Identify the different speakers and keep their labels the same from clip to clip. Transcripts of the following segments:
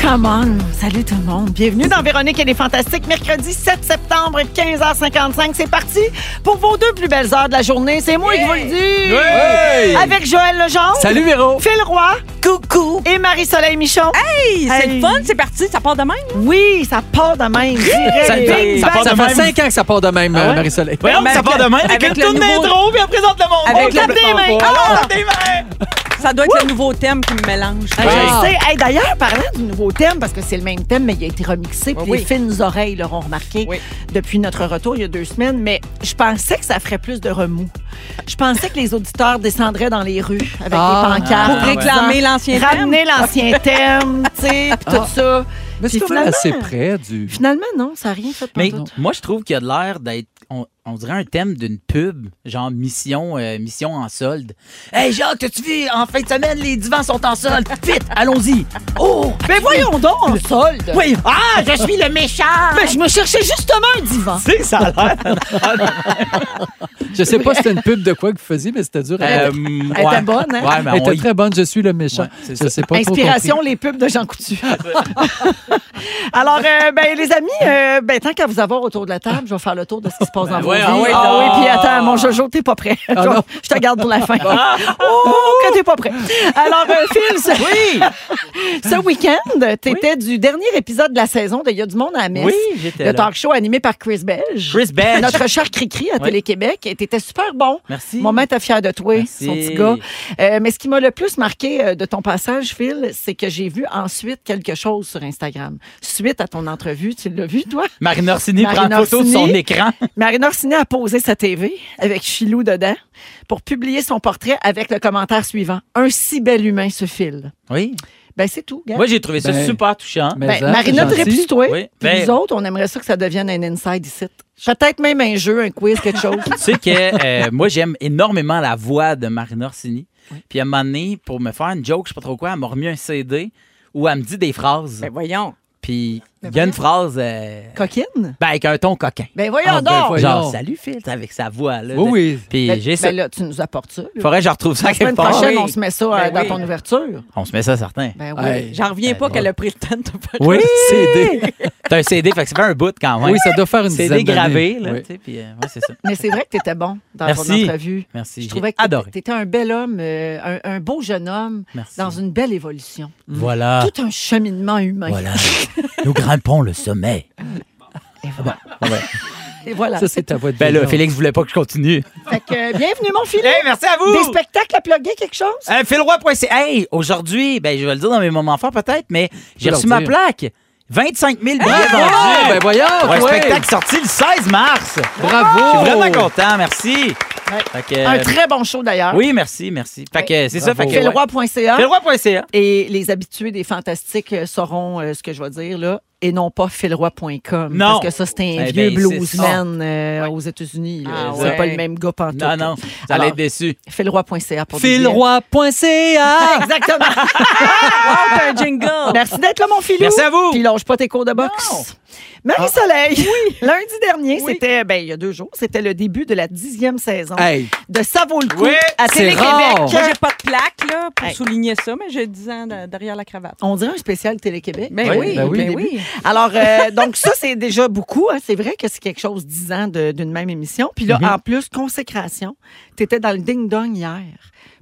Speaker 1: Come on! Salut tout le monde. Bienvenue dans Véronique et les Fantastiques. Mercredi 7 septembre, 15h55. C'est parti pour vos deux plus belles heures de la journée. C'est moi qui vous le dis.
Speaker 2: Hey!
Speaker 1: Avec Joël Legendre.
Speaker 2: Salut Véro!
Speaker 1: Phil Roy. Coucou. Et Marie-Soleil Michon.
Speaker 3: Hey, c'est
Speaker 1: Hey.
Speaker 3: le fun, c'est parti, ça part de même.
Speaker 1: Oui, ça part de même.
Speaker 2: Ça,
Speaker 1: Direct. Big
Speaker 2: ça
Speaker 1: bang.
Speaker 2: part de même. 5 ans que ça part de même, euh, Marie-Soleil.
Speaker 1: Ben
Speaker 4: Voyons,
Speaker 3: mais
Speaker 4: ça
Speaker 3: avec
Speaker 4: part de
Speaker 3: le-
Speaker 4: même.
Speaker 3: avec
Speaker 4: Avec une
Speaker 3: le
Speaker 4: tourne
Speaker 3: nouveau-
Speaker 4: d'intro, puis on présente le monde.
Speaker 3: Avec
Speaker 4: On
Speaker 3: le-
Speaker 4: tape des mains.
Speaker 3: Ah!
Speaker 4: Ah, on tape des mains.
Speaker 3: Ça doit être le nouveau thème qui me mélange.
Speaker 1: Ah, Je le sais. Hey, D'ailleurs, parlant du nouveau thème, parce que c'est le même thème, mais il a été remixé, puis
Speaker 2: Ah
Speaker 3: Oui.
Speaker 1: les fines oreilles l'auront remarqué
Speaker 3: Oui.
Speaker 1: depuis notre retour il y a deux semaines, mais je pensais que ça ferait plus de remous. Je pensais que les auditeurs descendraient dans les rues avec
Speaker 2: Ah.
Speaker 1: des pancartes.
Speaker 3: Pour
Speaker 1: en
Speaker 3: réclamer l'ancien
Speaker 1: disant,
Speaker 3: thème.
Speaker 1: Ramener l'ancien thème, tu sais, puis tout
Speaker 2: Ah.
Speaker 1: ça.
Speaker 2: Mais c'est
Speaker 1: Puis
Speaker 2: quand même
Speaker 1: finalement-
Speaker 2: assez près du.
Speaker 1: Finalement, non, ça n'a rien fait
Speaker 4: Mais
Speaker 1: pantoute.
Speaker 5: Moi, je trouve qu'il y a de l'air d'être. On, on dirait un thème d'une pub, genre mission, euh, mission en solde. Hey Jacques, t'as-tu vu? En fin de semaine, les divans sont en solde. Vite, allons-y. Oh!
Speaker 1: Mais ben, voyons donc, en solde.
Speaker 5: Oui! Ah, je suis le méchant!
Speaker 1: Mais je me cherchais justement un divan.
Speaker 4: Tu sais, ça a l'air.
Speaker 2: Je sais pas si c'était une pub de quoi que vous faisiez, mais c'était dur. à-
Speaker 5: Euh,
Speaker 1: Elle
Speaker 5: ouais.
Speaker 1: était bonne, hein?
Speaker 5: Ouais, mais
Speaker 2: Elle
Speaker 5: on
Speaker 2: était
Speaker 5: y-
Speaker 2: très bonne, je suis le méchant.
Speaker 5: Ouais, c'est
Speaker 2: je sais pas trop
Speaker 1: Inspiration,
Speaker 2: compris.
Speaker 1: les pubs de Jean Coutu. Alors, euh, ben, les amis, euh, ben, tant qu'à vous avoir autour de la table, je vais faire le tour de ce qui se passe dans vos
Speaker 5: ouais,
Speaker 1: vies.
Speaker 5: ah ouais,
Speaker 1: ah oui,
Speaker 5: non.
Speaker 1: puis attends, mon Jojo, t'es pas prêt.
Speaker 2: Ah
Speaker 1: je,
Speaker 2: non.
Speaker 1: je te garde pour la fin.
Speaker 5: Ah.
Speaker 1: oh, que t'es pas prêt. Alors, euh, Phil, ce, ce week-end, t'étais du dernier épisode de la saison de Il y a du monde à la messe.
Speaker 5: Oui, j'étais
Speaker 1: Le
Speaker 5: là.
Speaker 1: talk show animé par Chris Belge.
Speaker 5: Chris Belge.
Speaker 1: Notre cher Cricri à Télé-Québec. Et t'étais super bon.
Speaker 5: Merci.
Speaker 1: Mon maître est fier de toi,
Speaker 5: Merci.
Speaker 1: son petit gars. Euh, mais ce qui m'a le plus marqué euh, de ton passage, Phil, c'est que j'ai vu ensuite quelque chose sur Instagram. Suite à ton entrevue, tu l'as vu, toi?
Speaker 5: Marine Orsini
Speaker 1: Marine
Speaker 5: prend une photo de son
Speaker 1: Orsini.
Speaker 5: écran.
Speaker 1: Marine Orsini a posé sa TV avec Chilou dedans pour publier son portrait avec le commentaire suivant. Un si bel humain, ce Phil.
Speaker 5: Oui.
Speaker 1: Ben, c'est tout, gars.
Speaker 5: Moi, j'ai trouvé ça
Speaker 2: Ben,
Speaker 5: super touchant.
Speaker 2: Mais
Speaker 1: Ben,
Speaker 2: hein,
Speaker 1: Marina,
Speaker 2: c'est gentil.
Speaker 1: toi
Speaker 5: Oui. Ben-
Speaker 1: nous autres, on aimerait ça que ça devienne un inside ici. Peut-être même un jeu, un quiz, quelque chose.
Speaker 5: tu sais que euh, moi, j'aime énormément la voix de Marina Orsini. Puis à un moment donné, pour me faire une joke, je sais pas trop quoi, elle m'a remis un CD où elle me dit des phrases.
Speaker 3: Ben voyons.
Speaker 5: Puis il y a une phrase euh,
Speaker 1: Coquine?
Speaker 5: ben, avec un ton coquin.
Speaker 1: Ben, voyons
Speaker 2: Ah, ben,
Speaker 1: donc!
Speaker 2: voyons.
Speaker 5: Genre, salut Phil, avec sa voix. Là,
Speaker 2: Oui, oui.
Speaker 5: Puis
Speaker 1: Ben,
Speaker 5: j'ai ça.
Speaker 1: ben là, tu nous apportes ça. là.
Speaker 5: Faudrait que je retrouve ça
Speaker 1: La
Speaker 5: quelque
Speaker 1: semaine
Speaker 5: part.
Speaker 1: prochaine,
Speaker 5: Ben Oui.
Speaker 1: on se met ça euh, dans ton ouverture.
Speaker 5: On se met ça certain.
Speaker 1: Ben oui.
Speaker 2: Hey.
Speaker 3: J'en reviens pas
Speaker 5: Ben,
Speaker 3: qu'elle a pris le temps de te faire
Speaker 2: Oui, CD.
Speaker 5: T'as un CD, fait que ça fait un bout quand même.
Speaker 2: Oui, ça doit faire une
Speaker 5: CD
Speaker 2: dizaine
Speaker 5: gravé,
Speaker 2: d'années.
Speaker 5: là,
Speaker 2: Oui.
Speaker 5: tu sais, puis euh, ouais, c'est ça.
Speaker 1: Mais c'est vrai que tu étais bon dans ton
Speaker 5: Merci.
Speaker 1: entrevue.
Speaker 5: Merci.
Speaker 1: Je
Speaker 5: j'ai
Speaker 1: trouvais que
Speaker 5: adoré.
Speaker 1: tu étais un bel homme, euh, un, un beau jeune homme,
Speaker 5: Merci.
Speaker 1: dans une belle évolution.
Speaker 5: Mm. Voilà.
Speaker 1: Tout un cheminement humain.
Speaker 5: Voilà. Nous grimpons le sommet. Ah
Speaker 1: Et voilà.
Speaker 2: Ça, c'est ta voix de
Speaker 5: Ben là,
Speaker 2: vieillard.
Speaker 5: Félix voulait pas que je continue.
Speaker 1: Fait que, euh, bienvenue, mon filet.
Speaker 5: Hey, merci à vous.
Speaker 1: Des spectacles à plugger, quelque chose?
Speaker 5: Euh, Philroy.ca. Hey, aujourd'hui, ben, je vais le dire dans mes moments forts peut-être, mais j'ai
Speaker 2: leur
Speaker 5: reçu ma
Speaker 2: dire.
Speaker 5: plaque. 25 000 billets
Speaker 2: Ah,
Speaker 5: vendus.
Speaker 2: ben voyons!
Speaker 5: Pour un
Speaker 2: oui.
Speaker 5: spectacle sorti le 16 mars.
Speaker 2: Bravo!
Speaker 5: Je suis vraiment content, merci.
Speaker 1: Ouais.
Speaker 5: Fait que,
Speaker 1: Un
Speaker 5: euh,
Speaker 1: très bon show, d'ailleurs.
Speaker 5: Oui, merci, merci. Fait que c'est ça, fait
Speaker 2: Bravo.
Speaker 5: que.
Speaker 2: Fais le
Speaker 5: ouais.
Speaker 1: Filroi.ca.
Speaker 5: Filroy.ca.
Speaker 1: Et les habitués des fantastiques euh, sauront euh, ce que je vais dire, là. Et non pas filroy.com.
Speaker 5: Non.
Speaker 1: Parce que ça, c'était un
Speaker 5: Eh
Speaker 1: vieux
Speaker 5: ben, c'est
Speaker 1: bluesman euh, aux États-Unis. là.
Speaker 3: Ah
Speaker 1: c'est
Speaker 3: ouais.
Speaker 1: pas le même gars pantoute.
Speaker 5: Non, non, vous allez
Speaker 1: Alors,
Speaker 5: être déçus.
Speaker 1: Filroy.ca pour des billets.
Speaker 2: Filroy.ca.
Speaker 1: Exactement.
Speaker 3: Wow, t'as un jingle.
Speaker 4: Ben,
Speaker 1: Merci d'être là, mon filou.
Speaker 5: Merci à vous.
Speaker 1: Puis longe pas tes cours de boxe. Marie-Soleil, lundi dernier, c'était, ben, il y a deux jours, c'était le début de la dixième saison
Speaker 2: Hey,
Speaker 1: de Ça vaut le coup
Speaker 5: Oui,
Speaker 1: à
Speaker 2: c'est rare.
Speaker 3: Moi, j'ai
Speaker 1: Télé-Québec.
Speaker 3: pas de plaque là, pour
Speaker 1: Hey.
Speaker 3: souligner ça, mais j'ai 10 ans de- derrière la cravate.
Speaker 1: On dirait un spécial Télé-Québec.
Speaker 3: Ben
Speaker 2: Oui,
Speaker 3: oui,
Speaker 2: ben oui.
Speaker 3: ben oui.
Speaker 1: Alors, euh, donc ça, c'est déjà beaucoup. hein. C'est vrai que c'est quelque chose, 10 ans de- d'une même émission. Puis là, en plus, consécration, tu étais dans le ding-dong hier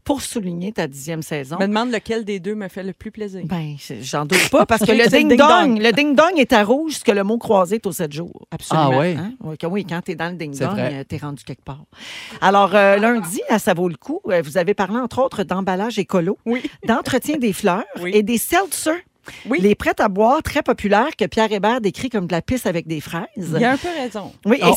Speaker 1: pour souligner ta dixième saison.
Speaker 3: Je me demande lequel des deux me fait le plus plaisir.
Speaker 1: Ben, c'est- j'en doute pas, parce que
Speaker 3: Oui,
Speaker 1: le
Speaker 3: c'est le
Speaker 1: ding-dong,
Speaker 3: ding-dong.
Speaker 1: le ding-dong est à rouge, ce que le mot croisé est au 7 jours. Absolument.
Speaker 6: Ah ouais.
Speaker 1: hein? Oui, que- Oui, quand t'es dans le
Speaker 6: C'est
Speaker 1: ding-dong,
Speaker 6: vrai.
Speaker 1: euh, t'es rendu quelque part. Alors, euh, lundi, à Ça vaut le coup, euh, vous avez parlé, entre autres, d'emballage écolo,
Speaker 3: Oui.
Speaker 1: d'entretien des fleurs
Speaker 3: Oui.
Speaker 1: et des seltzers.
Speaker 3: Oui.
Speaker 1: Les prêts à boire très populaires que Pierre Hébert décrit comme de la pisse avec des fraises.
Speaker 3: Il a un peu raison.
Speaker 1: Oui, et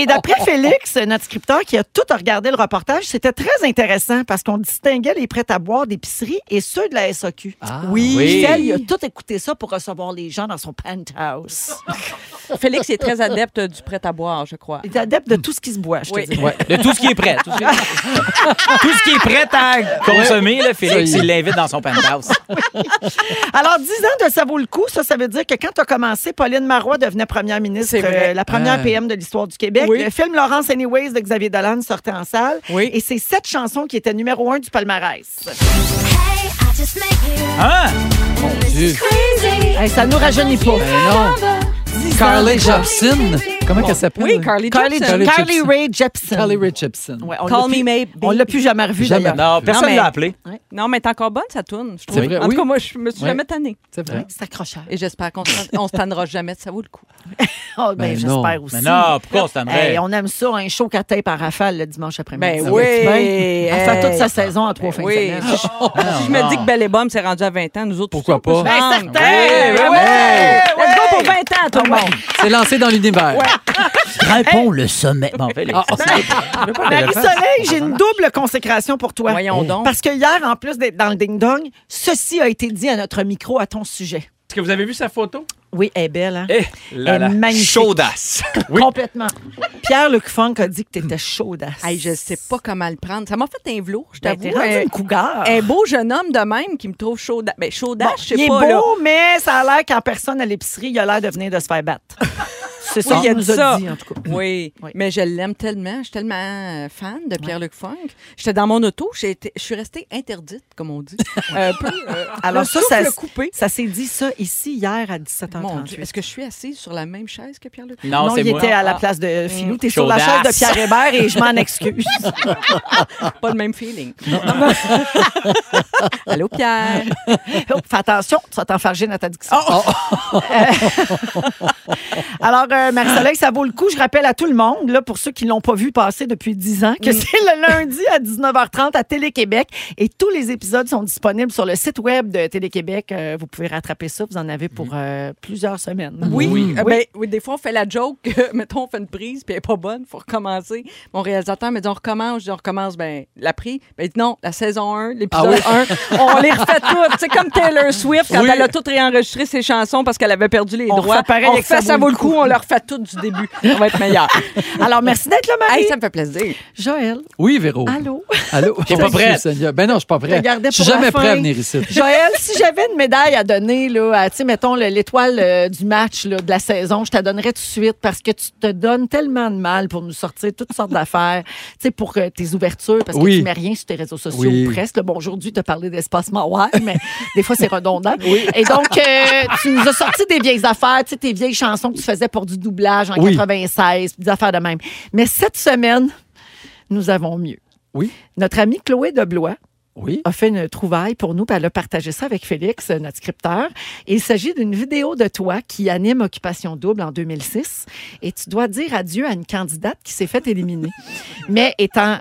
Speaker 1: et, d'après Félix, notre scripteur qui a tout regardé le reportage, c'était très intéressant parce qu'on distinguait les prêts à boire d'épicerie et ceux de la SAQ.
Speaker 6: Ah,
Speaker 1: Michel, il a tout écouté ça pour recevoir les gens dans son penthouse.
Speaker 3: Félix est très adepte du prêt-à-boire, je crois.
Speaker 1: Il est adepte de tout ce qui se boit, je te
Speaker 3: Oui.
Speaker 1: dis.
Speaker 5: Ouais, de tout ce qui est prêt. Tout ce qui est, tout ce qui est prêt à consommer, là, Félix,
Speaker 6: Ça y est.
Speaker 5: il l'invite dans son penthouse.
Speaker 1: Alors, 10 ans de ça vaut le coup, ça, ça veut dire que quand tu as commencé, Pauline Marois devenait première ministre,
Speaker 3: C'est vrai.
Speaker 1: euh, la première
Speaker 6: Ah.
Speaker 1: PM de l'histoire du Québec.
Speaker 3: Oui.
Speaker 1: Le film Laurence Anyways de Xavier Dolan sortait en salle.
Speaker 3: Oui.
Speaker 1: Et c'est cette chanson qui était numéro un du palmarès.
Speaker 5: Hein?
Speaker 6: mon Dieu.
Speaker 1: Hey, ça nous rajeunit pas.
Speaker 6: Ben non. Carly Jobson. Comment qu'elle s'appelle?
Speaker 3: Oui,
Speaker 6: là?
Speaker 3: Carly
Speaker 1: Carly,
Speaker 3: Jepsen.
Speaker 6: Jepsen.
Speaker 1: Carly Rae Jepsen.
Speaker 6: Carly Rae Jepsen.
Speaker 1: Ouais, on
Speaker 3: Call
Speaker 1: l'a
Speaker 3: me
Speaker 1: plus-
Speaker 3: maybe.
Speaker 1: On l'a plus jamais revu
Speaker 6: Jamais.
Speaker 1: d'ailleurs.
Speaker 5: Non, personne
Speaker 3: mais-
Speaker 5: l'a appelé.
Speaker 3: Non, mais t'es encore bonne, ça tourne, je trouve.
Speaker 6: C'est vrai,
Speaker 3: en
Speaker 6: oui.
Speaker 3: tout cas, moi, je me suis
Speaker 6: Ouais.
Speaker 3: jamais tannée.
Speaker 6: C'est vrai.
Speaker 1: C'est accrocheur.
Speaker 3: Et j'espère qu'on se- on se tannera jamais de ça vaut le coup.
Speaker 1: Ah, ben,
Speaker 6: Ben non.
Speaker 1: j'espère aussi.
Speaker 5: Mais non, pourquoi on se
Speaker 1: Hey,
Speaker 5: tannerait?
Speaker 1: on aime ça, un show qu'à tape à rafale le dimanche après-midi.
Speaker 3: Ben
Speaker 1: Ça
Speaker 3: oui.
Speaker 1: va-tu bien? Elle fait
Speaker 3: Hey.
Speaker 1: toute sa saison en trois fins
Speaker 3: oui.
Speaker 1: de semaine.
Speaker 3: Si je me dis que Belle et Bomme s'est rendu à 20 ans, nous autres,
Speaker 6: Pourquoi
Speaker 3: tout ça,
Speaker 6: pas?
Speaker 3: on se
Speaker 1: Ben,
Speaker 3: change.
Speaker 1: certain! Ah
Speaker 3: Ouais, ouais,
Speaker 1: Ben
Speaker 3: ouais. Let's go pour 20 ans, tout le monde!
Speaker 6: C'est lancé dans l'univers.
Speaker 5: Grimpons le sommet. Bon, Félix.
Speaker 6: Ah,
Speaker 1: Marie-Soleil, j'ai une double consécration pour toi.
Speaker 3: Voyons donc.
Speaker 1: Parce que hier, en plus d'être dans le ding-dong, ceci a été dit à notre micro à ton sujet.
Speaker 7: Est-ce que vous avez vu sa photo?
Speaker 1: Oui, elle est belle, hein?
Speaker 7: Eh,
Speaker 1: Elle est magnifique.
Speaker 5: Chaudasse.
Speaker 1: Complètement. Pierre-Luc Funk a dit que t'étais chaudasse.
Speaker 3: Hey, je sais pas comment le prendre. Ça m'a fait un velours, je
Speaker 1: Ben,
Speaker 3: t'avoue.
Speaker 1: t'es rendu
Speaker 3: Un,
Speaker 1: une cougar.
Speaker 3: un beau jeune homme de même qui me trouve chaud. Ben, chaudache,
Speaker 1: Bon,
Speaker 3: je sais
Speaker 1: il est
Speaker 3: pas.
Speaker 1: beau,
Speaker 3: là.
Speaker 1: mais ça a l'air qu'en personne à l'épicerie, il a l'air de venir de se faire battre. C'est ça
Speaker 3: Oui, il y
Speaker 1: qu'il
Speaker 3: a
Speaker 1: nous
Speaker 3: de ça.
Speaker 1: a dit, en tout cas.
Speaker 3: Oui,
Speaker 1: Oui.
Speaker 3: mais je l'aime tellement. Je suis tellement euh, fan de Pierre-Luc Funk. J'étais dans mon auto, j'ai été- je suis restée interdite, comme on dit. un peu. euh,
Speaker 1: Alors
Speaker 3: le
Speaker 1: ça,
Speaker 3: souffle
Speaker 1: ça-
Speaker 3: coupé.
Speaker 1: Ça s'est dit ça ici hier à 17h38.
Speaker 3: Mon Dieu, est-ce que je suis assise sur la même chaise que Pierre-Luc?
Speaker 5: Non,
Speaker 1: non,
Speaker 5: c'est
Speaker 1: il
Speaker 5: moi.
Speaker 1: était à la
Speaker 3: Ah.
Speaker 1: place de Philou.
Speaker 3: Mm.
Speaker 1: T'es sur la chaise de
Speaker 5: Chaudasse.
Speaker 1: Pierre Hébert et je m'en excuse.
Speaker 3: Pas le même feeling. Allô, Pierre?
Speaker 1: Oh, fais attention, tu vas t'enfarger dans ta diction.
Speaker 5: Oh.
Speaker 1: Euh, Oh. Alors, euh, Marie-Soleil, ça vaut le coup. Je rappelle à tout le monde, là, pour ceux qui ne l'ont pas vu passer depuis 10 ans, que
Speaker 3: Mm.
Speaker 1: c'est le lundi à 19h30 à Télé-Québec. Et tous les épisodes sont disponibles sur le site web de Télé-Québec. Euh, vous pouvez rattraper ça. Vous en avez pour
Speaker 5: Mm.
Speaker 1: euh, plusieurs semaines.
Speaker 3: Oui,
Speaker 6: Oui.
Speaker 3: euh, ben, oui, des fois, on fait la joke, que, mettons, on fait une prise, puis elle n'est pas bonne, il faut recommencer. Mon réalisateur me dit, on recommence, je dis, on recommence, ben, la prise. Ben, il dit, non, la saison 1, l'épisode 1, on les refait toutes. C'est comme Taylor Swift, quand
Speaker 6: Oui.
Speaker 3: elle a tout réenregistré ses chansons parce qu'elle avait perdu les
Speaker 1: On
Speaker 3: droits.
Speaker 1: refait pareil
Speaker 3: on
Speaker 1: avec
Speaker 3: refait,
Speaker 1: Ça
Speaker 3: ça vaut le coup, on le refait tout du début. On va être meilleur.
Speaker 1: Alors, merci d'être là, Marie.
Speaker 3: hey, ça me fait plaisir.
Speaker 1: Joël,
Speaker 6: Oui, Véro.
Speaker 1: allô?
Speaker 6: Allô? Je suis
Speaker 5: pas prête.
Speaker 6: Seigneur. Ben non, je suis pas prêt.
Speaker 1: Regardez
Speaker 6: Je suis
Speaker 1: pour la
Speaker 6: jamais prêt
Speaker 1: fin.
Speaker 6: à venir ici.
Speaker 1: Joël, si j'avais une médaille à donner, là, à, tu sais, mettons le- l'étoile euh, du match là, de la saison, je te la donnerais tout de suite parce que tu te donnes tellement de mal pour nous sortir toutes sortes d'affaires, tu sais, pour euh, tes ouvertures, parce que
Speaker 6: Oui.
Speaker 1: tu mets rien sur tes réseaux sociaux
Speaker 6: Oui.
Speaker 1: ou presque. là. Bon, aujourd'hui, tu as parlé d'espace Mawai, mais des fois, c'est redondant. Et donc, euh, tu nous as sorti des vieilles affaires, tu sais, tes vieilles chansons que tu faisais pour du doublage en
Speaker 6: Oui.
Speaker 1: 96, des affaires de même. Mais cette semaine, nous avons mieux.
Speaker 6: Oui.
Speaker 1: Notre amie Chloé Deblois,
Speaker 6: Oui.
Speaker 1: a fait une trouvaille pour nous, puis elle a partagé ça avec Félix, euh, notre scripteur. Il s'agit d'une vidéo de toi qui anime Occupation Double en 2006, et tu dois dire adieu à une candidate qui s'est faite éliminer. Mais étant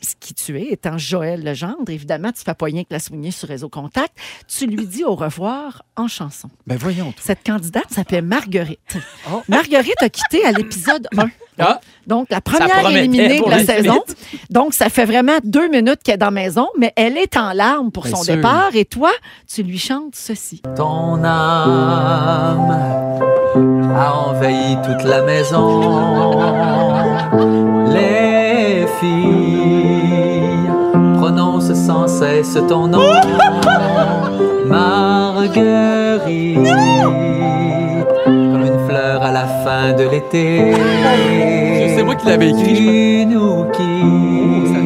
Speaker 1: ce qui tu es, étant Joël Legendre, évidemment, tu fais pas rien que la souligner sur Réseau Contact, tu lui dis au revoir en chanson.
Speaker 6: Ben voyons. toi.
Speaker 1: Cette candidate s'appelait Marguerite.
Speaker 6: Oh.
Speaker 1: Marguerite a quitté à l'épisode 1.
Speaker 6: Ah.
Speaker 1: Donc, la
Speaker 5: Ça
Speaker 1: première
Speaker 5: promettait
Speaker 8: eh,
Speaker 1: éliminée de
Speaker 5: pour
Speaker 1: la
Speaker 5: la
Speaker 1: saison. Donc, ça fait vraiment deux minutes qu'elle est dans la maison, mais elle est en larmes pour
Speaker 6: Bien
Speaker 1: son
Speaker 6: sûr.
Speaker 1: départ. Et toi, tu lui chantes ceci.
Speaker 8: Ton âme a envahi toute la maison. Les filles prononcent sans cesse ton nom. Marguerite, comme une fleur à la fin de l'été.
Speaker 6: C'est moi qui l'avais écrit. je pense.
Speaker 8: Tu nous quittes,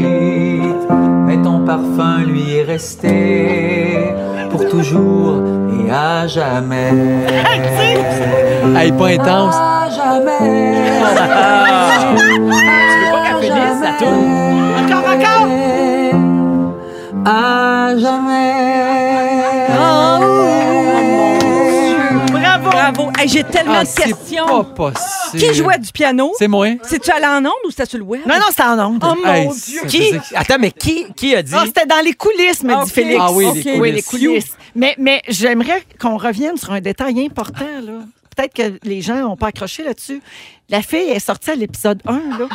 Speaker 8: mais ton parfum lui est resté
Speaker 9: pour toujours et à jamais.
Speaker 8: Elle est pas intense.
Speaker 9: À jamais.
Speaker 5: pas qu'elle finisse, la tourne.
Speaker 9: Encore, encore. À jamais.
Speaker 3: Oh, Bravo! Bravo! Hey, J'ai tellement
Speaker 8: Ah,
Speaker 3: de
Speaker 8: c'est
Speaker 3: questions.
Speaker 8: pas possible.
Speaker 3: Qui jouait du piano?
Speaker 8: C'est moi.
Speaker 3: C'est-tu allé en ondes ou c'était sur le web?
Speaker 1: Non, non, c'était en onde.
Speaker 3: Oh mon
Speaker 8: Hey,
Speaker 3: Dieu!
Speaker 8: ça
Speaker 5: Qui?
Speaker 8: faisait-
Speaker 5: Attends, mais qui, qui a dit?
Speaker 1: Non, c'était dans les coulisses, me
Speaker 3: Ah,
Speaker 1: dit
Speaker 3: ok.
Speaker 1: Félix.
Speaker 8: Ah oui,
Speaker 3: Ok.
Speaker 8: les
Speaker 3: Oui,
Speaker 8: coulisses.
Speaker 1: Oui, les coulisses. Mais, mais j'aimerais qu'on revienne sur un détail important, là. Peut-être que les gens n'ont pas accroché là-dessus. La fille est sortie à l'épisode 1, là.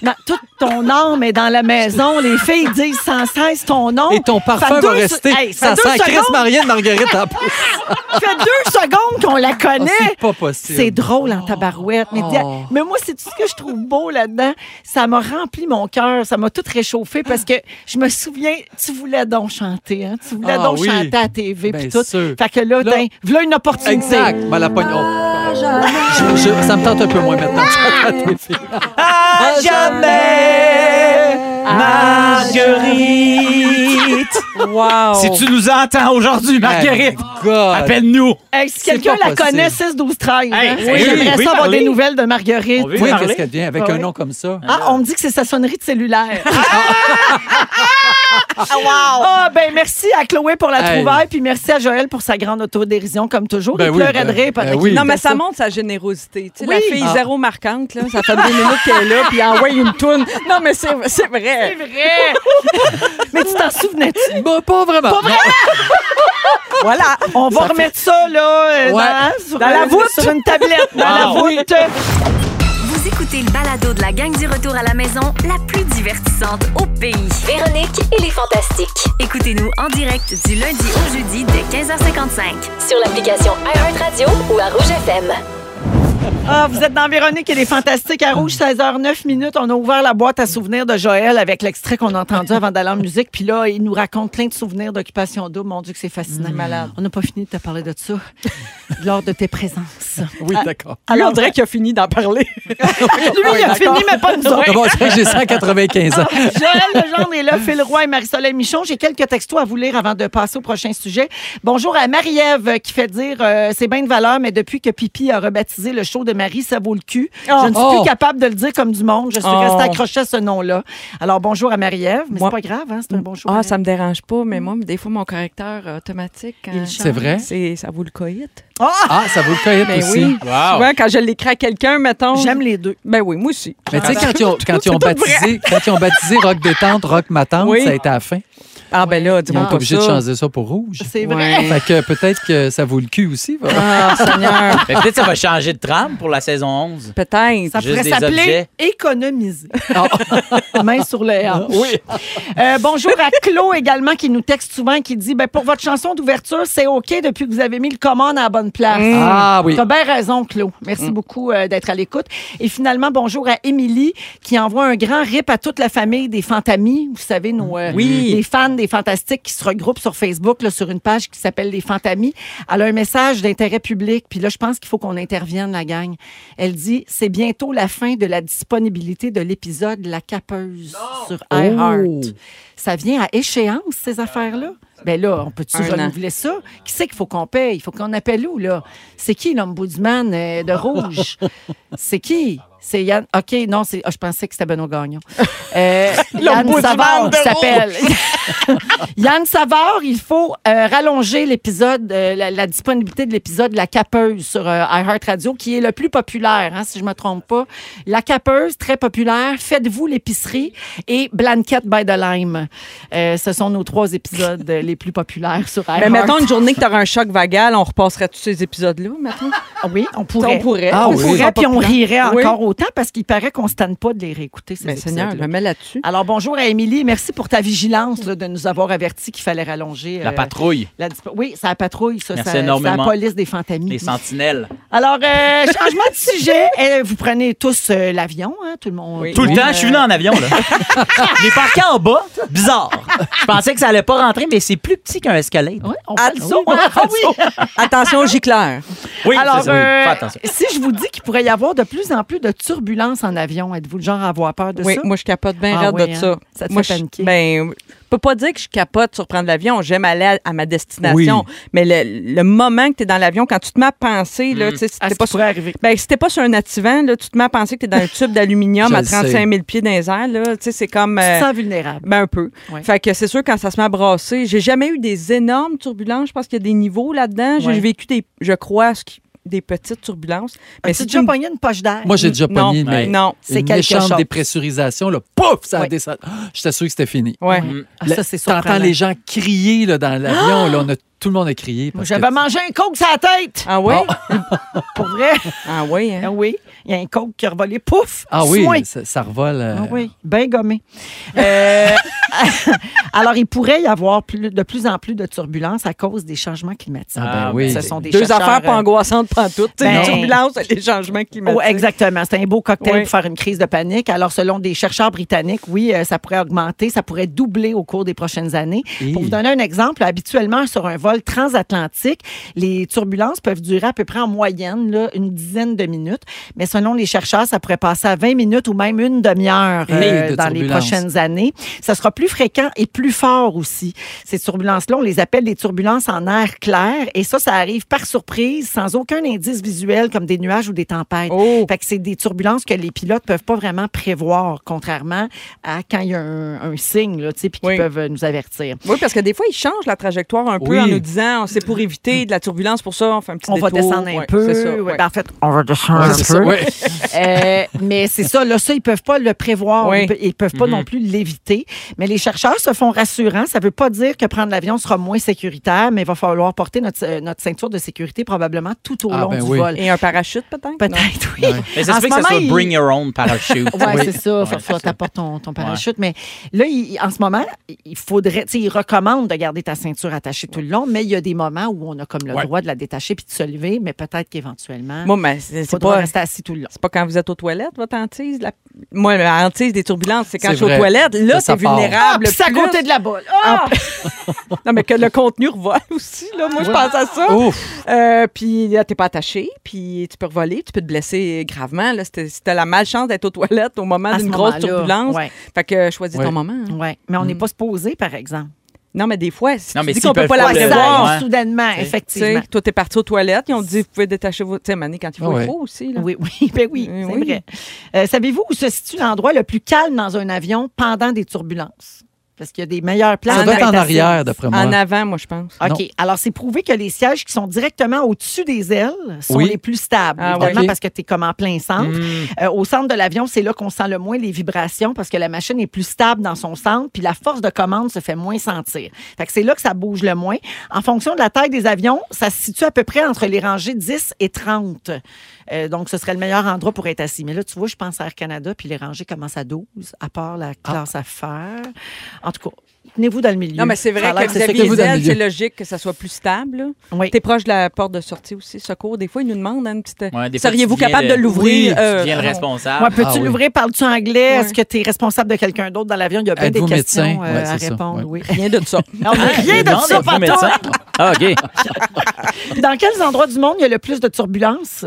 Speaker 1: Dans- toute ton âme est dans la maison. Les filles disent sans cesse ton nom.
Speaker 8: Et ton parfum
Speaker 1: Fait
Speaker 8: va
Speaker 1: deux se-
Speaker 8: rester.
Speaker 1: Hey,
Speaker 8: ça
Speaker 1: fait
Speaker 8: sent
Speaker 1: deux
Speaker 8: Chris
Speaker 1: secondes-
Speaker 8: Marianne Marguerite en plus.
Speaker 1: Ça fait deux secondes qu'on la
Speaker 8: Ah,
Speaker 1: connaît.
Speaker 8: c'est pas possible.
Speaker 1: C'est drôle en tabarouette. Mais, dis- mais moi, c'est tout ce que je trouve beau là-dedans. Ça m'a rempli mon cœur. Ça m'a tout réchauffé parce que je me souviens, tu voulais donc chanter. Hein? Tu voulais
Speaker 8: Ah
Speaker 1: donc
Speaker 8: oui.
Speaker 1: chanter à la TV. puis
Speaker 8: Bien
Speaker 1: tout.
Speaker 8: sûr.
Speaker 1: Fait que là,
Speaker 8: Là-
Speaker 1: t'as- voilà une opportunité.
Speaker 8: Exact. Ben, la pogne- oh. Je- je- ça me tente un peu moins maintenant.
Speaker 4: À
Speaker 8: Ah,
Speaker 4: jamais, Marguerite.
Speaker 3: Wow!
Speaker 5: Si tu nous entends aujourd'hui, Marguerite,
Speaker 8: My God.
Speaker 5: appelle-nous.
Speaker 1: Hey, si
Speaker 8: C'est
Speaker 1: quelqu'un
Speaker 8: pas
Speaker 1: la
Speaker 8: possible.
Speaker 1: connaît, 6, 12, 13.
Speaker 4: Hey,
Speaker 1: hein?
Speaker 4: oui,
Speaker 1: J'aimerais
Speaker 4: oui,
Speaker 1: ça avoir
Speaker 4: parlez.
Speaker 1: des nouvelles de Marguerite.
Speaker 4: On veut
Speaker 8: Oui,
Speaker 4: parler.
Speaker 8: qu'est-ce qu'elle devient avec
Speaker 1: Ah
Speaker 8: un
Speaker 1: oui.
Speaker 8: nom comme ça?
Speaker 1: Ah, on me dit que c'est sa sonnerie de cellulaire. Ah, ben merci à Chloé pour la
Speaker 8: Hey.
Speaker 1: trouvaille, puis merci à Joël pour sa grande autodérision, comme toujours.
Speaker 8: Ben
Speaker 1: Il
Speaker 8: oui,
Speaker 1: pleurait de
Speaker 8: ben-
Speaker 1: rire pendant
Speaker 8: ben
Speaker 1: qu'il
Speaker 8: oui.
Speaker 3: Non,
Speaker 1: disait
Speaker 3: mais ça montre sa générosité. Tu sais, La
Speaker 1: Oui.
Speaker 3: fille
Speaker 8: Ah.
Speaker 3: zéro marquante, là, ça fait deux minutes qu'elle est là, puis elle envoie une toune. Non, mais c'est c'est vrai.
Speaker 1: Mais tu t'en souvenais-tu?
Speaker 8: Bah, pas vraiment.
Speaker 1: Voilà, on va remettre ça là, euh,
Speaker 8: Ouais. Ah
Speaker 1: dans, sur,
Speaker 3: Dans la
Speaker 1: euh,
Speaker 3: voûte.
Speaker 1: sur une tablette, dans la
Speaker 8: Wow.
Speaker 1: voûte.
Speaker 10: Vous écoutez le balado de la gang du retour à la maison, la plus divertissante au pays.
Speaker 11: Véronique et les Fantastiques.
Speaker 10: Écoutez-nous en direct du lundi au jeudi dès 15h55.
Speaker 11: Sur l'application iHeartRadio ou à Rouge FM.
Speaker 1: Ah, vous êtes dans Véronique et les Fantastiques à Rouge, 16h09 minutes. On a ouvert la boîte à souvenirs de Joël avec l'extrait qu'on a entendu avant d'aller en musique. Puis là, il nous raconte plein de souvenirs d'occupation double. Mon Dieu, que c'est fascinant.
Speaker 8: Mm.
Speaker 1: Malade. On n'a pas fini de te parler de ça lors de tes présences.
Speaker 8: Oui, d'accord.
Speaker 3: Lui, on dirait qu'il a fini d'en parler.
Speaker 1: Lui, il a fini, mais pas nous autres.
Speaker 8: D'abord, je crois que j'ai 195 ans.
Speaker 1: Joël Legendre est là, Phil Roy et Marie-Soleil Michon. J'ai quelques textos à vous lire avant de passer au prochain sujet. Bonjour à Marie-Ève euh, qui fait dire euh, c'est bien de valeur, mais depuis que Pipi a rebaptisé le show de Marie, ça vaut le cul. Je ne suis
Speaker 8: Oh.
Speaker 1: plus capable de le dire comme du monde. Je suis
Speaker 3: Oh.
Speaker 1: restée accrochée à ce nom-là. Alors bonjour à Marie-Ève, mais
Speaker 3: Moi-
Speaker 1: c'est pas grave, hein, c'est un bon show.
Speaker 3: Ah, ça me dérange pas, mais moi, des fois, mon correcteur euh, automatique,
Speaker 1: Il
Speaker 8: C'est vrai?
Speaker 3: c'est ça vaut le coït.
Speaker 8: Ah, ça vaut le coït
Speaker 3: Ben
Speaker 8: aussi.
Speaker 3: oui.
Speaker 5: Wow.
Speaker 3: Souvent, quand je l'écris à quelqu'un, mettons.
Speaker 1: J'aime les deux.
Speaker 3: Ben oui, moi aussi.
Speaker 8: Mais tu sais, quand, ils ont- quand ils ont baptisé, quand ils ont baptisé Rock Détente, Rock Ma Tante,
Speaker 3: Oui.
Speaker 8: ça a été à la fin.
Speaker 3: Ah, ben là,
Speaker 8: Ils ont
Speaker 3: dis-moi
Speaker 8: été
Speaker 3: pas
Speaker 8: obligés de
Speaker 3: ça.
Speaker 8: changer ça pour rouge.
Speaker 1: C'est vrai.
Speaker 3: Ouais.
Speaker 8: Fait que peut-être que ça vaut le cul aussi. va.
Speaker 3: Ah, Seigneur.
Speaker 5: Mais peut-être ça va changer de trame pour la saison 11.
Speaker 3: Peut-être.
Speaker 1: Ça
Speaker 5: Juste
Speaker 1: pourrait
Speaker 5: des
Speaker 1: s'appeler
Speaker 5: objets.
Speaker 1: économiser. Main sur le R. Ah. Euh, bonjour à Claude également qui nous texte souvent et qui dit ben, pour votre chanson d'ouverture, c'est OK depuis que vous avez mis le commande à la bonne place.
Speaker 8: Ah oui.
Speaker 1: T'as bien raison, Claude. Merci beaucoup euh, d'être à l'écoute. Et finalement, bonjour à Émilie qui envoie un grand rip à toute la famille des Fantamis. Vous savez, nos euh,
Speaker 5: Oui.
Speaker 1: les fans des Fantastiques qui se regroupent sur Facebook là, sur une page qui s'appelle Les Fantamis. Elle a un message d'intérêt public. Puis là, je pense qu'il faut qu'on intervienne, la gang. Elle dit c'est bientôt la fin de la disponibilité de l'épisode La Capeuse sur iHeart. Ça vient à échéance, ces affaires-là? Ben là, on peut-tu
Speaker 3: Un an.
Speaker 1: renouveler ça? Qui c'est qu'il faut qu'on paye? Il faut qu'on appelle où, là? C'est qui l'ombudsman euh, de rouge? c'est qui? C'est Yann. OK, non, c'est... ah, je pensais que c'était Benoît Gagnon. Euh, Yann
Speaker 4: L'ombudsman
Speaker 1: Savard
Speaker 4: de
Speaker 1: qui s'appelle. Yann Savard, il faut euh, rallonger l'épisode, euh, la, la disponibilité de l'épisode La Capeuse sur euh, iHeartRadio, qui est le plus populaire, hein, si je me trompe pas. La Capeuse, très populaire. Faites-vous l'épicerie et Blanquette by the Lime. Euh, ce sont nos trois épisodes euh, les plus populaires sur iHeart.
Speaker 3: Mais mettons une journée que t'auras un choc vagal, on repasserait tous ces épisodes-là, mettons.
Speaker 1: Ah Oui, on
Speaker 3: Ça,
Speaker 1: pourrait.
Speaker 3: On pourrait.
Speaker 8: Ah
Speaker 1: On
Speaker 8: oui.
Speaker 1: pourrait, puis on rirait
Speaker 3: Oui.
Speaker 1: encore autant parce qu'il paraît qu'on ne se tanne pas de les réécouter, ces
Speaker 3: Mais Seigneur, je
Speaker 1: épisodes-là.
Speaker 3: me mets là-dessus.
Speaker 1: Alors, bonjour à Émilie. Merci pour ta vigilance là, de nous avoir avertis qu'il fallait rallonger.
Speaker 5: La
Speaker 1: euh,
Speaker 5: patrouille,
Speaker 1: la dispo- oui, c'est la patrouille, ça.
Speaker 5: Merci
Speaker 1: ça- c'est la
Speaker 5: énormément.
Speaker 1: police des fantamis.
Speaker 5: les sentinelles.
Speaker 1: Alors, euh, changement de sujet. Euh, vous prenez tous euh, l'avion, hein, tout le monde.
Speaker 3: Oui.
Speaker 5: Tout le
Speaker 1: Oui.
Speaker 5: temps, je suis venu en avion, là. les parquets en bas, bizarre. Je pensais que ça allait pas rentrer, mais c'est plus petit qu'un escalade.
Speaker 1: Oui, on
Speaker 3: Ah,
Speaker 1: fait le
Speaker 3: oui,
Speaker 1: saut.
Speaker 3: on
Speaker 1: Ah,
Speaker 3: fait le
Speaker 1: oui.
Speaker 3: Attention, Giclair.
Speaker 5: Oui,
Speaker 1: Alors,
Speaker 5: c'est ça, oui.
Speaker 1: euh,
Speaker 5: Fais attention.
Speaker 1: si je vous dis qu'il pourrait y avoir de plus en plus de turbulences en avion, êtes-vous le genre à avoir peur de
Speaker 3: Oui,
Speaker 1: ça?
Speaker 3: moi, je capote bien
Speaker 1: Ah
Speaker 3: raide
Speaker 1: oui,
Speaker 3: de
Speaker 1: hein.
Speaker 3: ça.
Speaker 1: Ça te
Speaker 3: moi,
Speaker 1: fait
Speaker 3: je-
Speaker 1: paniquer.
Speaker 3: Ben, peux pas dire que je capote sur prendre l'avion. J'aime aller à, à ma destination.
Speaker 8: Oui.
Speaker 3: Mais le, le moment que tu es dans l'avion, quand tu te mets à penser, là,
Speaker 8: Mm.
Speaker 3: tu sais, si
Speaker 8: À
Speaker 3: t'es
Speaker 8: ce
Speaker 3: pas
Speaker 8: qui
Speaker 3: sur,
Speaker 8: pourrait arriver.
Speaker 3: ben, si t'es pas sur un attivant, là, tu te mets à penser que tu es dans un tube d'aluminium
Speaker 8: Je
Speaker 3: à
Speaker 8: le sais.
Speaker 3: 35 000 pieds dans les airs. Là, tu sais, c'est comme.
Speaker 1: Tu te
Speaker 3: euh,
Speaker 1: sens vulnérable.
Speaker 3: ben, un peu.
Speaker 1: Ouais.
Speaker 3: Fait que c'est sûr, quand ça se met à brasser, j'ai jamais eu des énormes turbulences. Je pense qu'il y a des niveaux là-dedans. J'ai
Speaker 1: Ouais.
Speaker 3: vécu des, je crois, ce qui- des petites turbulences. Mais
Speaker 1: As-tu déjà pogné une poche d'air?
Speaker 8: Moi, j'ai déjà
Speaker 3: Non,
Speaker 8: pogné mais
Speaker 3: non, c'est
Speaker 8: une
Speaker 3: quelque
Speaker 8: méchante
Speaker 3: chose.
Speaker 8: dépressurisation. Là, pouf, ça descend. Je t'assure que c'était fini.
Speaker 3: Ouais.
Speaker 1: Ah,
Speaker 8: Le-
Speaker 1: ça, c'est
Speaker 8: T'entends
Speaker 1: surprenant.
Speaker 8: les gens crier là, dans l'avion. là, on a, tout le monde a crié. parce que-
Speaker 1: J'avais mangé un coke sur la tête.
Speaker 3: Ah oui?
Speaker 1: Pour vrai?
Speaker 3: Ah oui, hein?
Speaker 1: Ah oui. Il y a un coke qui a revolé. Pouf!
Speaker 8: Ah oui,
Speaker 1: Soin.
Speaker 8: ça, ça revole. euh,
Speaker 1: Ah oui, bien gommé. Euh, alors, il pourrait y avoir plus- de plus en plus de turbulences à cause des changements climatiques.
Speaker 8: Ah ben oui.
Speaker 1: Ce sont des
Speaker 3: Deux
Speaker 1: chercheurs,
Speaker 3: affaires pas
Speaker 1: euh,
Speaker 3: angoissantes pantoute. toutes.
Speaker 1: ben-
Speaker 3: les turbulences et les changements climatiques.
Speaker 1: Oh, exactement. C'est un beau cocktail
Speaker 3: Oui.
Speaker 1: pour faire une crise de panique. Alors, selon des chercheurs britanniques, oui, euh, ça pourrait augmenter, ça pourrait doubler au cours des prochaines années.
Speaker 8: Hi.
Speaker 1: Pour vous donner un exemple, habituellement, sur un vol transatlantique, les turbulences peuvent durer à peu près en moyenne là, une dizaine de minutes. Mais selon les chercheurs, ça pourrait passer à 20 minutes ou même une demi-heure euh,
Speaker 8: Hey, de
Speaker 1: dans les
Speaker 8: turbulences.
Speaker 1: prochaines années. Ça sera plus fréquent et plus fort aussi. Ces turbulences-là, on les appelle des turbulences en air clair. Et ça, ça arrive par surprise, sans aucun indice visuel comme des nuages ou des tempêtes.
Speaker 3: Oh.
Speaker 1: Fait que c'est des turbulences que les pilotes peuvent pas vraiment prévoir, contrairement à quand il y a un, un signe, là, tu sais, puis qu'ils
Speaker 3: Oui.
Speaker 1: peuvent euh, nous avertir.
Speaker 3: Oui, parce que des fois, ils changent la trajectoire un peu
Speaker 8: Oui.
Speaker 3: en nous disant oh, c'est pour éviter de la turbulence, pour ça, on fait un petit
Speaker 1: On va
Speaker 3: détour.
Speaker 1: descendre un
Speaker 3: Ouais,
Speaker 1: peu.
Speaker 3: C'est ça.
Speaker 1: Ouais,
Speaker 3: ouais.
Speaker 1: ben, en fait, on va descendre
Speaker 8: ouais,
Speaker 1: un
Speaker 8: c'est
Speaker 1: peu.
Speaker 8: ça, ouais.
Speaker 1: Euh, mais c'est ça, là, ça, ils peuvent pas le prévoir.
Speaker 3: Oui. Mm-hmm.
Speaker 1: Ils, pe- ils peuvent pas
Speaker 8: Mhm.
Speaker 1: non plus l'éviter. Mais les chercheurs se font rassurants. Ça veut pas dire que prendre l'avion sera moins sécuritaire, mais il va falloir porter notre, euh, notre ceinture de sécurité probablement tout au
Speaker 8: Ah,
Speaker 1: long
Speaker 8: ben
Speaker 1: du
Speaker 8: oui.
Speaker 1: vol.
Speaker 3: Et un parachute, peut-être? Non.
Speaker 1: Peut-être, oui.
Speaker 5: Mais ça
Speaker 1: En
Speaker 5: se fait
Speaker 1: ce
Speaker 5: que
Speaker 1: moment,
Speaker 5: ça soit
Speaker 1: il-
Speaker 5: bring your own parachute.
Speaker 1: Ouais,
Speaker 8: Oui.
Speaker 1: c'est ça. Faire
Speaker 5: c'est
Speaker 1: ça,
Speaker 5: ça.
Speaker 1: t'apportes ton, ton parachute. Mais là, il- en ce moment, il faudrait, tu sais, il recommande de garder ta ceinture attachée tout le long, mais il y a des moments où on a comme le
Speaker 8: Ouais.
Speaker 1: droit de la détacher puis de se lever, mais peut-être qu'éventuellement,
Speaker 3: Moi, mais c'est
Speaker 1: il
Speaker 3: c'est
Speaker 1: faudra
Speaker 3: pas.
Speaker 1: rester assis tout le long.
Speaker 3: C'est pas quand vous êtes aux toilettes, votre hantise. la- Moi, la hantise des turbulences, c'est quand
Speaker 8: C'est
Speaker 3: je suis aux
Speaker 8: vrai.
Speaker 3: toilettes. Là,
Speaker 8: Ça, ça
Speaker 3: c'est
Speaker 8: part.
Speaker 1: Ah,
Speaker 3: vulnérable.
Speaker 1: puis c'est à
Speaker 3: plus.
Speaker 1: côté de la bolle.
Speaker 3: Ah! non, mais que le contenu revole aussi. Là. Moi, je pense à ça.
Speaker 8: Ouf!
Speaker 3: Euh, puis là, t'es pas attaché, puis tu peux revoler, tu peux te blesser gravement. Là, c'était, c'était la malchance d'être aux toilettes au moment
Speaker 1: À ce
Speaker 3: d'une grosse
Speaker 1: moment-là,
Speaker 3: turbulence.
Speaker 1: ouais.
Speaker 3: Fait que euh, choisis
Speaker 8: Ouais.
Speaker 3: ton moment. hein.
Speaker 1: Oui, mais on n'est pas supposé, par exemple.
Speaker 3: Non, mais des fois, si
Speaker 5: Non,
Speaker 3: tu
Speaker 5: mais
Speaker 3: dis
Speaker 5: s'ils
Speaker 3: qu'on peut
Speaker 5: peuvent
Speaker 3: pas la
Speaker 5: pas le
Speaker 1: Ça
Speaker 5: voir,
Speaker 3: prévoir,
Speaker 1: arrive
Speaker 5: hein.
Speaker 1: soudainement,
Speaker 5: Tu sais,
Speaker 3: tu sais,
Speaker 1: effectivement.
Speaker 3: toi, t'es parti aux toilettes, ils ont dit, vous pouvez détacher vos... Tu sais, Mané, quand il faut,
Speaker 8: Ah ouais.
Speaker 3: il faut aussi. Là.
Speaker 1: Oui, oui, ben oui,
Speaker 3: Euh,
Speaker 1: c'est
Speaker 3: oui.
Speaker 1: vrai. Euh, Savez-vous où se situe l'endroit le plus calme dans un avion pendant des turbulences? Parce qu'il y a des meilleures places.
Speaker 8: Ça doit
Speaker 1: pour
Speaker 8: être en
Speaker 1: assis.
Speaker 8: arrière, d'après moi.
Speaker 3: En avant, moi, je pense.
Speaker 1: OK. Alors, c'est prouvé que les sièges qui sont directement au-dessus des ailes sont
Speaker 8: Oui.
Speaker 1: les plus stables,
Speaker 3: Ah,
Speaker 1: évidemment,
Speaker 8: ouais.
Speaker 1: parce que tu es comme en plein centre. Euh, au centre de l'avion, c'est là qu'on sent le moins les vibrations parce que la machine est plus stable dans son centre, puis la force de commande se fait moins sentir. Fait que c'est là que ça bouge le moins. En fonction de la taille des avions, ça se situe à peu près entre les rangées 10 et 30. Euh, donc, ce serait le meilleur endroit pour être assis. Mais là, tu vois, je pense à Air Canada, puis les rangées commencent à 12, à part la classe affaires. En tout cas, tenez-vous dans le milieu.
Speaker 3: Non, mais c'est
Speaker 1: Ça a
Speaker 3: vrai
Speaker 1: l'air
Speaker 3: que
Speaker 1: c'est ça
Speaker 8: que
Speaker 3: vis-à-vis
Speaker 8: vous
Speaker 3: d'elle,
Speaker 8: aimez
Speaker 3: c'est
Speaker 8: bien.
Speaker 3: logique que ça soit plus stable. là.
Speaker 1: Oui.
Speaker 3: T'es proche de la porte de sortie aussi, secours. Des fois, ils nous demandent hein, une petite.
Speaker 5: Ouais, des fois,
Speaker 3: Seriez-vous
Speaker 5: tu viens
Speaker 3: capable de, l'ouvrir?
Speaker 5: Oui,
Speaker 3: euh,
Speaker 5: tu viens le
Speaker 3: non.
Speaker 5: responsable.
Speaker 1: Ouais, peux-tu
Speaker 8: Ah oui.
Speaker 1: l'ouvrir? Parles-tu anglais?
Speaker 3: Ouais.
Speaker 1: Est-ce que tu es responsable de quelqu'un d'autre dans l'avion? Il y a bien des
Speaker 8: Êtes-vous
Speaker 1: questions
Speaker 8: médecin?
Speaker 1: euh,
Speaker 8: Ouais,
Speaker 1: à
Speaker 8: c'est ça,
Speaker 1: répondre, oui.
Speaker 3: Rien de ça.
Speaker 1: On n'a rien de
Speaker 5: Non,
Speaker 1: ça,
Speaker 5: mais vous,
Speaker 1: pas
Speaker 5: médecin? Ah, OK.
Speaker 1: Puis Dans quels endroits du monde il y a le plus de turbulences?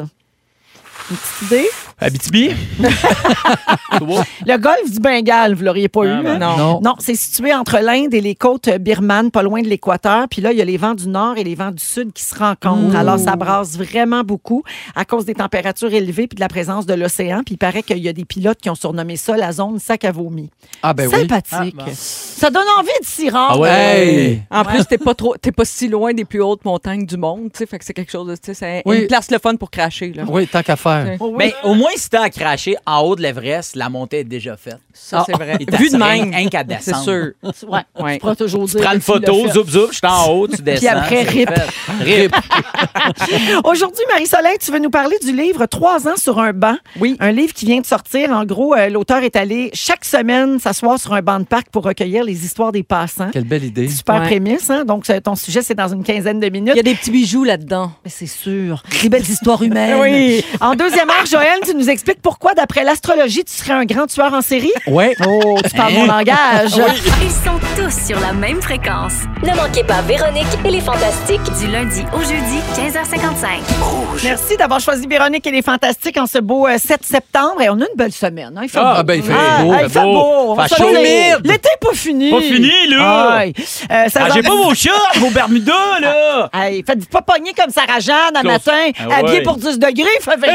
Speaker 1: Une petite idée?
Speaker 4: Abitibi?
Speaker 1: Le golfe du Bengale, vous l'auriez pas
Speaker 5: Ah,
Speaker 1: eu,
Speaker 5: ben
Speaker 1: hein?
Speaker 3: Non.
Speaker 8: Non.
Speaker 1: Non, c'est situé entre l'Inde et les côtes birmanes, pas loin de l'équateur. Puis là, il y a les vents du nord et les vents du sud qui se rencontrent. Alors, ça brasse vraiment beaucoup à cause des températures élevées puis de la présence de l'océan. Puis il paraît qu'il y a des pilotes qui ont surnommé ça la zone sac à vomi.
Speaker 8: Ah, ben oui.
Speaker 1: Sympathique. Ça donne envie de s'y rendre. Euh,
Speaker 5: Ah ouais.
Speaker 8: Hey!
Speaker 3: En plus, t'es pas trop, t'es pas si loin des plus hautes montagnes du monde, tu sais, fait que c'est quelque chose de, tu sais, c'est
Speaker 8: Oui.
Speaker 3: une place le fun pour cracher là.
Speaker 8: Oui, tant qu'à faire.
Speaker 1: Oh oui.
Speaker 5: Mais au moins, si t'as à cracher en haut de l'Everest, la montée est déjà faite.
Speaker 3: Ça c'est vrai.
Speaker 5: Et t'as
Speaker 3: Vu de
Speaker 5: rien-
Speaker 3: même,
Speaker 5: rien qu'à
Speaker 3: c'est
Speaker 5: descendre.
Speaker 3: sûr.
Speaker 1: Ouais,
Speaker 3: Ouais.
Speaker 1: Tu pourras toujours
Speaker 5: Tu
Speaker 1: dire
Speaker 5: prends une
Speaker 1: qui l'a
Speaker 5: photo,
Speaker 1: fait.
Speaker 5: zoup zoup, je suis en haut, tu descends.
Speaker 1: après,
Speaker 5: c'est
Speaker 1: rip.
Speaker 5: fait. Rip.
Speaker 1: Aujourd'hui, Marie-Soleil, tu veux nous parler du livre Trois ans sur un banc.
Speaker 3: Oui.
Speaker 1: Un livre qui vient de sortir. En gros, euh, l'auteur est allé chaque semaine s'asseoir sur un banc de parc pour recueillir les histoires des passants.
Speaker 8: Quelle belle idée.
Speaker 1: Super
Speaker 3: Ouais.
Speaker 1: prémisse. Hein? Donc, ce- ton sujet, c'est dans une quinzaine de minutes.
Speaker 3: Il y a des petits bijoux là-dedans.
Speaker 1: Mais c'est sûr. Des belles histoires humaines.
Speaker 3: Oui.
Speaker 1: En deuxième heure, Joël, tu nous expliques pourquoi, d'après l'astrologie, tu serais un grand tueur en série?
Speaker 8: Ouais.
Speaker 1: Oh, tu parles mon langage.
Speaker 10: Ils sont tous sur la même fréquence.
Speaker 12: Ne manquez pas Véronique et les Fantastiques.
Speaker 10: Du lundi au jeudi, 15h55.
Speaker 1: Merci d'avoir choisi Véronique et les Fantastiques en ce beau euh, 7 septembre. Et on a une belle semaine. hein. Il fait
Speaker 8: Ah,
Speaker 1: beau.
Speaker 8: ben, il fait
Speaker 1: Ah,
Speaker 8: beau,
Speaker 1: ah,
Speaker 8: fait
Speaker 1: il fait
Speaker 8: beau.
Speaker 1: beau. On va
Speaker 8: Fait
Speaker 1: se le dire.
Speaker 8: chaud.
Speaker 1: L'été est pas fini.
Speaker 5: Pas fini, là.
Speaker 1: Aïe. Euh, ça
Speaker 5: Ah,
Speaker 1: va-
Speaker 5: j'ai pas vos shorts, vos Bermudas, là!
Speaker 1: Hey, faites-vous pas pogner comme Sarah Jeanne un
Speaker 5: Close.
Speaker 1: matin,
Speaker 5: Ah ouais.
Speaker 1: habillée pour 10 degrés, fait 27.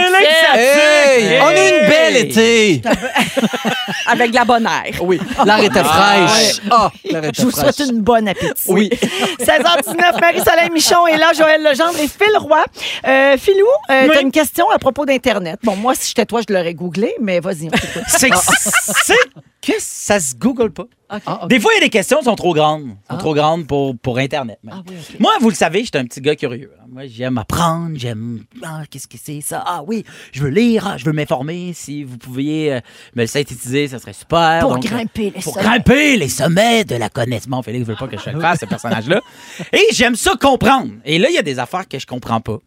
Speaker 8: Hey, on a une belle été.
Speaker 3: Avec la bonne air.
Speaker 8: Oui, l'air était fraîche. Ah, l'air était
Speaker 1: Je vous
Speaker 8: fraîche.
Speaker 1: souhaite une bonne appétit.
Speaker 8: Oui.
Speaker 1: 16h19, Marie-Soleil Michon est là, Joël Legendre et Phil Roy. Euh, Philou, euh, t'as une question à propos d'Internet. Bon, moi, si j'étais toi, je l'aurais googlé, mais vas-y. on t'écoute.
Speaker 5: C'est que
Speaker 1: Ah.
Speaker 5: c'est que ça se Google pas.
Speaker 8: Ah, ok.
Speaker 5: Des fois, il y a des questions qui sont trop grandes. Sont
Speaker 1: Ah.
Speaker 5: trop grandes pour, pour Internet. même. Moi, vous le savez, j'étais un petit gars curieux. hein. Moi, j'aime apprendre, j'aime. Ah, qu'est-ce que c'est ça? Ah oui, je veux lire, ah, je veux m'informer. Si vous pouviez euh, me le synthétiser, ça serait super.
Speaker 1: Pour
Speaker 5: Donc, euh,
Speaker 1: grimper les
Speaker 5: Pour
Speaker 1: sommets.
Speaker 5: grimper les sommets de la connaissance. Bon, Félix, je veux pas que je le fasse, ce personnage-là. Et j'aime ça comprendre. Et là, il y a des affaires que je comprends pas.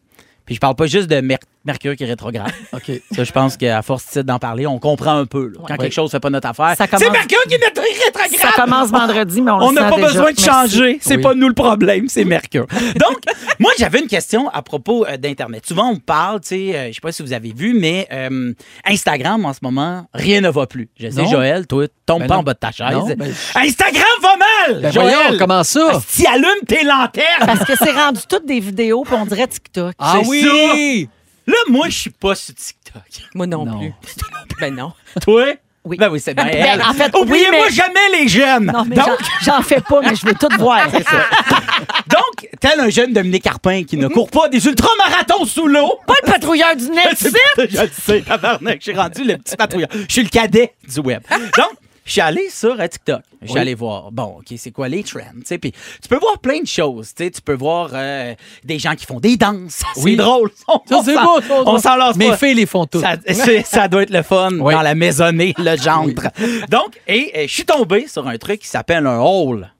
Speaker 5: Puis je parle pas juste de Mer- Mercure qui est rétrograde.
Speaker 8: OK.
Speaker 5: Ça, je pense qu'à force tu sais, d'en parler, on comprend un peu. là. Quand quelque chose fait pas notre affaire,
Speaker 1: Ça commence-
Speaker 5: c'est Mercure qui est notre rétrograde.
Speaker 1: Ça commence vendredi, mais on le
Speaker 5: On n'a
Speaker 1: sent
Speaker 5: pas
Speaker 1: déjà.
Speaker 5: besoin de
Speaker 1: Merci.
Speaker 5: changer. C'est
Speaker 8: Oui.
Speaker 5: pas nous le problème, c'est Mercure. Donc, moi, j'avais une question à propos euh, d'Internet. Souvent, on parle, tu sais, euh, je sais pas si vous avez vu, mais euh, Instagram, en ce moment, rien ne va plus. Je sais,
Speaker 8: Non.
Speaker 5: Joël, toi, tombe
Speaker 8: Ben
Speaker 5: pas
Speaker 8: non.
Speaker 5: en bas de ta chaise.
Speaker 8: Non, ben,
Speaker 5: Instagram va mal!
Speaker 8: Ben
Speaker 5: Joël, Ah,
Speaker 8: voyons, comment ça?
Speaker 5: Si allume tes lanternes!
Speaker 1: Parce que c'est rendu toutes des vidéos, puis on dirait TikTok.
Speaker 8: Ah
Speaker 5: c'est
Speaker 8: oui!
Speaker 5: Là, moi, je suis pas sur TikTok.
Speaker 3: Moi non,
Speaker 8: Non.
Speaker 3: plus. ben non.
Speaker 5: Toi?
Speaker 1: Oui.
Speaker 5: Ben oui, c'est bien.
Speaker 1: Ben,
Speaker 5: elle.
Speaker 1: en fait, oui,
Speaker 5: Oubliez-moi
Speaker 1: mais-
Speaker 5: jamais les jeunes.
Speaker 1: Non, mais
Speaker 5: Donc,
Speaker 1: j'en- j'en fais pas, mais je veux tout voir.
Speaker 5: donc, tel un jeune Dominique Carpin qui ne court pas des ultramarathons sous l'eau.
Speaker 1: Mhm. pas le patrouilleur du net,
Speaker 5: Je le sais, tabarnak. Je suis rendu le petit patrouilleur. Je suis le cadet du web. Donc, je suis allé sur euh, TikTok. Je suis
Speaker 8: Oui.
Speaker 5: allé voir, bon, OK, c'est quoi les trends? tu sais, Puis tu peux voir plein de choses. tu sais, Tu peux voir euh, des gens qui font des danses. C'est
Speaker 8: Oui.
Speaker 5: drôle. On,
Speaker 8: Ça, c'est
Speaker 5: s'en-
Speaker 8: beau, ça,
Speaker 5: On s'en lance
Speaker 8: Mes
Speaker 5: pas.
Speaker 8: filles les font toutes.
Speaker 5: Ça, c'est- ça doit être le fun
Speaker 8: Oui.
Speaker 5: dans la maisonnée, le gendre. Donc, et, euh, je suis tombé sur un truc qui s'appelle un haul.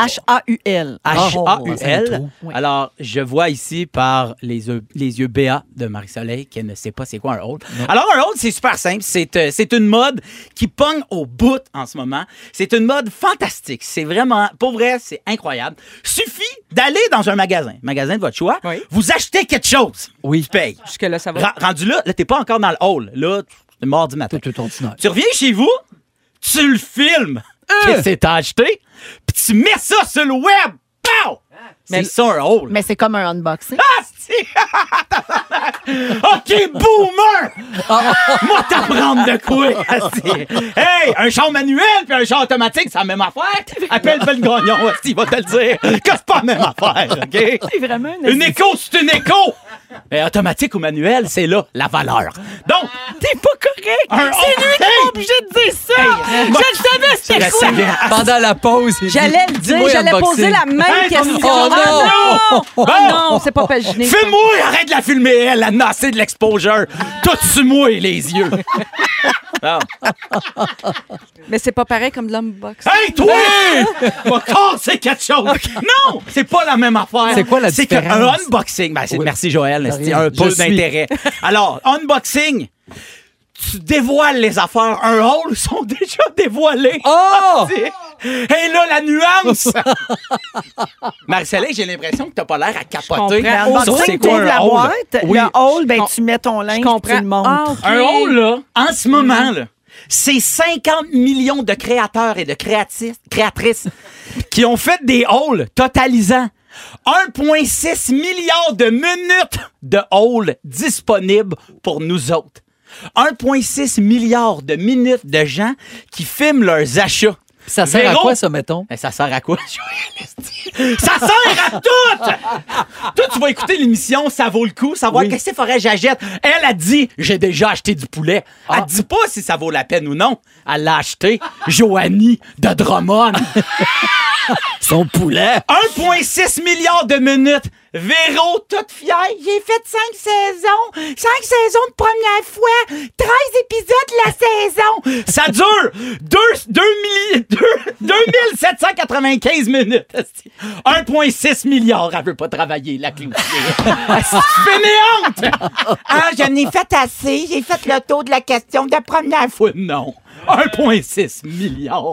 Speaker 1: H-A-U-L.
Speaker 5: Ah, oh, H-A-U-L.
Speaker 1: Oui.
Speaker 5: Alors, je vois ici par les yeux, les yeux béats de Marie-Soleil qu'elle ne sait pas c'est quoi un haul. Alors, un haul, c'est super simple. C'est euh, c'est une mode qui pogne au bout en ce moment. C'est une mode fantastique. C'est vraiment, pour vrai, c'est incroyable. Suffit d'aller dans un magasin, magasin de votre choix.
Speaker 3: Oui.
Speaker 5: Vous achetez quelque chose.
Speaker 8: Oui.
Speaker 5: Tu payes.
Speaker 3: Jusque-là, ça va.
Speaker 5: Ra- rendu là, là, t'es pas encore dans le hall. Là, t'es mort du matin.
Speaker 8: Tout est ordinaire.
Speaker 5: Tu reviens chez vous, tu le filmes. Qu'est-ce que t'as acheté? Puis tu mets ça sur le web. Pow! C'est ça un haul.
Speaker 1: Mais c'est comme un unboxing.
Speaker 5: OK, boomer! Moi, t'apprendre de quoi? asti. hey, un char manuel puis un char automatique, c'est la même affaire. Appelle Ben Gagnon, asti, il va te le dire. Que c'est pas la même affaire, OK?
Speaker 1: C'est vraiment une...
Speaker 5: Une écho, c'est une écho! Mais automatique ou manuel, c'est là la valeur. Donc,
Speaker 1: T'es pas correct!
Speaker 5: Un-
Speaker 1: C'est lui qui
Speaker 5: Hey!
Speaker 1: est obligé de dire ça!
Speaker 5: moi-
Speaker 1: Je le savais,
Speaker 5: je
Speaker 1: c'était
Speaker 5: le
Speaker 1: quoi?
Speaker 5: savais.
Speaker 8: Pendant la pause, il dit,
Speaker 3: J'allais le dire,
Speaker 8: dis-moi
Speaker 3: j'allais
Speaker 8: unboxing.
Speaker 3: poser la même
Speaker 5: Hey,
Speaker 3: question.
Speaker 1: Ah!
Speaker 8: oh non!
Speaker 3: Oh non!
Speaker 5: Bon.
Speaker 3: Oh non, c'est pas paginé.
Speaker 5: Fais-moi, arrête de la filmer, elle, elle a assez de l'exposure. Tout sur moi les yeux. Bon.
Speaker 3: Mais c'est pas pareil comme de l'unbox.
Speaker 5: Hey, toi! Va casser quelque chose. Non! C'est pas la même affaire.
Speaker 8: C'est quoi la
Speaker 5: C'est
Speaker 8: différence?
Speaker 5: qu'un unboxing. ben, c'est-
Speaker 8: Oui.
Speaker 5: Merci, Joël. C'est
Speaker 8: rien.
Speaker 5: un peu
Speaker 8: Je suis.
Speaker 5: d'intérêt. Alors, unboxing. Tu dévoiles les affaires. Un haul sont déjà dévoilés.
Speaker 8: Oh!
Speaker 5: Et là, la nuance! Marcelin, j'ai l'impression que t'as pas l'air à capoter.
Speaker 3: comprends.
Speaker 1: Au
Speaker 5: sur
Speaker 1: sein
Speaker 5: c'est
Speaker 1: que t'ouvres
Speaker 5: quoi
Speaker 1: la
Speaker 5: un haul.
Speaker 1: boîte,
Speaker 5: Oui.
Speaker 1: le hall, ben,
Speaker 3: Com-
Speaker 1: tu mets ton linge,
Speaker 3: Je
Speaker 1: puis tu
Speaker 3: comprends.
Speaker 1: le montres.
Speaker 3: Ah, OK.
Speaker 5: Un haul, là, Mm-hmm. en ce moment, là, c'est 50 millions de créateurs et de créatis- créatrices qui ont fait des hauls totalisant 1,6 milliard de minutes de hauls disponibles pour nous autres. 1,6 milliard de minutes de gens qui filment leurs achats.
Speaker 8: Ça sert
Speaker 5: Véro,
Speaker 8: à quoi, ça, mettons?
Speaker 5: ben, ça sert à quoi, Joël, esti? Ça sert à tout! Toi, tu vas écouter l'émission, ça vaut le coup, savoir
Speaker 8: Oui.
Speaker 5: qu'est-ce qu'il faudrait que j'achète. Elle a dit, j'ai déjà acheté du poulet. Elle dit pas si ça vaut la peine ou non. Elle l'a acheté, Joanie de Drummond.
Speaker 8: Son poulet.
Speaker 5: 1,6 milliard de minutes. Véro, toute fière, j'ai fait cinq saisons, cinq saisons de première fois, 13 épisodes la saison. Ça dure deux, deux milli- deux- 2795 minutes. esti. 1,6 milliard, elle veut pas travailler, la cloutier. Esti, Fainéante! Ah, j'en ai fait assez, j'ai fait le tour de la question de la première fois. Non, 1,6 milliard.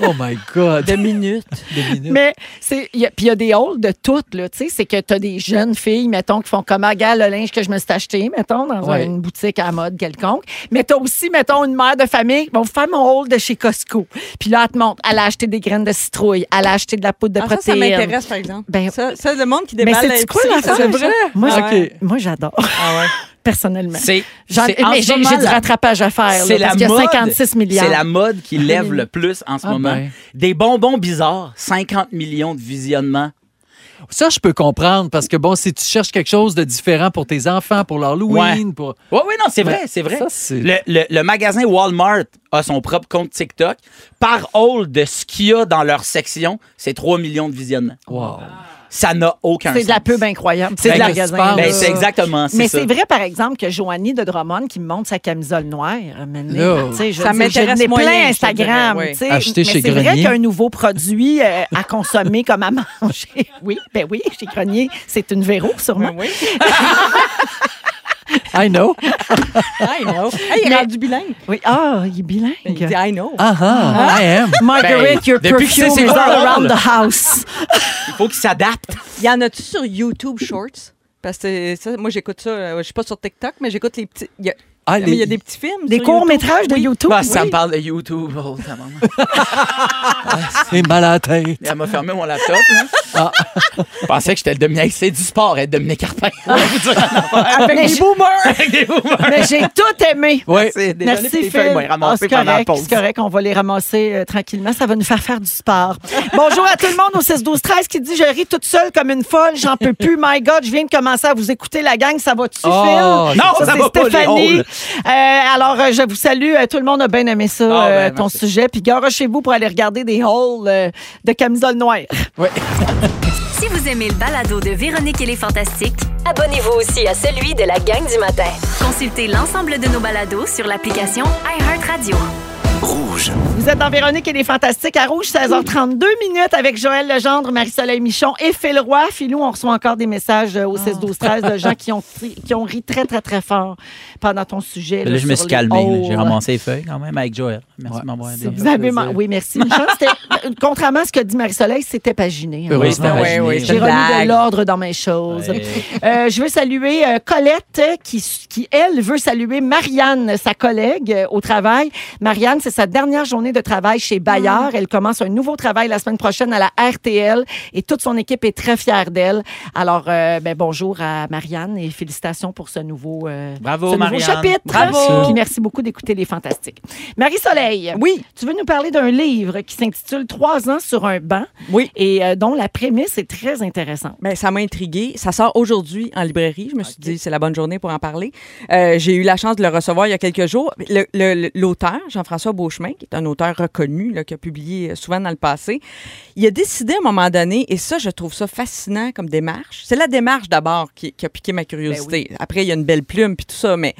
Speaker 8: Oh my God.
Speaker 3: de minutes.
Speaker 8: Des
Speaker 5: Mm.
Speaker 8: minutes.
Speaker 1: Mais c'est il y a- puis il y a des halls de toutes là, tu sais, c'est que tu as des jeunes filles mettons qui font comme ah, gars le linge que je me suis acheté mettons dans
Speaker 8: Ouais.
Speaker 1: une boutique à mode quelconque, mais tu as aussi mettons une mère de famille qui vont faire mon hall de chez Costco. Puis là elle te montre, elle a acheté des graines de citrouille, elle a acheté de la poudre de
Speaker 3: Ah, ça, ça
Speaker 1: protéines.
Speaker 3: m'intéresse, par exemple.
Speaker 1: Ben-
Speaker 3: ça, ça, le monde qui
Speaker 1: mais
Speaker 3: déballe
Speaker 1: c'est quoi
Speaker 3: l'épicerie,
Speaker 1: l'affaire?
Speaker 3: ça?
Speaker 1: ça? Moi
Speaker 3: Ah
Speaker 1: j'ai-
Speaker 3: ouais.
Speaker 1: moi, j'adore
Speaker 3: Ah ouais.
Speaker 1: personnellement.
Speaker 5: C'est
Speaker 1: J'en-
Speaker 5: c'est en
Speaker 1: mais
Speaker 5: ce
Speaker 1: j'ai
Speaker 5: moment
Speaker 1: j'ai du
Speaker 5: la-
Speaker 1: rattrapage à faire là,
Speaker 5: C'est la
Speaker 1: parce qu'il y a
Speaker 5: mode.
Speaker 1: 56 milliards. Ah,
Speaker 5: C'est la mode qui lève le plus en ce
Speaker 8: Ah
Speaker 5: moment.
Speaker 8: ben.
Speaker 5: Des bonbons bizarres, 50 millions de visionnements.
Speaker 8: Ça, je peux comprendre parce que, bon, si tu cherches quelque chose de différent pour tes enfants, pour l'Halloween, pour.
Speaker 5: Oui, oui, non, c'est vrai, c'est vrai.
Speaker 8: Ben, Ça, c'est-
Speaker 5: le, le- le magasin Walmart a son propre compte TikTok. Par haul de ce qu'il y a dans leur section, c'est 3 millions de visionnements.
Speaker 8: Wow.
Speaker 5: Ça n'a aucun
Speaker 1: C'est de la
Speaker 5: sens.
Speaker 1: pub incroyable.
Speaker 8: C'est de la-
Speaker 1: magasin.
Speaker 5: Ben,
Speaker 8: là.
Speaker 5: c'est exactement ça.
Speaker 1: Mais c'est vrai, par exemple, que Joanie de Drummond qui me montre sa camisole noire, euh, maintenant,
Speaker 8: Là.
Speaker 1: tu sais, je
Speaker 3: Ça
Speaker 1: veux dire,
Speaker 3: m'intéresse
Speaker 1: j'en ai
Speaker 3: moyen,
Speaker 1: plein
Speaker 3: je te
Speaker 1: Instagram.
Speaker 3: dirais, oui.
Speaker 1: tu sais.
Speaker 8: Acheter
Speaker 1: mais
Speaker 8: chez
Speaker 1: c'est vrai
Speaker 8: Grenier.
Speaker 1: qu'un nouveau produit euh, à consommer comme à manger. Oui, ben oui, chez Grenier, c'est une véro, sûrement.
Speaker 3: Ben oui.
Speaker 8: I know.
Speaker 3: Ah, I know. Hey, il est
Speaker 1: Mais-
Speaker 3: rendu bilingue.
Speaker 1: Oui, ah, il est
Speaker 3: Ben, Il dit
Speaker 1: bilingue.
Speaker 3: I know.
Speaker 8: Ah ah, I am.
Speaker 1: Margaret, your
Speaker 5: Ben, depuis que c'est
Speaker 1: perfume
Speaker 5: ses
Speaker 1: is all
Speaker 5: paroles.
Speaker 1: around the house.
Speaker 5: Il faut qu'ils s'adaptent.
Speaker 3: Il y en a-tu sur YouTube Shorts? Parce que ça, moi, j'écoute ça. euh, Je suis pas sur TikTok, mais j'écoute les petits. Il y a,
Speaker 8: Ah,
Speaker 3: mais il y a
Speaker 8: les-
Speaker 3: des petits films.
Speaker 1: Des
Speaker 3: sur YouTube.
Speaker 1: courts-métrages de YouTube.
Speaker 5: Ah, Ça
Speaker 1: oui.
Speaker 5: me parle de YouTube. Oh, ta maman.
Speaker 8: C'est mal à la tête.
Speaker 5: Elle m'a fermé mon laptop. là.
Speaker 8: Ah.
Speaker 5: Je pensais que j'étais le Dominique. C'est du sport, être Dominique Carpin.
Speaker 3: Avec des boomers!
Speaker 5: Avec des boomers.
Speaker 1: Mais j'ai tout aimé.
Speaker 8: Oui.
Speaker 5: C'est désolé pour
Speaker 1: Merci,
Speaker 5: les feuilles,
Speaker 1: Phil.
Speaker 5: moi,
Speaker 1: Ah,
Speaker 5: ramasser
Speaker 1: c'est
Speaker 5: pendant la
Speaker 1: correct,
Speaker 5: pause.
Speaker 1: c'est correct. On va les ramasser euh, tranquillement. Ça va nous faire faire du sport. Bonjour à tout le monde au 16 12 13 qui dit « Je ris toute seule comme une folle. J'en peux plus. My God, je viens de commencer à vous écouter, la gang. Ça va-tu,
Speaker 8: Oh,
Speaker 1: Phil? »
Speaker 5: non, ça
Speaker 1: c'est
Speaker 5: va pas, les
Speaker 1: Stéphanie.
Speaker 5: rôles.
Speaker 1: Euh, alors, euh, je vous salue. Euh, tout le monde a bien aimé ça,
Speaker 5: Ah, ben,
Speaker 1: euh, ton
Speaker 5: merci.
Speaker 1: sujet. Puis gare chez vous pour aller regarder des halls euh, de camisole noire.
Speaker 10: Si vous aimez le balado de Véronique et les Fantastiques,
Speaker 13: Abonnez-vous aussi à celui de la gang du matin.
Speaker 10: consultez l'ensemble de nos balados sur l'application iHeartRadio.
Speaker 1: Vous êtes dans Véronique et les Fantastiques à Rouge, 16h32 minutes avec Joël Legendre, Marie-Soleil Michon et Phil Roy. Philou, on reçoit encore des messages euh, au 16 12 13 de gens qui ont, tri- qui ont ri très, très, très fort pendant ton sujet.
Speaker 14: Là, je me
Speaker 1: sur
Speaker 14: suis
Speaker 1: les
Speaker 14: calmé. là.
Speaker 1: halls.
Speaker 14: J'ai ramassé les feuilles quand même avec Joël. Merci de m'avoir aidé.
Speaker 1: Vous avez man- Oui, merci. Michon, C'était- contrairement à ce que dit Marie-Soleil, c'était paginé. hein.
Speaker 8: Heureusement,
Speaker 3: Oui,
Speaker 8: imaginez.
Speaker 3: oui,
Speaker 1: J'ai
Speaker 3: Une
Speaker 1: remis de
Speaker 3: blague.
Speaker 1: l'ordre dans mes choses.
Speaker 14: Ouais.
Speaker 1: Euh, je veux saluer euh, Colette euh, qui, qui, elle, veut saluer Marianne, sa collègue euh, au travail. Marianne, c'est sa dernière journée de travail chez Bayard. Elle commence un nouveau travail la semaine prochaine à la RTL et toute son équipe est très fière d'elle. Alors, euh, ben, bonjour à Marianne et félicitations pour ce nouveau, euh,
Speaker 14: Bravo,
Speaker 1: ce nouveau
Speaker 14: Marianne.
Speaker 1: chapitre.
Speaker 14: Bravo.
Speaker 1: Puis merci beaucoup d'écouter Les Fantastiques. Marie-Soleil, oui. tu veux nous parler d'un livre qui s'intitule « Trois ans sur un banc »
Speaker 3: Oui.
Speaker 1: et euh, dont la prémisse est très intéressante.
Speaker 3: Ben, ça m'a intriguée. Ça sort aujourd'hui en librairie. Je me suis dit, c'est la bonne journée pour en parler. Euh, J'ai eu la chance de le recevoir il y a quelques jours. Le- le- le- L'auteur, Jean-François Beauchemin, qui est un auteur reconnu, là, qui a publié euh, souvent dans le passé, il a décidé à un moment donné, et ça, je trouve ça fascinant comme démarche. C'est la démarche d'abord qui, qui a piqué
Speaker 8: Ben
Speaker 3: ma curiosité. Après, il y a une belle plume puis tout ça, mais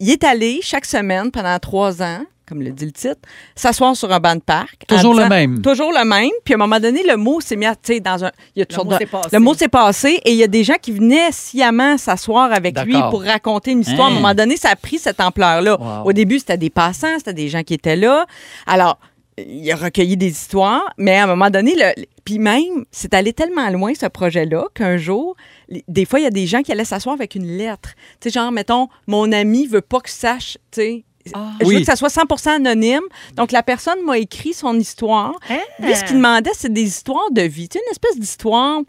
Speaker 3: il est allé chaque semaine pendant trois ans, comme le dit le titre, s'asseoir sur un banc de parc. en
Speaker 8: Toujours le
Speaker 3: disant-
Speaker 8: même.
Speaker 3: Toujours le même. Puis à un moment donné, le mot s'est mis à, tu sais, dans un. Il y a toutes
Speaker 1: Le
Speaker 3: sortes
Speaker 1: mot
Speaker 3: de-
Speaker 1: s'est passé.
Speaker 3: le mot s'est passé et il y a des gens qui venaient sciemment s'asseoir avec lui
Speaker 8: D'accord.
Speaker 3: pour raconter une histoire.
Speaker 14: Hein.
Speaker 3: À un moment donné, ça a pris cette ampleur-là.
Speaker 8: Wow.
Speaker 3: Au début, c'était des passants, c'était des gens qui étaient là. Alors, il a recueilli des histoires, mais à un moment donné, le, le- puis même, c'est allé tellement loin, ce projet-là, qu'un jour, les- des fois, il y a des gens qui allaient s'asseoir avec une lettre. Tu sais, genre, mettons, mon ami veut pas que je sache, tu sais, je veux
Speaker 8: Oui.
Speaker 3: que ça soit 100 anonyme. Donc, la personne m'a écrit son histoire. Lui, ce qu'il demandait, c'est des histoires de vie. Tu sais, une espèce d'histoire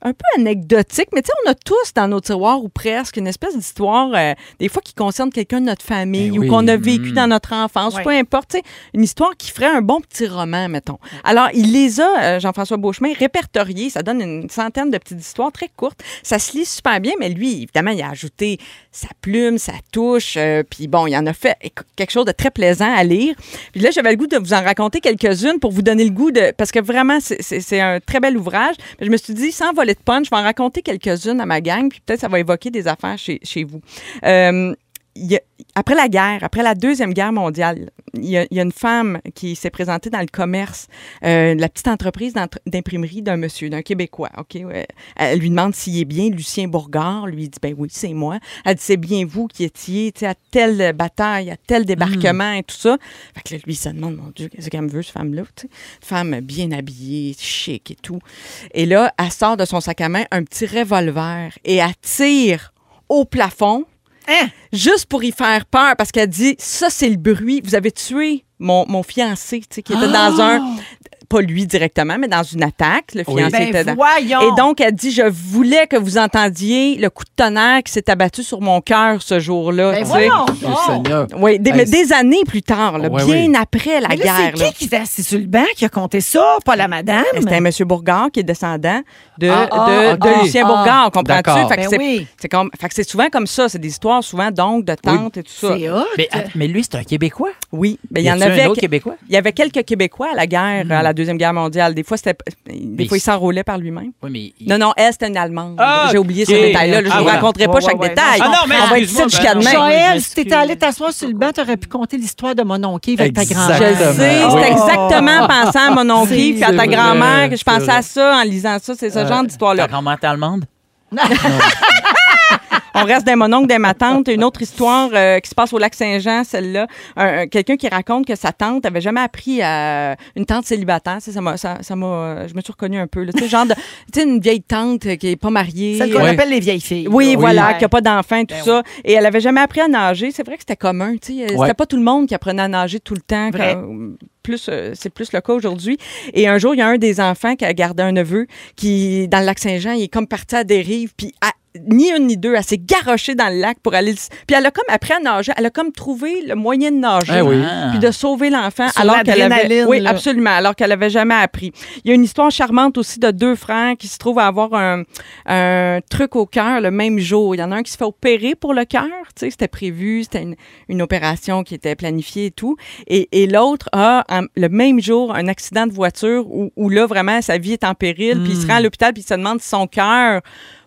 Speaker 3: un peu anecdotique, mais tu sais, on a tous dans nos tiroirs ou presque une espèce d'histoire, euh, des fois qui concerne quelqu'un de notre famille
Speaker 8: Ben
Speaker 3: ou
Speaker 8: oui.
Speaker 3: qu'on a vécu
Speaker 14: Mm.
Speaker 3: dans notre enfance,
Speaker 1: Ouais.
Speaker 3: peu importe, tu sais, une histoire qui ferait un bon petit roman, mettons. Alors, il les a, euh, Jean-François Beauchemin, répertoriés. Ça donne une centaine de petites histoires très courtes. Ça se lit super bien, mais lui, évidemment, il a ajouté sa plume, sa touche, euh, puis bon, il en a fait éc- quelque chose de très plaisant à lire. Puis là, j'avais le goût de vous en raconter quelques-unes pour vous donner le goût de... Parce que vraiment, c'est- c'est c'est un très bel ouvrage. Mais Je me suis dit, sans va volées de punch. Je vais en raconter quelques-unes à ma gang, puis peut-être ça va évoquer des affaires chez, chez vous. Euh, il y a- après la guerre, après la Deuxième Guerre mondiale, il y a, il y a une femme qui s'est présentée dans le commerce, euh, la petite entreprise d'entre- d'imprimerie d'un monsieur, d'un Québécois. OK? ouais. Elle lui demande s'il est bien Lucien Bourgard. Lui, il dit Ben oui, c'est moi. Elle dit C'est bien vous qui étiez tu sais, à telle bataille, à tel débarquement et tout ça. Fait que là, lui, il se demande Mon Dieu, qu'est-ce qu'elle me veut, cette femme-là? tu sais? Femme bien habillée, chic et tout. Et là, elle sort de son sac à main un petit revolver et elle tire au plafond juste pour y faire peur parce qu'elle dit ça c'est le bruit vous avez tué mon, mon fiancé tu sais, qui était dans un pas lui directement mais dans une attaque le
Speaker 14: Ah,
Speaker 3: fiancé
Speaker 1: Ben
Speaker 3: était dans et donc elle dit je voulais que vous entendiez le coup de tonnerre qui s'est abattu sur mon cœur ce jour-là
Speaker 15: Ben
Speaker 3: tu sais.
Speaker 8: Oh, Le Seigneur.
Speaker 3: oui des, mais
Speaker 8: Hey, c'est-
Speaker 3: des années plus tard là,
Speaker 8: Ouais,
Speaker 3: bien après la
Speaker 15: Mais là,
Speaker 3: guerre
Speaker 15: c'est
Speaker 3: là.
Speaker 15: qui qui était assis sur le banc qui a compté ça? Pas la madame?
Speaker 3: C'était un monsieur Bourgard qui est descendant de,
Speaker 8: Ah,
Speaker 3: de,
Speaker 8: ah,
Speaker 3: de
Speaker 8: ok.
Speaker 3: Lucien
Speaker 8: Ah,
Speaker 3: Bourgard, comprends-tu?
Speaker 8: d'accord.
Speaker 3: Fait que
Speaker 15: Ben
Speaker 3: c'est-
Speaker 15: oui.
Speaker 3: c'est comme- fait que c'est souvent comme ça. C'est des histoires souvent d'oncles, de tantes et tout ça.
Speaker 15: C'est hot.
Speaker 5: Mais, ah, mais lui, c'est un Québécois.
Speaker 3: Oui, mais il y
Speaker 5: Y
Speaker 3: en
Speaker 5: a-tu
Speaker 3: avait.
Speaker 5: un autre Québécois?
Speaker 3: Il y avait quelques Québécois à la guerre, à la Deuxième Guerre mondiale. Des fois, c'était, des
Speaker 5: Mais
Speaker 3: fois, il
Speaker 5: c'est-
Speaker 3: s'enroulait par lui-même.
Speaker 5: Oui, mais il-
Speaker 3: Non, non, elle, c'était une Allemande.
Speaker 4: Ah,
Speaker 3: J'ai oublié
Speaker 4: ok.
Speaker 3: ce détail-là. là. Je
Speaker 4: Ah,
Speaker 3: ne vous
Speaker 4: voilà.
Speaker 3: raconterai pas
Speaker 15: Ouais,
Speaker 3: chaque
Speaker 15: ouais,
Speaker 3: détail.
Speaker 15: ouais.
Speaker 4: Ah non, mais
Speaker 3: On va être
Speaker 4: excuse-moi,
Speaker 3: ici
Speaker 4: ben
Speaker 3: jusqu'à
Speaker 4: non.
Speaker 3: demain.
Speaker 15: Joël, si t'étais allé t'asseoir sur le banc, t'aurais pu compter l'histoire de mon oncle Yves avec ta
Speaker 8: Exactement.
Speaker 3: Je
Speaker 15: grand-mère.
Speaker 3: le sais, c'est
Speaker 8: Oui.
Speaker 3: exactement en pensant à mon oncle puis à ta
Speaker 8: vrai,
Speaker 3: grand-mère que je
Speaker 8: c'est
Speaker 3: pensais
Speaker 8: vrai.
Speaker 3: à ça en lisant ça. C'est ce genre
Speaker 5: Ta
Speaker 3: d'histoire-là.
Speaker 5: grand-mère était allemande?
Speaker 3: On reste dans mon oncle, dans ma tante. Une autre histoire euh, qui se passe au lac Saint-Jean, celle-là. Un- un- Quelqu'un qui raconte que sa tante avait jamais appris à une tante célibataire. Ça, ça m'a, ça, ça m'a, euh, je me suis reconnue un peu. là. Tu sais, genre, de- tu sais, une vieille tante qui est pas mariée.
Speaker 15: Celle qu'on
Speaker 8: Oui.
Speaker 15: appelle les vieilles filles.
Speaker 3: Oui,
Speaker 15: là.
Speaker 3: voilà,
Speaker 15: Ouais. Ben
Speaker 3: qui n'a pas d'enfant, tout ça. Et elle avait jamais appris à nager. C'est vrai que c'était commun. tu sais. C'était
Speaker 8: Ouais.
Speaker 3: pas tout le monde qui apprenait à nager tout le temps.
Speaker 15: Vrai.
Speaker 3: Quand- Plus, euh, c'est plus le cas aujourd'hui. Et un jour, il y a un des enfants qui a gardé un neveu qui, dans le lac Saint-Jean, il est comme parti à dérive, puis à- ni une ni deux, elle s'est garochée dans le lac pour aller... le- Puis elle a comme appris à nager, elle a comme trouvé le moyen de nager
Speaker 15: Ben
Speaker 8: Eh oui.
Speaker 5: Ah.
Speaker 3: puis de sauver l'enfant
Speaker 15: Hein. Sur
Speaker 3: alors qu'elle avait
Speaker 15: l'adrénaline,
Speaker 3: oui
Speaker 15: là.
Speaker 3: absolument alors qu'elle avait jamais appris. Il y a une histoire charmante aussi de deux frères qui se trouvent à avoir un, un truc au cœur le même jour. Il y en a un qui se fait opérer pour le cœur, tu sais, c'était prévu, c'était une, une opération qui était planifiée et tout et, et l'autre a en- le même jour un accident de voiture où, où là vraiment sa vie est en péril puis il se
Speaker 8: Hmm.
Speaker 3: rend à l'hôpital puis il se demande si son cœur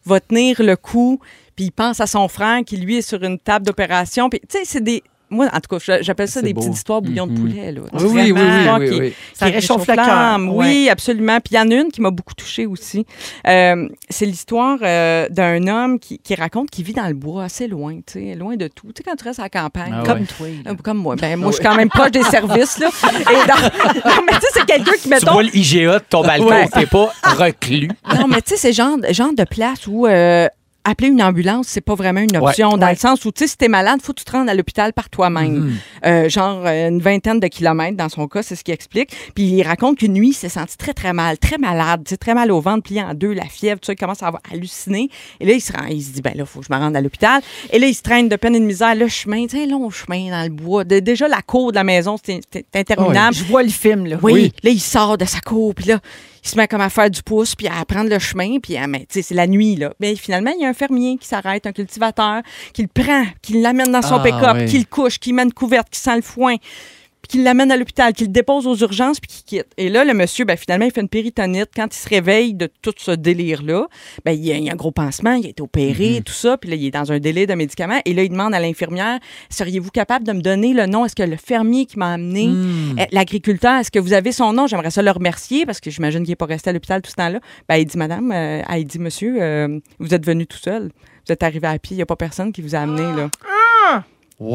Speaker 3: va tenir le coup puis il pense à son frère qui lui est sur une table d'opération puis tu sais c'est des moi, en tout cas, je- j'appelle ça
Speaker 8: C'est
Speaker 3: des
Speaker 8: beau. Mm-hmm.
Speaker 3: petites histoires bouillon de
Speaker 5: Mhm.
Speaker 3: poulet. Là.
Speaker 8: Oui, oui, oui,
Speaker 3: Vraiment,
Speaker 8: oui,
Speaker 3: histoire
Speaker 8: oui,
Speaker 3: qui-
Speaker 8: oui.
Speaker 15: Ça
Speaker 3: qui
Speaker 15: réchauffe le cœur.
Speaker 3: flamme.
Speaker 15: Ouais.
Speaker 3: Oui, absolument. Puis il y en a une qui m'a beaucoup touchée aussi. Euh, c'est l'histoire euh, d'un homme qui, qui raconte qu'il vit dans le bois, assez loin, tu sais, loin de tout. Tu sais, quand tu restes à la campagne,
Speaker 5: Ah
Speaker 3: comme
Speaker 5: ouais. Ah
Speaker 3: toi. là. Euh, Comme moi. Ben, moi, je suis quand même proche des services, là. Et dans- Non, mais tu sais, c'est quelqu'un qui,
Speaker 4: Tu
Speaker 3: mettons,
Speaker 4: vois le
Speaker 5: E
Speaker 4: IGA de ton balcon,
Speaker 3: Ouais.
Speaker 4: t'es pas reclus.
Speaker 3: Ah non, mais tu sais, c'est genre, genre de place où euh, appeler une ambulance, c'est pas vraiment une option. Dans le sens où, tu sais, si t'es malade, faut que tu te rendes à l'hôpital par toi-même. Euh, genre euh, une vingtaine de kilomètres dans son cas, c'est ce qu'il explique. Puis il raconte qu'une nuit, il s'est senti très, très mal, très malade, tu sais, très mal au ventre, plié en deux, la fièvre, tout ça, il commence à avoir halluciné. Et là, il se, rend, il se dit, ben là, faut que je me rende à l'hôpital. Et là, il se traîne de peine et de misère le chemin, tu sais, long chemin dans le bois. De- déjà, la cour de la maison, c'est c'est interminable.
Speaker 15: Je vois le film, là.
Speaker 3: Oui. Là, il sort de sa cour, puis là, il se met comme à faire du pouce, puis à prendre le chemin, puis à, mais, tu sais, c'est la nuit, là. Mais finalement, il y a un fermier qui s'arrête, un cultivateur, qui le prend, qui l'amène dans son
Speaker 8: Ah,
Speaker 3: pick-up,
Speaker 8: oui.
Speaker 3: qui le couche, qui met une couverte, qui sent le foin, puis qui l'amène à l'hôpital, qui le dépose aux urgences, puis qui quitte. Et là, le monsieur, ben, finalement, il fait une péritonite. Quand il se réveille de tout ce délire-là, ben, il y a, il y a un gros pansement, il est opéré, tout ça, puis là, il est dans un délai de médicaments. Et là, il demande à l'infirmière, seriez-vous capable de me donner le nom? Est-ce que le fermier qui m'a amené... Euh, L'agriculteur, est-ce que vous avez son nom? J'aimerais ça le remercier parce que j'imagine qu'il n'est pas resté à l'hôpital tout ce temps-là. Ben, il dit, madame, euh, elle dit, monsieur, euh, vous êtes venu tout seul. Vous êtes arrivé à pied. Il n'y a pas personne qui vous a amené, là.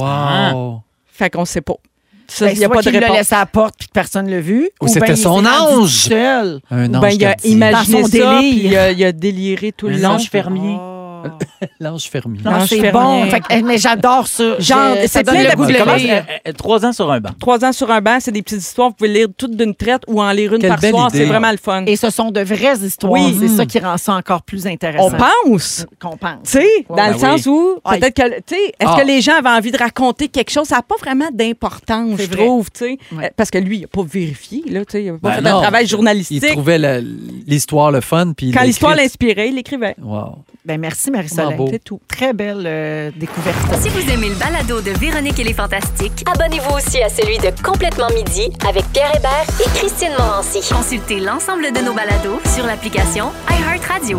Speaker 3: Ah.
Speaker 8: Wow.
Speaker 3: Fait qu'on sait pas. Ça,
Speaker 15: Ben,
Speaker 3: il n'y a
Speaker 15: soit
Speaker 3: pas de
Speaker 15: qu'il l'a
Speaker 3: réponse.
Speaker 15: laissé à la porte puis que personne l'a vu.
Speaker 8: Ou c'était
Speaker 15: ben, il
Speaker 8: son
Speaker 15: s'est rendu
Speaker 8: ange.
Speaker 15: tout seul.
Speaker 8: Un
Speaker 3: Ou
Speaker 8: ange.
Speaker 3: ben, il a
Speaker 8: gardien.
Speaker 3: imaginé
Speaker 15: Dans son délire.
Speaker 3: ça, puis il a, il a déliré tout le
Speaker 5: Un
Speaker 3: long.
Speaker 5: ange
Speaker 1: Ah,
Speaker 5: fermier.
Speaker 8: L'ange fermier.
Speaker 15: Non,
Speaker 3: L'ange
Speaker 15: c'est
Speaker 3: fermier.
Speaker 15: bon. Fait que, eh, mais j'adore ça.
Speaker 3: Genre,
Speaker 15: Je- ça
Speaker 3: c'est
Speaker 15: donne
Speaker 3: plein
Speaker 15: le
Speaker 3: de
Speaker 15: goût de
Speaker 5: Elle
Speaker 15: le
Speaker 5: commence
Speaker 15: lire.
Speaker 5: à- à- euh, trois ans sur un banc.
Speaker 3: Trois ans sur un banc, c'est des petites histoires. Vous pouvez lire toutes d'une traite ou en lire une
Speaker 8: Quelle
Speaker 3: par
Speaker 8: belle
Speaker 3: soir.
Speaker 8: idée.
Speaker 3: C'est vraiment le fun.
Speaker 15: Et ce sont de vraies histoires.
Speaker 3: Oui.
Speaker 15: C'est ça
Speaker 1: Mm.
Speaker 15: qui rend ça encore plus intéressant.
Speaker 3: on pense.
Speaker 15: Qu'on pense.
Speaker 3: Tu sais, dans
Speaker 5: ben
Speaker 3: le sens où
Speaker 15: Aïe.
Speaker 3: peut-être que, tu sais, est-ce
Speaker 8: Ah.
Speaker 3: que les gens avaient envie de raconter quelque chose? Ça n'a pas vraiment d'importance,
Speaker 15: C'est
Speaker 3: je
Speaker 15: vrai.
Speaker 3: trouve, tu sais.
Speaker 15: Ouais.
Speaker 3: Euh, Parce que lui, il n'a pas vérifié, là, tu sais. Il n'a pas
Speaker 8: Ben
Speaker 3: fait
Speaker 8: non.
Speaker 3: un travail
Speaker 8: Il
Speaker 3: journalistique.
Speaker 8: trouvait la- l'histoire le fun. Puis il
Speaker 3: Quand
Speaker 8: l'a
Speaker 3: l'histoire
Speaker 8: écrite.
Speaker 3: l'inspirait, il l'écrivait.
Speaker 8: Wow.
Speaker 1: Ben, merci, Marie-Soleil.
Speaker 8: Bravo.
Speaker 1: C'est tout. Très belle euh, découverte.
Speaker 10: Si vous aimez le balado de Véronique et les Fantastiques,
Speaker 16: Abonnez-vous aussi à celui de Complètement Midi avec Pierre Hébert et Christine Morancy.
Speaker 10: consultez l'ensemble de nos balados sur l'application iHeartRadio.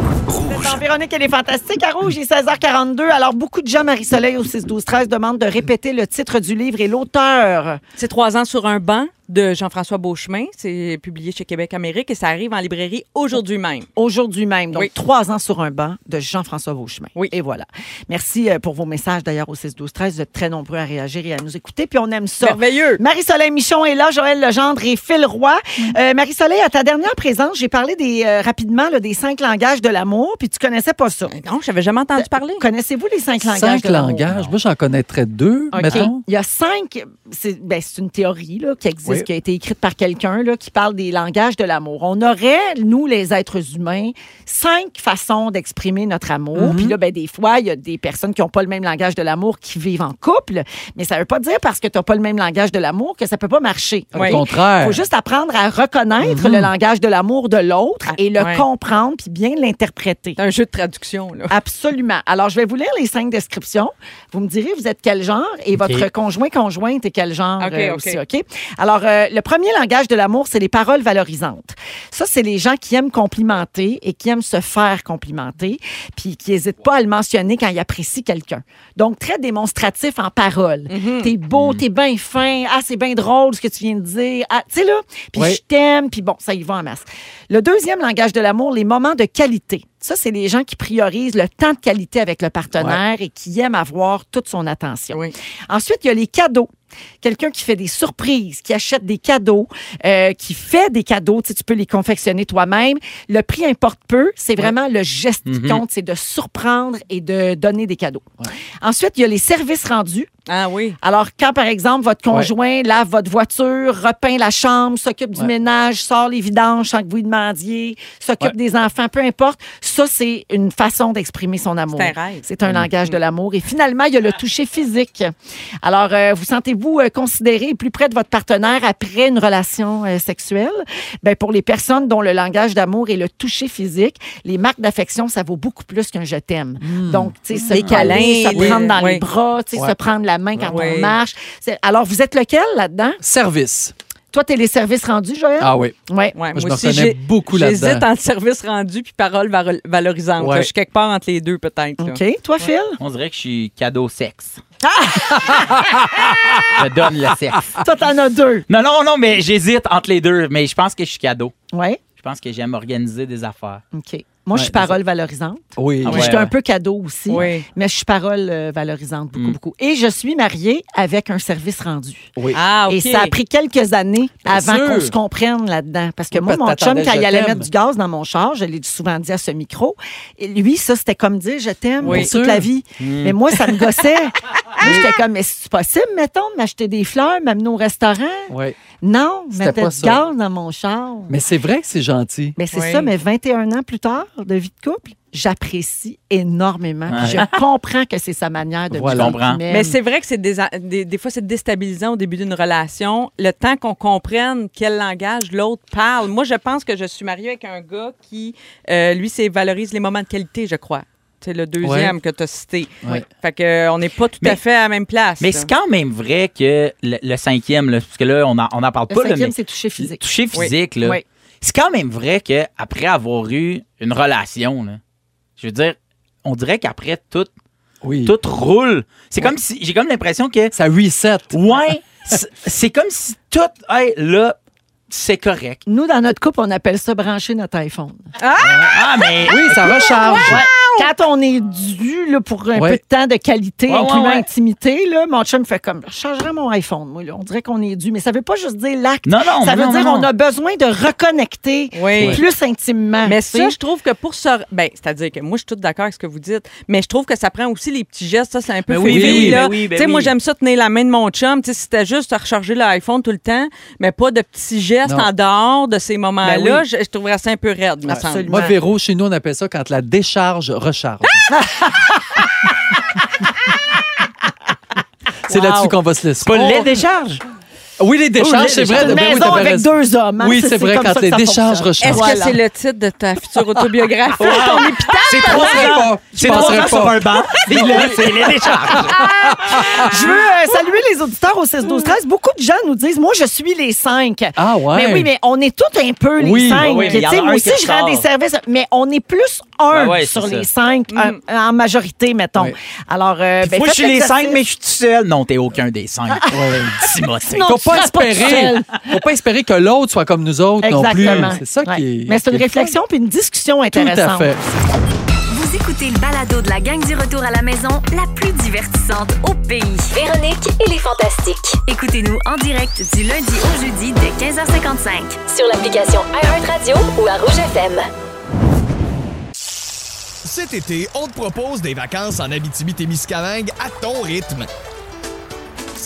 Speaker 1: Dans Véronique, elle est fantastique à Rouge. Il est 16h42. Alors, beaucoup de gens, Marie-Soleil, au 6-12-13, demandent de répéter le titre du livre et l'auteur.
Speaker 3: C'est Trois ans sur un banc de Jean-François Beauchemin. C'est publié chez Québec Amérique et ça arrive en librairie aujourd'hui même.
Speaker 1: aujourd'hui même. Donc,
Speaker 3: Oui.
Speaker 1: trois ans sur un banc de Jean-François Vauchemin.
Speaker 3: Oui.
Speaker 1: Et voilà. Merci euh, pour vos messages d'ailleurs au 6-12-13. Vous êtes très nombreux à réagir et à nous écouter. Puis on aime ça.
Speaker 3: Merveilleux!
Speaker 1: Marie-Soleil Michon est là, Joël Legendre et Phil Roy. Euh, Marie-Soleil, à ta dernière présence, j'ai parlé des, euh, rapidement là, des cinq langages de l'amour, puis tu connaissais pas ça.
Speaker 3: Mais non, je n'avais jamais entendu parler.
Speaker 1: Connaissez-vous les cinq langages
Speaker 8: Cinq
Speaker 1: de l'amour?
Speaker 8: langages. Moi, j'en connaîtrais deux,
Speaker 1: OK.
Speaker 8: mettons.
Speaker 1: Il y a cinq. C'est ben, c'est une théorie là, qui existe,
Speaker 8: Oui.
Speaker 1: qui a été écrite par quelqu'un là, qui parle des langages de l'amour. On aurait, nous, les êtres humains, cinq façons d'exprimer notre amour.
Speaker 8: Mhm.
Speaker 1: Puis là, ben, des fois, il y a des personnes qui n'ont pas le même langage de l'amour qui vivent en couple. Mais ça ne veut pas dire parce que tu n'as pas le même langage de l'amour que ça ne peut pas marcher.
Speaker 8: Au
Speaker 3: Oui.
Speaker 8: contraire. Mhm.
Speaker 1: Il faut juste apprendre à reconnaître le langage de l'amour de
Speaker 8: Ah,
Speaker 1: l'autre et le
Speaker 3: ouais.
Speaker 1: comprendre puis bien l'interpréter.
Speaker 3: C'est un jeu de traduction, là.
Speaker 1: Absolument. Alors, je vais vous lire les cinq descriptions. Vous me direz, vous êtes quel genre et votre conjoint, conjointe est quel genre
Speaker 3: OK,
Speaker 1: euh,
Speaker 3: OK.
Speaker 1: aussi, OK? Alors, euh, le premier langage de l'amour, c'est les paroles valorisantes. Ça, c'est les gens qui aiment complimenter et qui aiment se faire complimenter, puis qui n'hésitent pas à le mentionner quand ils apprécient quelqu'un. Donc, très démonstratif en paroles.
Speaker 3: Mhm.
Speaker 1: T'es beau, t'es bien fin, ah, c'est bien drôle ce que tu viens de dire, ah, tu sais là, puis
Speaker 8: Ouais.
Speaker 1: je t'aime, puis bon, ça y va en masse. Le deuxième langage de l'amour, les moments de qualité. Ça, c'est les gens qui priorisent le temps de qualité avec le partenaire et qui aiment avoir toute son attention.
Speaker 3: Oui.
Speaker 1: Ensuite, il y a les cadeaux. Quelqu'un qui fait des surprises, qui achète des cadeaux, euh, qui fait des cadeaux, tu, sais, tu peux les confectionner toi-même. Le prix importe peu, c'est vraiment le geste
Speaker 3: Mhm.
Speaker 1: qui compte, c'est de surprendre et de donner des cadeaux. Ensuite, il y a les services rendus.
Speaker 3: Ah oui.
Speaker 1: Alors, quand, par exemple, votre conjoint lave votre voiture, repeint la chambre, s'occupe du ménage, sort les vidanges sans que vous lui demandiez, s'occupe
Speaker 8: Ouais.
Speaker 1: des enfants, peu importe, ça, c'est une façon d'exprimer son amour.
Speaker 3: C'est un rêve.
Speaker 1: C'est un langage de l'amour. Et finalement, il y a le toucher physique. Alors, euh, vous sentez-vous euh, considéré et plus près de votre partenaire après une relation euh, sexuelle? Ben, pour les personnes dont le langage d'amour est le toucher physique, les marques d'affection, ça vaut beaucoup plus qu'un je t'aime. Donc, tu sais, se
Speaker 3: Les
Speaker 1: câliner,
Speaker 3: Mm. câlins,
Speaker 1: se
Speaker 3: oui.
Speaker 1: prendre dans les
Speaker 3: Oui.
Speaker 1: bras, tu sais,
Speaker 8: Ouais.
Speaker 1: se prendre la main quand
Speaker 3: Ouais.
Speaker 1: on marche. C'est- Alors, vous êtes lequel là-dedans?
Speaker 8: Service.
Speaker 1: Toi, t'es les services rendus, Joël?
Speaker 8: Ah oui.
Speaker 1: Ouais.
Speaker 3: Ouais,
Speaker 8: Moi, je
Speaker 3: moi
Speaker 8: me
Speaker 3: aussi,
Speaker 8: reconnais
Speaker 3: j'ai-
Speaker 8: beaucoup
Speaker 3: J'hésite
Speaker 8: là-dedans.
Speaker 3: entre service rendu puis parole valo- valorisante.
Speaker 8: Ouais.
Speaker 3: Je suis quelque part entre les deux, peut-être. là.
Speaker 1: OK. Toi, Phil?
Speaker 5: On dirait que je suis cadeau sexe. je donne le sexe.
Speaker 1: Toi, t'en as deux.
Speaker 5: Non, non, non, mais j'hésite entre les deux, mais je pense que je suis cadeau.
Speaker 1: Ouais.
Speaker 5: Je pense que j'aime organiser des affaires.
Speaker 1: OK. Moi, je suis
Speaker 5: Ouais, mais
Speaker 1: parole valorisante.
Speaker 8: Oui.
Speaker 5: Ah
Speaker 1: je suis
Speaker 5: ouais.
Speaker 1: un peu cadeau aussi,
Speaker 3: Oui.
Speaker 1: mais je suis parole euh, valorisante
Speaker 8: Mm.
Speaker 1: beaucoup, beaucoup. Et je suis mariée avec un service rendu.
Speaker 3: Ah, OK.
Speaker 1: Et ça a pris quelques années
Speaker 8: Bien
Speaker 1: avant
Speaker 8: sûr.
Speaker 1: qu'on se comprenne là-dedans. Parce que
Speaker 8: Oui,
Speaker 1: moi,
Speaker 8: parce
Speaker 1: mon
Speaker 8: que t'attendais
Speaker 1: chum, quand
Speaker 8: le
Speaker 1: il
Speaker 8: je
Speaker 1: allait
Speaker 8: t'aime.
Speaker 1: mettre du gaz dans mon char, je l'ai souvent dit à ce micro, et lui, ça, c'était comme dire je t'aime
Speaker 3: Oui.
Speaker 1: pour toute la vie.
Speaker 8: Mm.
Speaker 1: Mais moi, ça me gossait. moi, j'étais comme, mais c'est possible, mettons, de m'acheter des fleurs, m'amener au restaurant?
Speaker 8: Ouais.
Speaker 1: Non,
Speaker 8: C'était
Speaker 1: mettre
Speaker 8: pas
Speaker 1: du
Speaker 8: ça.
Speaker 1: gaz dans mon char.
Speaker 8: Mais c'est vrai que c'est gentil.
Speaker 1: Mais c'est
Speaker 3: Oui.
Speaker 1: ça, mais 21 ans plus tard de vie de couple, j'apprécie énormément. Puis
Speaker 5: Ouais.
Speaker 1: Je comprends que c'est sa manière de
Speaker 8: Voilà.
Speaker 1: vivre
Speaker 5: Comprends.
Speaker 1: humaine.
Speaker 3: Mais c'est vrai que c'est désa- des, des fois, c'est déstabilisant au début d'une relation. Le temps qu'on comprenne quel langage l'autre parle. Moi, je pense que je suis mariée avec un gars qui, euh, lui, c'est valorise les moments de qualité, je crois. C'est le deuxième que tu as cité.
Speaker 8: Ouais.
Speaker 3: Fait que, euh, on n'est pas tout
Speaker 5: Mais-
Speaker 3: à fait à la même place.
Speaker 5: Mais
Speaker 3: là.
Speaker 5: c'est quand même vrai que le, le cinquième, là, parce que là, on n'en on en parle
Speaker 1: Le
Speaker 5: pas. là,
Speaker 1: cinquième,
Speaker 5: mais-
Speaker 1: c'est toucher physique.
Speaker 5: toucher physique, là.
Speaker 1: Oui.
Speaker 5: C'est quand même vrai qu'après avoir eu une relation, là, je veux dire, on dirait qu'après, tout,
Speaker 8: Oui.
Speaker 5: tout roule. C'est comme si, j'ai comme l'impression que,
Speaker 8: Ça reset.
Speaker 5: ouais, c'est- c'est comme si tout, hey, là, c'est correct.
Speaker 1: Nous, dans notre couple, on appelle ça brancher notre iPhone.
Speaker 5: Ah, mais
Speaker 8: Oui, ça recharge.
Speaker 1: Quand on est dû là, pour un
Speaker 8: Ouais.
Speaker 1: peu de temps de qualité,
Speaker 5: Ouais, ouais,
Speaker 1: incluant
Speaker 5: ouais.
Speaker 1: intimité, là, mon chum fait comme je changerai mon iPhone. moi, là. On dirait qu'on est dû. Mais ça veut pas juste dire l'acte.
Speaker 5: Non, non,
Speaker 1: ça veut
Speaker 5: non,
Speaker 1: dire
Speaker 5: non,
Speaker 1: on a besoin de reconnecter
Speaker 3: Oui.
Speaker 1: plus intimement.
Speaker 3: Mais
Speaker 1: tu sais.
Speaker 3: ça, je trouve que pour ça. Ben, c'est-à-dire que moi, je suis toute d'accord avec ce que vous dites, mais je trouve que ça prend aussi les petits gestes. Ça, c'est un peu
Speaker 5: Ben oui,
Speaker 3: fébrile,
Speaker 5: ben oui,
Speaker 3: là.
Speaker 5: ben oui, ben
Speaker 3: tu sais, moi,
Speaker 5: oui.
Speaker 3: j'aime ça tenir la main de mon chum. Tu sais, si c'était juste à recharger l'iPhone tout le temps, mais pas de petits gestes
Speaker 8: Non.
Speaker 3: en dehors de ces moments-là,
Speaker 8: Ben
Speaker 3: je, je trouverais ça un peu raide, me semble.
Speaker 1: Absolument.
Speaker 8: Moi, Véro, chez nous, on appelle ça quand la décharge recharge. c'est là-dessus qu'on va se laisser. Oh,
Speaker 5: Pas le lait décharge.
Speaker 8: Oui, les décharges, c'est vrai.
Speaker 1: Une
Speaker 8: ben oui,
Speaker 1: maison
Speaker 8: t'avais
Speaker 1: avec
Speaker 8: raison.
Speaker 1: deux hommes. hein,
Speaker 8: Oui,
Speaker 1: ça,
Speaker 8: c'est vrai,
Speaker 1: comme ça
Speaker 8: quand
Speaker 1: que
Speaker 8: les
Speaker 1: ça
Speaker 8: décharges
Speaker 1: fonctionne.
Speaker 8: rechargent.
Speaker 3: Est-ce que c'est le titre de ta future autobiographie? ton épitaphe?
Speaker 4: C'est trois ans. C'est trois
Speaker 8: penserais
Speaker 4: ans sur
Speaker 8: pas.
Speaker 4: un banc. Et là, C'est les décharges.
Speaker 1: Je veux euh, saluer les auditeurs au 16 12 13 Beaucoup de gens nous disent Moi, je suis les cinq.
Speaker 8: Ah ouais.
Speaker 1: Mais oui, mais on est tous un peu les
Speaker 8: Oui,
Speaker 1: cinq.
Speaker 4: oui, mais il y
Speaker 1: Tu sais,
Speaker 4: en a
Speaker 1: moi
Speaker 4: un
Speaker 1: aussi,
Speaker 4: qui
Speaker 1: je rends des
Speaker 4: ressort.
Speaker 1: services, mais on est plus un
Speaker 4: Ben ouais,
Speaker 1: sur
Speaker 4: c'est
Speaker 1: les
Speaker 4: ça.
Speaker 1: cinq, un- en majorité, mettons.
Speaker 8: Oui.
Speaker 1: Alors, euh, ben,
Speaker 4: Moi, je
Speaker 1: faites
Speaker 4: suis les
Speaker 1: l'exercice. Ah.
Speaker 4: cinq, mais je suis tout seul. Non, t'es aucun des cinq. Timothée.
Speaker 1: Non,
Speaker 8: Faut
Speaker 1: tu seras
Speaker 8: pas
Speaker 1: tout
Speaker 8: espérer,
Speaker 1: seul.
Speaker 8: faut pas espérer que l'autre soit comme nous autres non
Speaker 1: Exactement.
Speaker 8: plus. C'est ça
Speaker 1: Ouais.
Speaker 8: qui est.
Speaker 1: Mais c'est une
Speaker 8: qui est fun.
Speaker 1: réflexion puis une discussion
Speaker 8: Tout
Speaker 1: intéressante.
Speaker 8: à fait.
Speaker 10: Vous écoutez le balado de la gang du retour à la maison, la plus divertissante au pays.
Speaker 11: Véronique et les Fantastiques.
Speaker 10: Écoutez-nous en direct du lundi au jeudi dès 15h55.
Speaker 11: Sur l'application iHeartRadio ou à Rouge FM.
Speaker 17: Cet été, on te propose des vacances en Abitibi-Témiscamingue à ton rythme.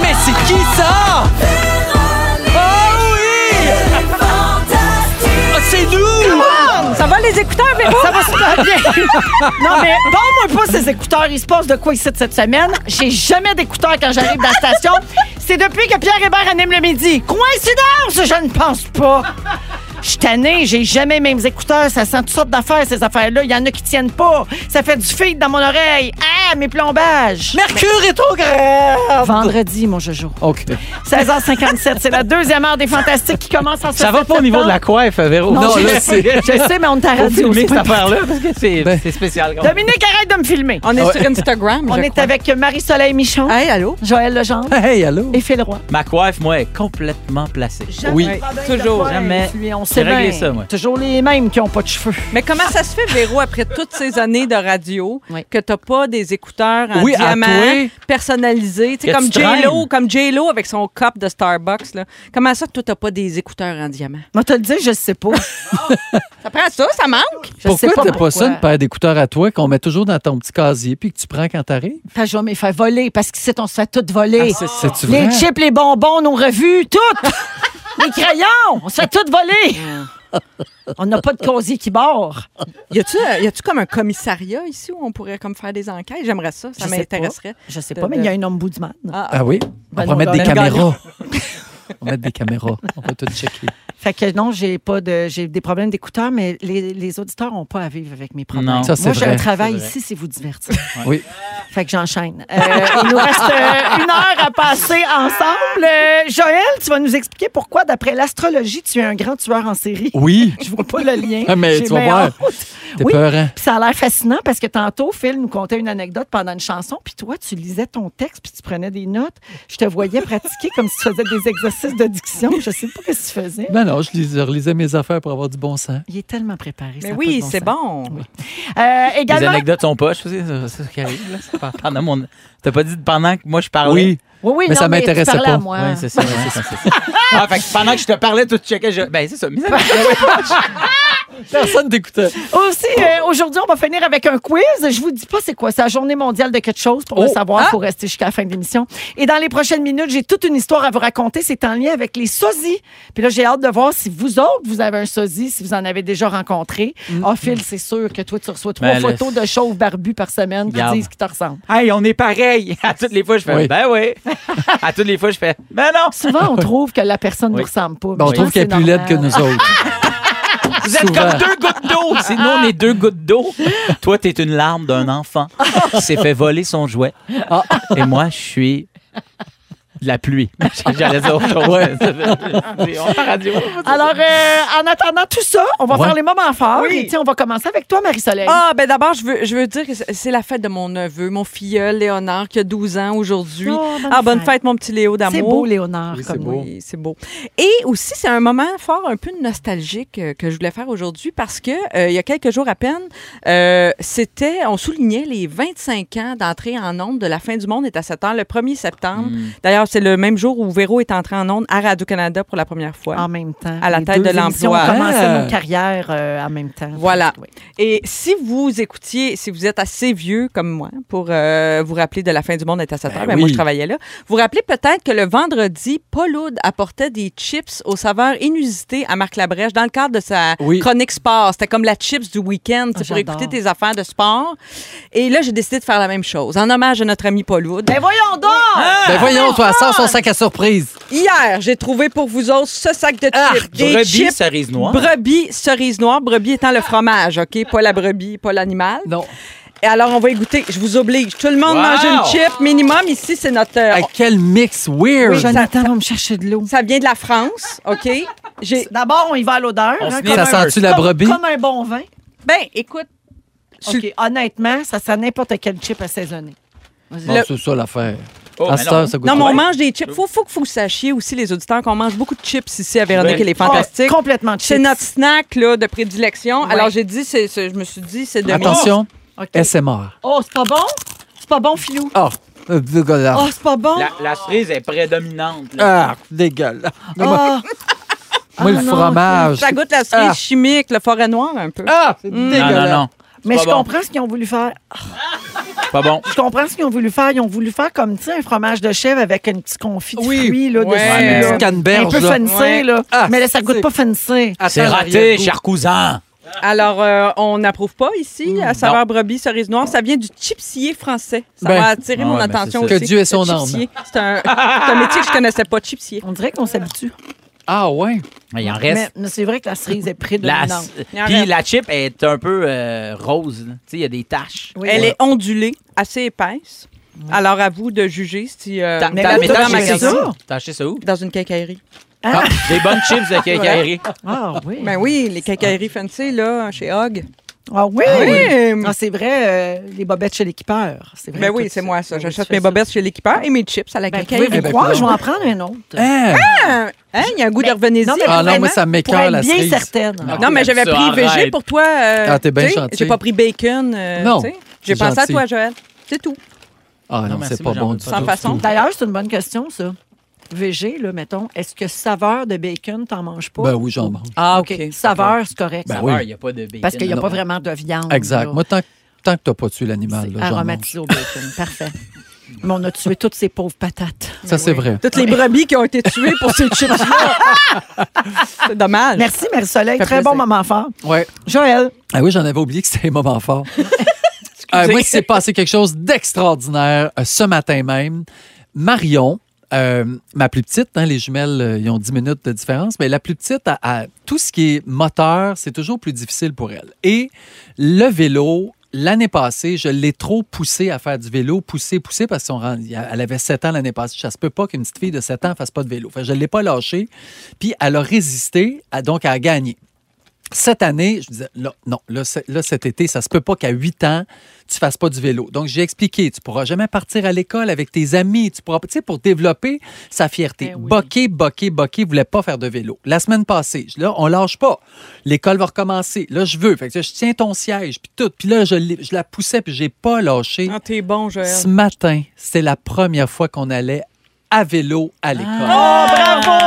Speaker 8: Mais c'est qui ça? Ah oui! Ah, c'est nous!
Speaker 3: Ça va les écouteurs, mais
Speaker 1: Ça va super bien. non, mais bon, moi, pas ces écouteurs. Il se passe de quoi ici de cette semaine? J'ai jamais d'écouteurs quand j'arrive dans la station. C'est depuis que Pierre Hébert anime le midi. Coïncidence? Je ne pense pas. Je suis tannée, j'ai jamais mes mêmes écouteurs. Ça sent toutes sortes d'affaires, ces affaires-là. Il y en a qui tiennent pas. Ça fait du feed dans mon oreille. Ah, mes plombages.
Speaker 8: Mercure rétrograde!
Speaker 1: Vendredi, mon Jojo.
Speaker 8: OK.
Speaker 1: 16h57, c'est la deuxième heure des Fantastiques qui commence en
Speaker 5: Ça va pas au niveau de la coiffe, Véro.
Speaker 1: Non,
Speaker 8: Non,
Speaker 1: je,
Speaker 8: là, c'est-
Speaker 1: je sais, mais on t'a
Speaker 5: Faut
Speaker 1: radio.
Speaker 5: filmer
Speaker 1: c'est
Speaker 5: cette
Speaker 1: pas-
Speaker 5: affaire-là parce que c'est
Speaker 8: Ben.
Speaker 5: c'est spécial. quand même.
Speaker 1: Dominique, arrête de me filmer. Ah.
Speaker 3: On est sur Instagram.
Speaker 1: On
Speaker 3: je
Speaker 1: est
Speaker 3: crois.
Speaker 1: avec Marie-Soleil Michon,
Speaker 3: Hey, allô?
Speaker 1: Joël Legendre
Speaker 8: Hey, allô?
Speaker 1: et Phil Roy.
Speaker 5: Ma coiffe, moi, est complètement placée.
Speaker 8: Oui.
Speaker 3: Toujours,
Speaker 5: jamais.
Speaker 1: On sait
Speaker 5: réglé
Speaker 1: bien.
Speaker 5: ça, moi.
Speaker 1: Toujours les mêmes qui n'ont pas de cheveux.
Speaker 3: Mais comment ça se fait, Véro, après toutes ces années de radio,
Speaker 1: Oui.
Speaker 3: que t'as pas des écouteurs en
Speaker 8: Oui, à
Speaker 3: diamant
Speaker 8: toi.
Speaker 3: personnalisés, tu sais,
Speaker 5: Que
Speaker 3: comme
Speaker 5: tu
Speaker 3: J-Lo,
Speaker 5: traînes.
Speaker 3: comme J-Lo avec son cup de Starbucks, là. Comment ça, toi, t'as pas des écouteurs en diamant?
Speaker 1: Moi, te le dire, je ne sais pas.
Speaker 3: Ça prend ça, ça manque?
Speaker 1: Je sais
Speaker 8: Pourquoi
Speaker 1: pas
Speaker 8: t'as pas ça, une
Speaker 1: pourquoi.
Speaker 8: paire d'écouteurs à toi qu'on met toujours dans ton petit casier puis que tu prends quand t'arrives?
Speaker 1: Parce que Je vais me faire voler parce qu'ici, on se fait tout voler.
Speaker 5: Ah,
Speaker 8: C'est-tu
Speaker 1: Ah,
Speaker 8: vrai?
Speaker 1: les chips, les bonbons, nos revues, tout. les crayons, on se fait tout voler. on n'a pas de casier qui barre.
Speaker 3: Y a-tu, euh, y a-tu comme un commissariat ici où on pourrait comme faire des enquêtes? J'aimerais ça, ça
Speaker 1: Je sais
Speaker 3: m'intéresserait.
Speaker 1: Je sais
Speaker 3: De-
Speaker 1: pas, mais il y a un ombudsman.
Speaker 8: Ah oui?
Speaker 1: Ben
Speaker 8: on va
Speaker 1: non,
Speaker 8: mettre des
Speaker 1: ben non.
Speaker 8: caméras. on va mettre des caméras. On va tout checker.
Speaker 1: Fait que non, j'ai pas de j'ai des problèmes d'écouteurs, mais les, les auditeurs n'ont pas à vivre avec mes problèmes.
Speaker 5: Non.
Speaker 8: Ça, c'est
Speaker 1: Moi, j'ai
Speaker 8: vrai.
Speaker 1: un travail
Speaker 5: C'est vrai.
Speaker 1: ici, c'est vous divertir.
Speaker 8: Oui.
Speaker 1: Fait que j'enchaîne. Euh, il nous reste euh, une heure à passer ensemble. Euh, Joël, tu vas nous expliquer pourquoi, d'après l'astrologie, tu es un grand tueur en série.
Speaker 8: Oui.
Speaker 1: Je vois pas le lien.
Speaker 8: Ah, mais
Speaker 1: J'ai
Speaker 8: tu vas
Speaker 1: bien
Speaker 8: voir.
Speaker 1: honte.
Speaker 8: T'es
Speaker 1: Oui.
Speaker 8: peur, hein?
Speaker 1: Puis ça a l'air fascinant parce que tantôt, Phil nous contait une anecdote pendant une chanson, puis toi, tu lisais ton texte, puis tu prenais des notes. Je te voyais pratiquer comme si tu faisais des exercices de diction. Je sais pas ce que tu faisais.
Speaker 8: Ben Non, non, je, lis- je relisais mes affaires pour avoir du bon sens.
Speaker 1: Il est tellement préparé. ça
Speaker 3: Mais
Speaker 1: a
Speaker 3: oui,
Speaker 1: pas de
Speaker 3: c'est
Speaker 1: sens.
Speaker 3: bon.
Speaker 1: Euh,
Speaker 5: Les
Speaker 1: également.
Speaker 5: anecdotes sont poches, c'est c'est ça qui arrive. là. C'est pas- Pendant mon... T'as pas dit pendant que moi je parlais?
Speaker 8: Oui.
Speaker 1: Oui, oui,
Speaker 8: Mais
Speaker 1: non,
Speaker 8: ça
Speaker 1: tu
Speaker 8: m'intéressait
Speaker 1: parlais à
Speaker 8: pas.
Speaker 1: moi.
Speaker 5: Ah Oui, c'est ça. ouais, c'est ça, c'est ça. Ah, fait que pendant que je te parlais, toi, tu checkais. Je... Ben, c'est ça. mes amis.
Speaker 8: Personne t'écoutait.
Speaker 1: Aussi, euh, aujourd'hui, on va finir avec un quiz. Je vous dis pas c'est quoi. C'est la journée mondiale de quelque chose pour le
Speaker 8: Oh,
Speaker 1: savoir. Faut rester jusqu'à la fin de l'émission. Et dans les prochaines minutes, j'ai toute une histoire à vous raconter. C'est en lien avec les sosies. Puis là, j'ai hâte de voir si vous autres, vous avez un sosie, si vous en avez déjà rencontré. Ah, Phil, c'est sûr que toi, tu reçois trois
Speaker 5: Ben, le-
Speaker 1: photos de chauves barbus par semaine qui
Speaker 5: Garde.
Speaker 1: disent qu'ils te ressemblent.
Speaker 5: Hey, on est pareil. À toutes les fois, je fais
Speaker 8: Oui.
Speaker 5: ben oui. À toutes les fois, je fais ben non.
Speaker 1: Souvent, on trouve que la personne ne
Speaker 5: Oui.
Speaker 1: nous ressemble pas.
Speaker 8: Bon, Ben, on
Speaker 1: Je
Speaker 8: trouve
Speaker 1: pense
Speaker 8: qu'elle est
Speaker 1: c'est
Speaker 8: plus laide que
Speaker 1: normal.
Speaker 8: nous autres.
Speaker 5: Vous êtes
Speaker 8: Souvent.
Speaker 5: comme deux gouttes d'eau. C'est nous, on est deux gouttes d'eau. Toi, t'es une larme d'un enfant qui s'est fait voler son jouet. Et moi, je suis
Speaker 4: de la pluie. J'allais dire autre chose. On part à radio.
Speaker 1: Alors, euh, en attendant tout ça, on va
Speaker 8: Ouais.
Speaker 1: faire les moments forts.
Speaker 3: Oui.
Speaker 1: Et tiens, on va commencer avec toi, Marie-Soleil.
Speaker 3: Ah, ben d'abord, je veux, je veux dire que c'est c'est la fête de mon neveu, mon filleul, Léonard, qui a 12 ans aujourd'hui.
Speaker 1: Oh, bonne
Speaker 3: ah, bonne
Speaker 1: fête.
Speaker 3: fête. mon petit Léo d'amour.
Speaker 1: c'est beau, Léonard.
Speaker 4: Oui,
Speaker 1: comme
Speaker 4: c'est beau.
Speaker 3: Oui, c'est beau. Et aussi, c'est un moment fort, un peu nostalgique euh, que je voulais faire aujourd'hui parce que euh, il y a quelques jours à peine, euh, c'était, on soulignait les 25 ans d'entrée en onde de la fin du monde est à 7 ans, le 1er septembre.
Speaker 4: Mm.
Speaker 3: D'ailleurs, c'est le même jour où Véro est entré en onde à Radio-Canada pour la première fois.
Speaker 1: En même temps.
Speaker 3: À la
Speaker 1: Les
Speaker 3: tête
Speaker 1: deux
Speaker 3: de
Speaker 1: émissions
Speaker 3: l'emploi.
Speaker 1: ont commencé
Speaker 8: Ah.
Speaker 1: nos carrières euh, en même temps.
Speaker 3: Voilà.
Speaker 1: Oui.
Speaker 3: Et si vous écoutiez, si vous êtes assez vieux comme moi pour euh, vous rappeler de la fin du monde est à 7 heures, ben moi
Speaker 8: oui.
Speaker 3: je travaillais là, vous rappelez peut-être que le vendredi, Paul Oud apportait des chips aux saveurs inusitées à Marc Labrèche dans le cadre de sa
Speaker 8: Oui.
Speaker 3: chronique sport. C'était comme la chips du week-end tu sais, pour
Speaker 1: Ah, j'adore.
Speaker 3: écouter tes affaires de sport. Et là, j'ai décidé de faire la même chose en hommage à notre ami Paul Oud.
Speaker 1: Ben voyons donc!
Speaker 3: Ah.
Speaker 8: Ben voyons, toi, sors son sac à surprise.
Speaker 3: Hier, j'ai trouvé pour vous autres ce sac de chips.
Speaker 5: Ah,
Speaker 3: des
Speaker 4: Brebis,
Speaker 3: chips
Speaker 4: cerise noire.
Speaker 3: brebis cerise noire, brebis étant le fromage, OK? Pas la brebis, pas l'animal.
Speaker 8: Non.
Speaker 3: Et alors, on va y goûter. Je vous oblige. Tout le monde
Speaker 4: Wow!
Speaker 3: mange une chip minimum. Ici, c'est notre.
Speaker 1: Ah,
Speaker 3: euh,
Speaker 8: Hey, quel mix weird.
Speaker 1: Jonathan va me chercher de l'eau.
Speaker 3: ça vient de la France, OK? J'ai.
Speaker 1: D'abord, on y va à l'odeur.
Speaker 4: On
Speaker 1: hein,
Speaker 4: se met
Speaker 1: comme
Speaker 8: ça
Speaker 1: un-
Speaker 8: sent-tu la
Speaker 1: comme-
Speaker 8: brebis?
Speaker 1: Comme un bon vin.
Speaker 3: Ben, écoute. sur-
Speaker 1: OK, Honnêtement, ça sent n'importe quel chip assaisonné.
Speaker 8: Bon,
Speaker 3: le-
Speaker 8: C'est ça l'affaire.
Speaker 4: Oh,
Speaker 8: à
Speaker 4: mais
Speaker 8: cette
Speaker 4: non.
Speaker 8: heure, Ah, ça goûte
Speaker 3: Non, mais
Speaker 8: pas.
Speaker 3: on mange des chips. Faut, faut que vous sachiez aussi, les auditeurs, qu'on mange beaucoup de chips ici à Véronique
Speaker 4: Oui.
Speaker 3: et les Fantastiques.
Speaker 1: Oh, complètement
Speaker 3: c'est
Speaker 1: chips.
Speaker 3: notre snack là, de prédilection.
Speaker 1: Ouais.
Speaker 3: Alors, j'ai dit, c'est, c'est- je me suis dit, c'est de
Speaker 8: Attention,
Speaker 1: OK.
Speaker 8: SMR.
Speaker 1: Oh, c'est pas bon? C'est pas bon, Filou?
Speaker 8: Oh, euh, dégueulasse.
Speaker 1: Oh, c'est pas bon?
Speaker 4: La, la cerise est prédominante. là.
Speaker 8: Ah, dégueulasse. Moi,
Speaker 1: Ah,
Speaker 8: moi, le
Speaker 1: non,
Speaker 8: fromage.
Speaker 3: Ça goûte la cerise
Speaker 8: Ah.
Speaker 3: chimique, le forêt noir un peu.
Speaker 8: Ah, c'est
Speaker 4: non, non, non.
Speaker 1: mais
Speaker 4: pas
Speaker 1: je
Speaker 4: bon.
Speaker 1: comprends ce qu'ils ont voulu faire.
Speaker 4: Pas bon.
Speaker 1: Je comprends ce qu'ils ont voulu faire. Ils ont voulu faire comme, tu sais, un fromage de chèvre avec une petite confit de
Speaker 8: Oui.
Speaker 1: fruits, là,
Speaker 3: Ouais.
Speaker 1: dessus,
Speaker 3: Ouais,
Speaker 8: Une
Speaker 1: là.
Speaker 8: petite
Speaker 1: Un
Speaker 8: canneberge,
Speaker 1: peu
Speaker 8: là.
Speaker 1: fancy,
Speaker 3: Ouais.
Speaker 1: là.
Speaker 8: Ah,
Speaker 1: mais là, ça
Speaker 8: c'est-
Speaker 1: goûte pas fancy.
Speaker 8: Attends,
Speaker 5: C'est raté,
Speaker 8: l'arrière-goût.
Speaker 5: cher cousin.
Speaker 3: Alors, euh, on n'approuve pas
Speaker 8: Hmm.
Speaker 3: ici à saveur brebis, cerise noire. Ça vient du chipsier français. Ça
Speaker 8: Ben.
Speaker 3: va attirer
Speaker 4: Ah
Speaker 3: mon
Speaker 4: ouais, ben,
Speaker 3: attention
Speaker 4: c'est ça.
Speaker 3: aussi.
Speaker 8: Que Dieu ait
Speaker 3: Le
Speaker 8: son âme.
Speaker 3: chipsier. C'est un, c'est un métier que je connaissais pas, chipsier.
Speaker 1: On dirait qu'on s'habitue.
Speaker 8: Ah, ouais.
Speaker 4: Il en
Speaker 1: Mais,
Speaker 4: reste.
Speaker 1: mais c'est vrai que la cerise est
Speaker 4: La-
Speaker 1: prédominante.
Speaker 3: Il en
Speaker 4: Puis
Speaker 3: reste.
Speaker 4: la chip est un peu euh, rose. là. Tu sais, il y a des taches.
Speaker 1: Oui.
Speaker 3: Elle est ondulée, assez épaisse. Alors, à vous de juger si... euh,
Speaker 4: Ta-
Speaker 3: vous
Speaker 1: mais
Speaker 4: ta-
Speaker 1: là,
Speaker 4: mais
Speaker 3: allez dans
Speaker 1: t'as
Speaker 3: un
Speaker 1: jamais
Speaker 4: T'as acheté
Speaker 1: fait
Speaker 3: magasin,
Speaker 1: ça.
Speaker 4: ça? T'as acheté ça où? Ah,
Speaker 3: Dans une quincaillerie.
Speaker 4: Des bonnes chips de quincaillerie.
Speaker 1: Ah oui.
Speaker 3: Ben oui, les quincailleries fancy, là, chez Hogg.
Speaker 1: Ah oui.
Speaker 3: Oui!
Speaker 1: Non, c'est vrai, euh, les bobettes chez l'équipeur. C'est vrai,
Speaker 3: Ben
Speaker 1: tout
Speaker 3: oui, c'est
Speaker 1: ça.
Speaker 3: moi, ça.
Speaker 1: Oui,
Speaker 3: J'achète
Speaker 1: tu fais
Speaker 3: mes
Speaker 1: ça.
Speaker 3: bobettes chez l'équipeur et mes chips à la
Speaker 1: Ben,
Speaker 3: quincaillerie.
Speaker 1: pouvez-vous
Speaker 8: ben,
Speaker 1: croire,
Speaker 8: coudonc.
Speaker 1: je vais en prendre un autre.
Speaker 8: Hein?
Speaker 3: Hein, il y a un goût de revenez-y.
Speaker 1: Ben, non, mais-
Speaker 8: Ah non,
Speaker 1: vraiment,
Speaker 8: moi, ça
Speaker 1: Pour
Speaker 8: m'écœure
Speaker 1: être
Speaker 8: la
Speaker 1: bien
Speaker 8: cerise.
Speaker 1: certaine.
Speaker 3: Non, mais j'avais
Speaker 4: Ça,
Speaker 3: pris
Speaker 4: arrête.
Speaker 3: VG pour toi. euh,
Speaker 8: Ah, t'es bien
Speaker 3: tu sais,
Speaker 8: gentil.
Speaker 3: J'ai pas pris bacon. euh,
Speaker 8: Non,
Speaker 3: tu sais. J'ai
Speaker 8: c'est
Speaker 3: pensé à
Speaker 8: gentil.
Speaker 3: toi, Joël. C'est tout.
Speaker 8: Ah non,
Speaker 4: Non, merci,
Speaker 8: c'est pas
Speaker 4: moi, j'en
Speaker 8: bon
Speaker 4: veux
Speaker 8: du tout.
Speaker 4: pas.
Speaker 3: Sans façon.
Speaker 1: D'ailleurs, c'est une bonne question, ça. VG, là, mettons, est-ce que saveur de bacon, t'en manges pas?
Speaker 8: Ben oui, j'en mange.
Speaker 1: Oh
Speaker 3: Ah,
Speaker 1: Saveur, c'est correct.
Speaker 8: Ben
Speaker 4: Ça
Speaker 8: oui.
Speaker 4: meurt, Il n'y a pas de bacon.
Speaker 1: Parce qu'il n'y a
Speaker 8: non.
Speaker 1: pas vraiment de viande.
Speaker 8: Exact.
Speaker 1: là.
Speaker 8: Moi, tant, que- tant que t'as pas tué l'animal,
Speaker 1: C'est
Speaker 8: là, j'en mange.
Speaker 1: aromatisé au bacon. Parfait. Mais on a tué toutes ces pauvres patates.
Speaker 8: Ça, c'est vrai.
Speaker 3: Toutes les brebis qui ont été tuées pour ces chips-là. C'est dommage.
Speaker 1: Merci, Marie-Soleil.
Speaker 3: Fait
Speaker 1: Très
Speaker 3: plaisir.
Speaker 1: bon moment fort.
Speaker 8: Ouais.
Speaker 1: Joël,
Speaker 8: Ah oui, j'en avais oublié que c'était un moment fort. Euh, moi, il s'est passé quelque chose d'extraordinaire euh, ce matin même. Marion, euh, ma plus petite, hein, les jumelles, euh, ils ont 10 minutes de différence, mais la plus petite, a, a- tout ce qui est moteur, c'est toujours plus difficile pour elle. Et le vélo, l'année passée, je l'ai trop poussée à faire du vélo, poussée, poussée, parce qu'elle avait 7 ans l'année passée. Ça se peut pas qu'une petite fille de 7 ans fasse pas de vélo. Fait que je ne l'ai pas lâchée. Puis elle a résisté, à- donc elle a gagné cette année, je me disais, là, non, là, c'est- là, cet été, ça se peut pas qu'à 8 ans, tu fasses pas du vélo. Donc, j'ai expliqué, tu pourras jamais partir à l'école avec tes amis, tu pourras, pas- tu sais, pour développer sa fierté. Boqué, boqué, boqué, voulait pas faire de vélo. La semaine passée, je- là, on lâche pas. L'école va recommencer. Là, je veux. Fait que, je tiens ton siège, puis tout. Puis là, je, l'ai- je la poussais, puis j'ai pas lâché.
Speaker 3: Ah, t'es bon, Joël.
Speaker 8: Ce matin, c'est la première fois qu'on allait à vélo à l'école
Speaker 1: Ah! Oh,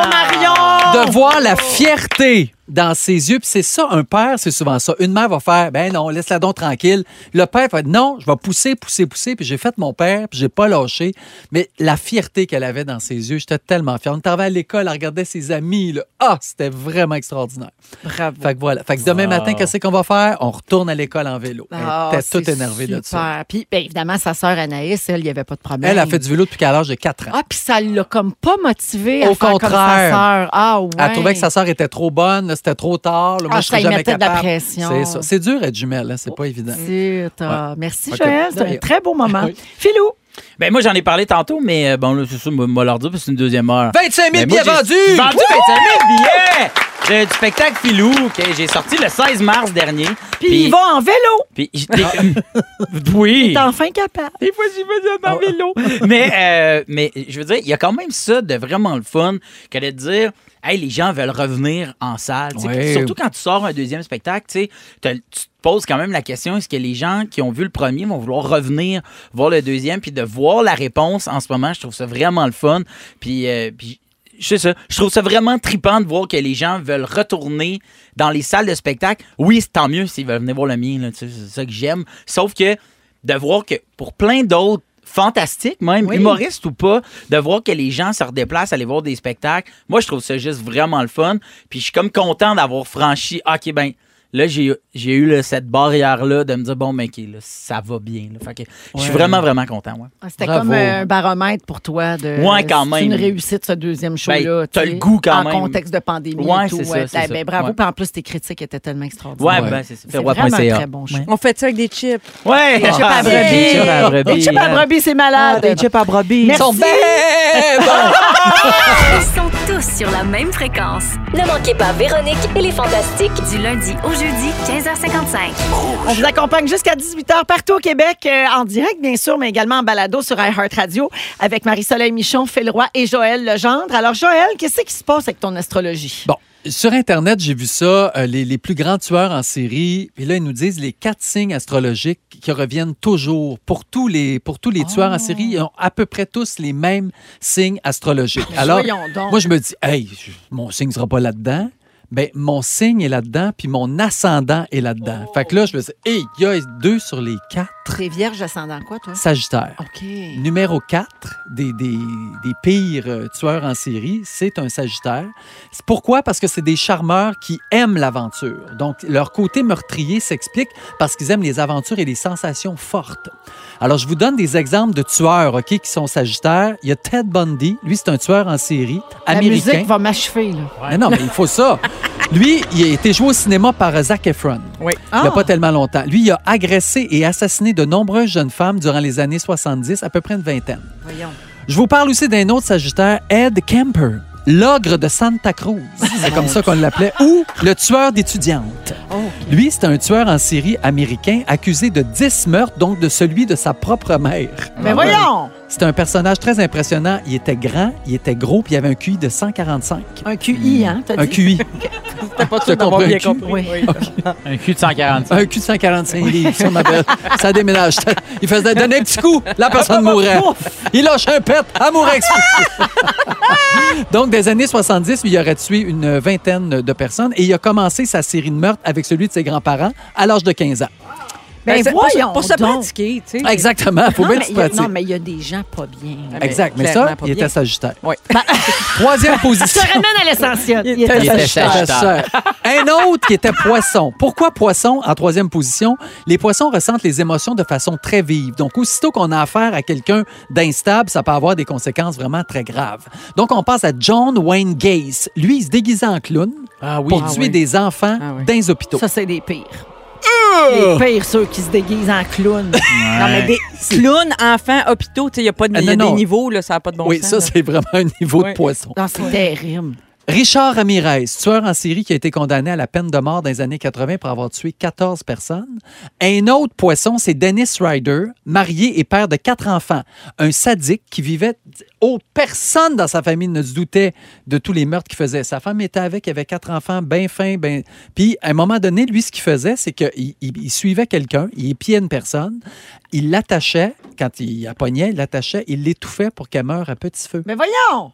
Speaker 8: de voir la fierté dans ses yeux. Puis c'est ça, un père, c'est souvent ça. Une mère va faire, ben non, laisse-la donc tranquille. Le père va, non, je vais pousser, pousser, pousser. Puis j'ai fait mon père, puis j'ai pas lâché. Mais la fierté qu'elle avait dans ses yeux, j'étais tellement fier. On travaillait à l'école, elle regardait ses amis. Là. Ah, c'était vraiment extraordinaire.
Speaker 1: bravo.
Speaker 8: Fait que voilà. Fait que demain matin, qu'est-ce qu'on va faire? On retourne à l'école en vélo.
Speaker 1: Ah,
Speaker 8: Elle était toute
Speaker 1: c'est
Speaker 8: énervée de ça.
Speaker 1: super. Puis, ben, évidemment, sa sœur Anaïs, elle, il n'y avait pas de problème.
Speaker 8: Elle a fait du vélo depuis qu'à l'âge de 4 ans.
Speaker 1: Ah, puis ça l'a comme pas motivée à
Speaker 8: Au
Speaker 1: faire comme sa
Speaker 8: contraire.
Speaker 1: sœur. Ah, ouais.
Speaker 8: Elle trouvait que sa sœur était trop bonne, là, c'était trop tard, là, moi
Speaker 1: Ah,
Speaker 8: je
Speaker 1: ça
Speaker 8: serais
Speaker 1: y
Speaker 8: jamais
Speaker 1: mettait de la
Speaker 8: capable.
Speaker 1: pression.
Speaker 8: C'est ça. C'est dur être jumelle, hein, c'est pas évident.
Speaker 1: Zut, ah, Merci,
Speaker 8: OK.
Speaker 1: Joël.
Speaker 8: De
Speaker 1: C'était un
Speaker 8: rien.
Speaker 1: très beau moment.
Speaker 8: Oui.
Speaker 1: Philou,
Speaker 5: Ben moi, j'en ai parlé tantôt, mais euh, bon, là, c'est ça, moi, moi, leur dire, parce que c'est une deuxième heure.
Speaker 8: 25 000
Speaker 5: Ben, moi,
Speaker 8: billets
Speaker 5: j'ai
Speaker 8: vendus!
Speaker 5: Vendu 25 000 billets! de- du spectacle Filou, que j'ai sorti le 16 mars dernier.
Speaker 1: Puis il va en vélo.
Speaker 5: Puis, j'étais- oui.
Speaker 1: T'es enfin capable.
Speaker 5: Des fois, j'y vais dans vélo. mais, euh, mais je veux dire, il y a quand même ça de vraiment le fun que de dire. Hey, les gens veulent revenir en salle. Tu sais,
Speaker 8: Ouais.
Speaker 5: Surtout quand tu sors un deuxième spectacle, tu sais, t'as- tu te poses quand même la question est-ce que les gens qui ont vu le premier vont vouloir revenir voir le deuxième Puis de voir la réponse en ce moment, je trouve ça vraiment le fun. Puis, euh, puis je sais ça, je trouve ça vraiment trippant de voir que les gens veulent retourner dans les salles de spectacle. Oui, c'est tant mieux s'ils veulent venir voir le mien, là, tu sais, c'est ça que j'aime. Sauf que de voir que pour plein d'autres fantastiques, même humoristes ou pas, de voir que les gens se redéplacent, aller voir des spectacles, moi, je trouve ça juste vraiment le fun. Puis je suis comme content d'avoir franchi, OK, ben. Là, j'ai j'ai eu là, cette barrière-là de me dire, bon, mec, là, ça va bien. là. Fait que je suis
Speaker 8: Ouais.
Speaker 5: vraiment, vraiment content. Ouais.
Speaker 1: Ah, C'était
Speaker 8: Bravo.
Speaker 1: comme un baromètre pour toi de
Speaker 5: Ouais, quand
Speaker 1: c'est une
Speaker 5: même.
Speaker 1: réussite ce deuxième show-là.
Speaker 5: Ben, t'as
Speaker 1: tu sais,
Speaker 5: le goût quand
Speaker 1: en
Speaker 5: même.
Speaker 1: En contexte de pandémie.
Speaker 5: Ouais,
Speaker 1: et tout,
Speaker 5: c'est ça, c'est
Speaker 1: Ben,
Speaker 5: ça.
Speaker 1: ben, bravo.
Speaker 5: Ouais.
Speaker 1: Puis en plus, tes critiques étaient tellement
Speaker 5: Ouais,
Speaker 1: extraordinaires.
Speaker 8: Ouais.
Speaker 5: ben, c'est ça.
Speaker 1: C'est vraiment un
Speaker 5: Ferroy.ca.
Speaker 1: très bon show.
Speaker 5: Ouais.
Speaker 3: On fait ça avec des chips.
Speaker 5: Ouais!
Speaker 1: Des chips à brebis.
Speaker 5: Des chips à brebis.
Speaker 1: Des chips à brebis,
Speaker 5: Ah,
Speaker 1: c'est malade.
Speaker 5: Des chips à brebis.
Speaker 1: Merci.
Speaker 10: Ah! Ils sont tous sur la même fréquence.
Speaker 11: Ne manquez pas Véronique et les Fantastiques.
Speaker 10: Du lundi au jeudi, 15h55.
Speaker 1: On vous accompagne jusqu'à 18h partout au Québec, euh, en direct, bien sûr, mais également en balado sur iHeartRadio avec Marie-Soleil Michon, Phil Roy et Joël Legendre. Alors, Joël, qu'est-ce qui se passe avec ton astrologie?
Speaker 8: Bon, sur Internet, j'ai vu ça, euh, les, les plus grands tueurs en série. Puis là, ils nous disent les quatre signes astrologiques qui reviennent toujours. Pour tous les, pour tous les
Speaker 1: Ah.
Speaker 8: tueurs en série, ils ont à peu près tous les mêmes signes astrologiques. Alors,
Speaker 1: Ben Voyons donc.
Speaker 8: moi, je me dis, hey, je- mon signe ne sera pas là-dedans. Ben, mon signe est là-dedans, puis mon ascendant est
Speaker 1: Oh.
Speaker 8: là-dedans. Fait que là, je me dis, hey, il y a deux sur les quatre.
Speaker 1: Très vierge ascendant quoi, toi?
Speaker 8: Sagittaire.
Speaker 1: OK.
Speaker 8: Numéro 4 des, des- des pires euh, tueurs en série, c'est un Sagittaire. C'est Pourquoi? Parce que c'est des charmeurs qui aiment l'aventure. Donc, leur côté meurtrier s'explique parce qu'ils aiment les aventures et les sensations fortes. Alors, je vous donne des exemples de tueurs ok, qui sont Sagittaires. Il y a Ted Bundy. Lui, c'est un tueur en série
Speaker 5: Ben,
Speaker 1: La
Speaker 8: américain.
Speaker 1: musique va m'achever, là.
Speaker 8: Mais non, mais il faut ça. Lui, il a été joué au cinéma par Zac Efron.
Speaker 3: Oui.
Speaker 8: Il n'y a
Speaker 1: Ah.
Speaker 8: pas tellement longtemps. Lui, il a agressé et assassiné de nombreuses jeunes femmes durant les années 70, à peu près une vingtaine.
Speaker 1: Voyons.
Speaker 8: Je vous parle aussi d'un autre sagittaire, Ed Kemper, l'ogre de Santa Cruz. C'est comme ça qu'on l'appelait. Ou le tueur d'étudiantes. Lui, c'est un tueur en série américain accusé de 10 meurtres, donc de celui de sa propre mère.
Speaker 5: Ah,
Speaker 1: Mais Ben, voyons!
Speaker 8: C'est un personnage très impressionnant. Il était grand, il était gros, puis il avait un QI de 145.
Speaker 1: Un QI, hein, t'as
Speaker 8: Un
Speaker 1: dit?
Speaker 8: QI.
Speaker 3: Pas
Speaker 8: T'as
Speaker 3: sûr d'avoir
Speaker 8: compris
Speaker 3: bien
Speaker 8: un cul?
Speaker 3: compris.
Speaker 1: Oui.
Speaker 5: Un cul de 145.
Speaker 8: Un cul de 145 livres, ça, ma belle. Ça déménage. Il faisait donner un petit coup, la personne mourait. Il lâche un pet, elle mourait. Donc, des années 70, il aurait tué une vingtaine de personnes et il a commencé sa série de meurtres avec celui de ses grands-parents à l'âge de 15 ans.
Speaker 1: Ben,
Speaker 3: c'est- pour se-
Speaker 1: voyons
Speaker 3: Pour se
Speaker 1: donc.
Speaker 3: pratiquer, tu sais. Ah,
Speaker 8: Exactement, faut
Speaker 1: Non,
Speaker 8: bien
Speaker 1: mais
Speaker 8: que tu
Speaker 1: il y a-
Speaker 8: pratiques.
Speaker 1: non, mais il y a des gens pas bien. là.
Speaker 8: Exact, mais
Speaker 3: Clairement
Speaker 8: ça,
Speaker 3: pas
Speaker 8: il
Speaker 3: bien.
Speaker 8: était sagittaire.
Speaker 3: Ouais.
Speaker 8: Troisième
Speaker 1: Je
Speaker 8: position.
Speaker 1: te ramène à l'essentiel.
Speaker 3: Il
Speaker 1: Il était
Speaker 3: était
Speaker 1: sagittaire.
Speaker 8: Sagittaire. Un autre qui était poisson. Pourquoi poisson en troisième position? Les poissons ressentent les émotions de façon très vive. Donc, aussitôt qu'on a affaire à quelqu'un d'instable, ça peut avoir des conséquences vraiment très graves. Donc, on passe à John Wayne Gacy. Lui, il se déguisait en clown
Speaker 5: Ah oui.
Speaker 8: pour
Speaker 3: Ah
Speaker 8: tuer
Speaker 3: oui.
Speaker 8: des enfants
Speaker 3: Ah oui.
Speaker 8: dans les hôpitaux.
Speaker 1: Ça, c'est des pires.
Speaker 8: Ah!
Speaker 1: Les pires, ceux qui se déguisent en clown.
Speaker 3: Non, mais des clowns, enfants, hôpitaux, tu sais, il n'y a pas de
Speaker 8: Ah,
Speaker 3: il y a
Speaker 8: non,
Speaker 3: des
Speaker 8: non.
Speaker 3: niveaux, là, ça n'a pas de bon
Speaker 8: oui,
Speaker 3: sens.
Speaker 8: ça,
Speaker 3: là.
Speaker 8: c'est vraiment un niveau
Speaker 3: Oui.
Speaker 8: de poisson.
Speaker 1: Non, c'est terrible.
Speaker 8: Richard Ramirez, tueur en série qui a été condamné à la peine de mort dans les années 80 pour avoir tué 14 personnes. Un autre poisson, c'est Dennis Ryder, marié et père de quatre enfants. Un sadique qui vivait... Oh, personne dans sa famille ne se doutait de tous les meurtres qu'il faisait. Sa femme était avec, il avait quatre enfants, ben fin, ben... Puis, à un moment donné, lui, ce qu'il faisait, c'est qu'il il, il suivait quelqu'un, il épiait une personne, il l'attachait, quand il la pognait, il l'attachait, il l'étouffait pour qu'elle meure à petit feu.
Speaker 1: Mais voyons!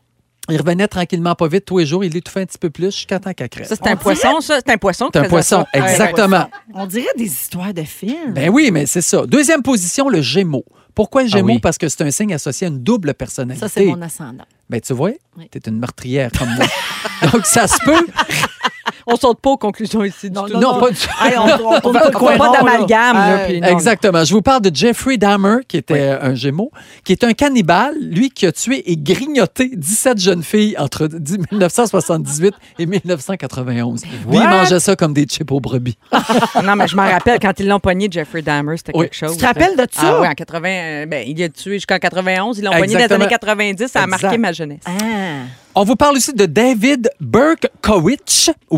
Speaker 8: Il revenait tranquillement pas vite tous les jours. Il l'étouffait un petit peu plus jusqu'à temps qu'elle crève.
Speaker 3: Ça, c'est un poisson, ça. C'est un poisson qui
Speaker 8: C'est un
Speaker 3: faisait
Speaker 8: poisson,
Speaker 3: ça. Ouais,
Speaker 8: exactement.
Speaker 1: On dirait des histoires de films.
Speaker 8: Ben oui, mais c'est ça. Deuxième position, le Gémeaux. Pourquoi le Gémeaux?
Speaker 5: oui.
Speaker 8: Parce que c'est un signe associé à une double personnalité.
Speaker 1: ça, c'est mon ascendant.
Speaker 8: Ben, tu vois,
Speaker 1: Oui.
Speaker 8: t'es une meurtrière comme moi. Donc, ça se peut.
Speaker 3: on saute pas aux conclusions ici du tout.
Speaker 8: Non, pas du
Speaker 3: Hey, on on tourne
Speaker 8: Pas
Speaker 3: pas,
Speaker 8: de coin
Speaker 3: pas
Speaker 8: rond, là.
Speaker 3: d'amalgame. là,
Speaker 8: Euh,
Speaker 3: puis non.
Speaker 8: Exactement. Je vous parle de Jeffrey Dahmer, qui était euh, un gémeau, qui est un cannibale, lui qui a tué et grignoté 17 jeunes filles entre 10 1978 et 1991. Lui, il
Speaker 3: What?
Speaker 8: mangeait ça comme des chips aux brebis.
Speaker 3: Non, mais je m'en rappelle, quand ils l'ont pogné, Jeffrey Dahmer, c'était
Speaker 8: Oui.
Speaker 3: quelque chose.
Speaker 1: Tu te rappelles de ça?
Speaker 3: Ah oui, en 80, euh, ben, il a tué jusqu'en 91. Ils l'ont pogné dans les
Speaker 8: Exactement.
Speaker 3: années 90. Ça a
Speaker 8: Exact.
Speaker 3: marqué ma jeunesse.
Speaker 1: Ah,
Speaker 8: On vous parle aussi de David Berkowitz, ou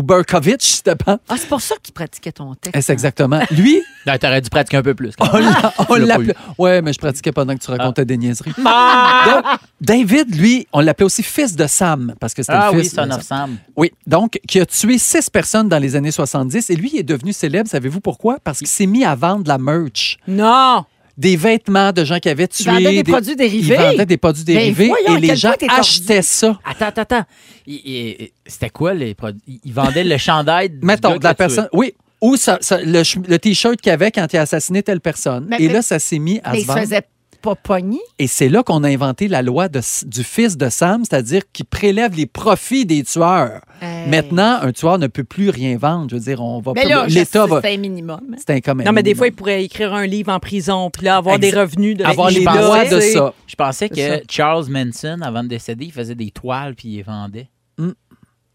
Speaker 8: Berkovitch, Stéphane.
Speaker 1: Ah, c'est pour ça qu'il pratiquait ton texte.
Speaker 8: Est-ce exactement? Lui,
Speaker 5: Non, T'aurais dû pratiquer un peu plus.
Speaker 8: on l'a- on
Speaker 5: Tu l'as pas
Speaker 8: l'appelait. Ouais, mais je pratiquais pendant que tu racontais des niaiseries.
Speaker 1: Ah!
Speaker 8: Donc, David, lui, on l'appelait aussi fils de Sam, parce que c'était
Speaker 5: Ah
Speaker 8: le
Speaker 5: oui,
Speaker 8: fils.
Speaker 5: c'est un
Speaker 8: de-
Speaker 5: ensemble.
Speaker 8: Oui, donc, qui a tué six personnes dans les années 70. Et lui, il est devenu célèbre, savez-vous pourquoi? Parce qu'il s'est mis à vendre de la merch.
Speaker 3: Non!
Speaker 8: Des vêtements de gens qui avaient tué.
Speaker 1: vendait des produits dérivés?
Speaker 8: Il vendait des produits
Speaker 1: Mais
Speaker 8: dérivés
Speaker 1: voyons,
Speaker 8: et
Speaker 1: à
Speaker 8: les
Speaker 1: quel
Speaker 8: gens
Speaker 1: point t'es tordu.
Speaker 8: achetaient ça.
Speaker 5: Attends, attends, attends. Il- il- C'était quoi les produits? Il il vendait le chandail du
Speaker 8: Mettons,
Speaker 5: gars
Speaker 8: de la
Speaker 5: que tu
Speaker 8: personne. Oui, ou ça- ça- le, ch- le T-shirt qu'il avait quand il a assassiné telle personne.
Speaker 1: Mais-
Speaker 8: et
Speaker 1: mais-
Speaker 8: là, ça s'est mis à
Speaker 1: Mais
Speaker 8: se
Speaker 1: il se
Speaker 8: vendre.
Speaker 1: faisait pas pogner.
Speaker 8: Et c'est là qu'on a inventé la loi de- du fils de Sam, c'est-à-dire qui prélève les profits des tueurs.
Speaker 1: Hey.
Speaker 8: Maintenant, un tueur ne peut plus rien vendre. Je veux dire, on va
Speaker 1: Euh, Mais
Speaker 8: pas-
Speaker 1: là, je
Speaker 8: l'État
Speaker 1: sais,
Speaker 8: va.
Speaker 1: c'est un minimum.
Speaker 8: C'est un commun.
Speaker 3: Non, mais des fois, il pourrait écrire un livre en prison, puis là, avoir
Speaker 8: Exact.
Speaker 3: des revenus de
Speaker 8: avoir
Speaker 5: je
Speaker 8: les
Speaker 5: pensais-
Speaker 8: droits de
Speaker 5: c'est-
Speaker 8: ça.
Speaker 5: Je pensais
Speaker 8: C'est
Speaker 5: que
Speaker 8: ça.
Speaker 5: Charles Manson, avant de décéder, il faisait des toiles puis il les vendait.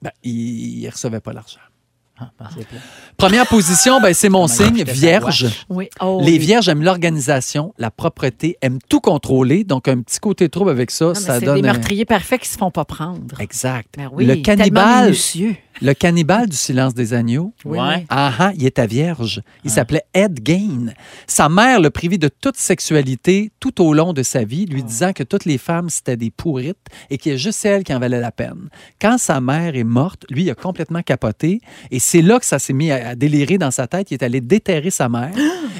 Speaker 8: Ben, il ne recevait pas l'argent.
Speaker 5: Ah, pensez pas.
Speaker 8: Première position, ben, c'est mon signe, vierge.
Speaker 1: Oui. Oh,
Speaker 8: Les
Speaker 1: oui.
Speaker 8: vierges aiment l'organisation, la propreté, aiment tout contrôler. Donc, un petit côté trouble avec ça,
Speaker 1: Non, mais
Speaker 8: ça
Speaker 1: C'est des
Speaker 8: donne. un-
Speaker 1: meurtriers parfaits qui se font pas prendre.
Speaker 8: Exact.
Speaker 1: Ben oui,
Speaker 8: le
Speaker 1: tellement
Speaker 8: cannibale,
Speaker 1: minutieux.
Speaker 8: le cannibale du silence des agneaux.
Speaker 5: Ouais.
Speaker 8: Ah ah, il était vierge. Il s'appelait Ed Gain. Sa mère le privait de toute sexualité tout au long de sa vie, lui disant que toutes les femmes, c'était des pourrites et qu'il y a juste elle qui en valait la peine. Quand sa mère est morte, lui, il a complètement capoté. Et c'est là que ça s'est mis à, à délirer dans sa tête. Il est allé déterrer sa mère.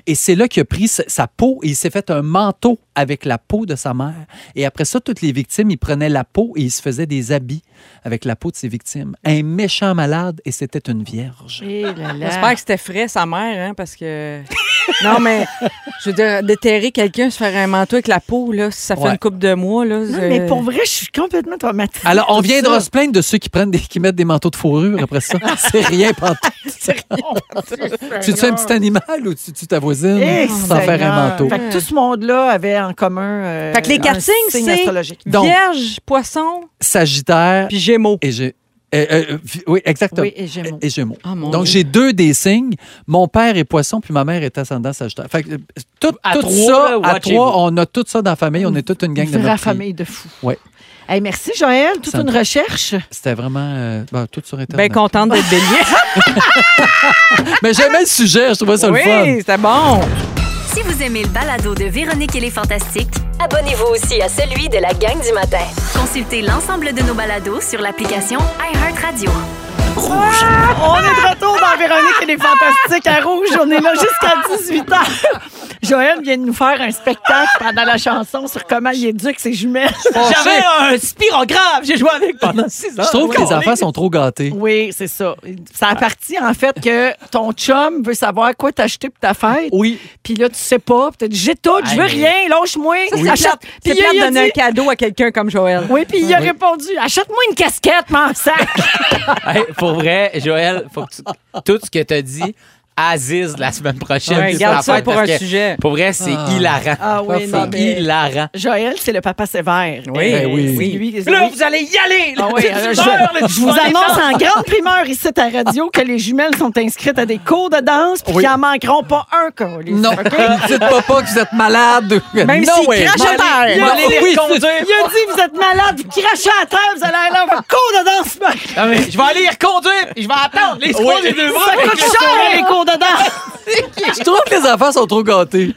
Speaker 8: Et c'est là qu'il a pris sa- sa peau et il s'est fait un manteau avec la peau de sa mère. Et après ça, toutes les victimes, ils prenaient la peau et ils se faisaient des habits avec la peau de ses victimes. Un méchant malade et c'était une vierge.
Speaker 1: Eh là là.
Speaker 3: J'espère que c'était frais, sa mère, hein, parce que. non, mais je veux dire, déterrer quelqu'un, se faire un manteau avec la peau, là, si ça fait
Speaker 8: Ouais.
Speaker 3: une coupe de mois, là.
Speaker 1: Non,
Speaker 3: c'est-
Speaker 1: mais pour vrai, je suis complètement traumatisée.
Speaker 8: Alors,
Speaker 1: de
Speaker 8: on
Speaker 1: tout
Speaker 8: viendra
Speaker 1: ça.
Speaker 8: se plaindre de ceux qui prennent des, qui mettent des manteaux de fourrure après ça. C'est rien pantoute. Tu te fais un petit animal ou tu tu t'avoisines
Speaker 1: Eh,
Speaker 8: sans faire
Speaker 1: Seigneur.
Speaker 8: un manteau?
Speaker 1: Fait que tout ce monde-là avait en commun. euh,
Speaker 3: Fait que les
Speaker 1: un
Speaker 3: quatre signes,
Speaker 1: signe
Speaker 3: c'est-
Speaker 1: astrologique.
Speaker 8: Donc-
Speaker 3: Vierge, poisson,
Speaker 8: Sagittaire
Speaker 3: puis gémeaux.
Speaker 8: et j'ai. euh, euh, vi- oui, exactement.
Speaker 1: Oui, et Gémeaux.
Speaker 8: Et Gémeaux.
Speaker 3: Ah, mon
Speaker 8: Donc,
Speaker 3: Dieu.
Speaker 8: j'ai deux des signes. Mon père est poisson, puis ma mère est ascendant sagittaire. Fait que, euh, tout,
Speaker 5: À
Speaker 8: tout
Speaker 5: trois,
Speaker 8: ça,
Speaker 5: là,
Speaker 8: à
Speaker 5: watchez-vous.
Speaker 8: trois, on a tout ça dans la famille. On est toute une gang de
Speaker 1: Une vraie
Speaker 8: meurtriers.
Speaker 1: famille de fous.
Speaker 8: Ouais.
Speaker 1: Hey, merci, Joël. Toute
Speaker 8: Ça me-
Speaker 1: une recherche.
Speaker 8: C'était vraiment euh, ben, tout sur Internet.
Speaker 3: Bien contente d'être bélier.
Speaker 8: Mais j'aimais le sujet, je trouvais ça le fun.
Speaker 3: oui, c'était bon.
Speaker 10: Si vous aimez le balado de Véronique et les Fantastiques,
Speaker 11: Abonnez-vous aussi à celui de la gang du matin.
Speaker 10: consultez l'ensemble de nos balados sur l'application iHeartRadio.
Speaker 1: On est de retour dans Véronique et les Fantastiques à Rouge. On est là jusqu'à 18 h. Joël vient de nous faire un spectacle pendant la chanson sur comment il éduque ses jumelles.
Speaker 4: J'avais un spirographe, j'ai joué avec pendant six ans.
Speaker 8: Oh, Je trouve que les enfants sont trop gâtés.
Speaker 1: Oui, c'est ça. Ça a parti en fait que ton chum veut savoir quoi t'acheter pour ta fête.
Speaker 8: Oui.
Speaker 1: Puis là, tu sais pas. Puis t'as dit, j'ai tout, je veux
Speaker 5: Aïe,
Speaker 1: rien, lâche-moi.
Speaker 3: C'est
Speaker 1: Achète.
Speaker 3: plate, c'est
Speaker 1: Puis
Speaker 3: plate
Speaker 1: il
Speaker 3: de
Speaker 1: a
Speaker 3: donner un
Speaker 1: dit-
Speaker 3: cadeau à quelqu'un comme Joël.
Speaker 1: Oui, puis il a répondu, achète-moi une casquette, mon sac.
Speaker 5: Hey, pour vrai, Joël, faut que tu- tout ce que tu as dit, Aziz, la semaine prochaine.
Speaker 3: Ouais,
Speaker 5: tu
Speaker 3: garde
Speaker 5: vas
Speaker 3: ça
Speaker 5: faire
Speaker 3: pour
Speaker 5: parce
Speaker 3: un
Speaker 5: que
Speaker 3: sujet.
Speaker 5: Pour vrai, c'est
Speaker 8: Ah.
Speaker 5: hilarant.
Speaker 1: Ah oui, non,
Speaker 5: c'est
Speaker 1: mais-
Speaker 5: hilarant.
Speaker 1: Joël, c'est le papa sévère.
Speaker 3: Oui,
Speaker 8: Ben oui.
Speaker 1: c'est lui-
Speaker 4: Là,
Speaker 1: oui.
Speaker 4: vous allez y aller!
Speaker 1: Ah oui, alors, je, je vous annonce en grande primeur ici à la radio que les jumelles sont inscrites à des cours de danse puis
Speaker 8: Oui.
Speaker 1: qu'ils n'en manqueront pas un, Carlis.
Speaker 8: Non, ne dites pas, pas que vous êtes malade.
Speaker 3: Même
Speaker 8: no
Speaker 3: s'il
Speaker 8: way.
Speaker 3: crache à terre.
Speaker 8: Non,
Speaker 4: Allez les
Speaker 8: oui,
Speaker 4: reconduire!
Speaker 1: Il a dit, vous êtes malade, vous crachez à terre, vous allez aller à un cours de danse.
Speaker 4: Non, mais je vais aller les reconduire! puis Je vais attendre les secours des deux bras!
Speaker 1: Ça coûte cher, les cours de danse.
Speaker 8: Je trouve que les enfants sont trop gâtés.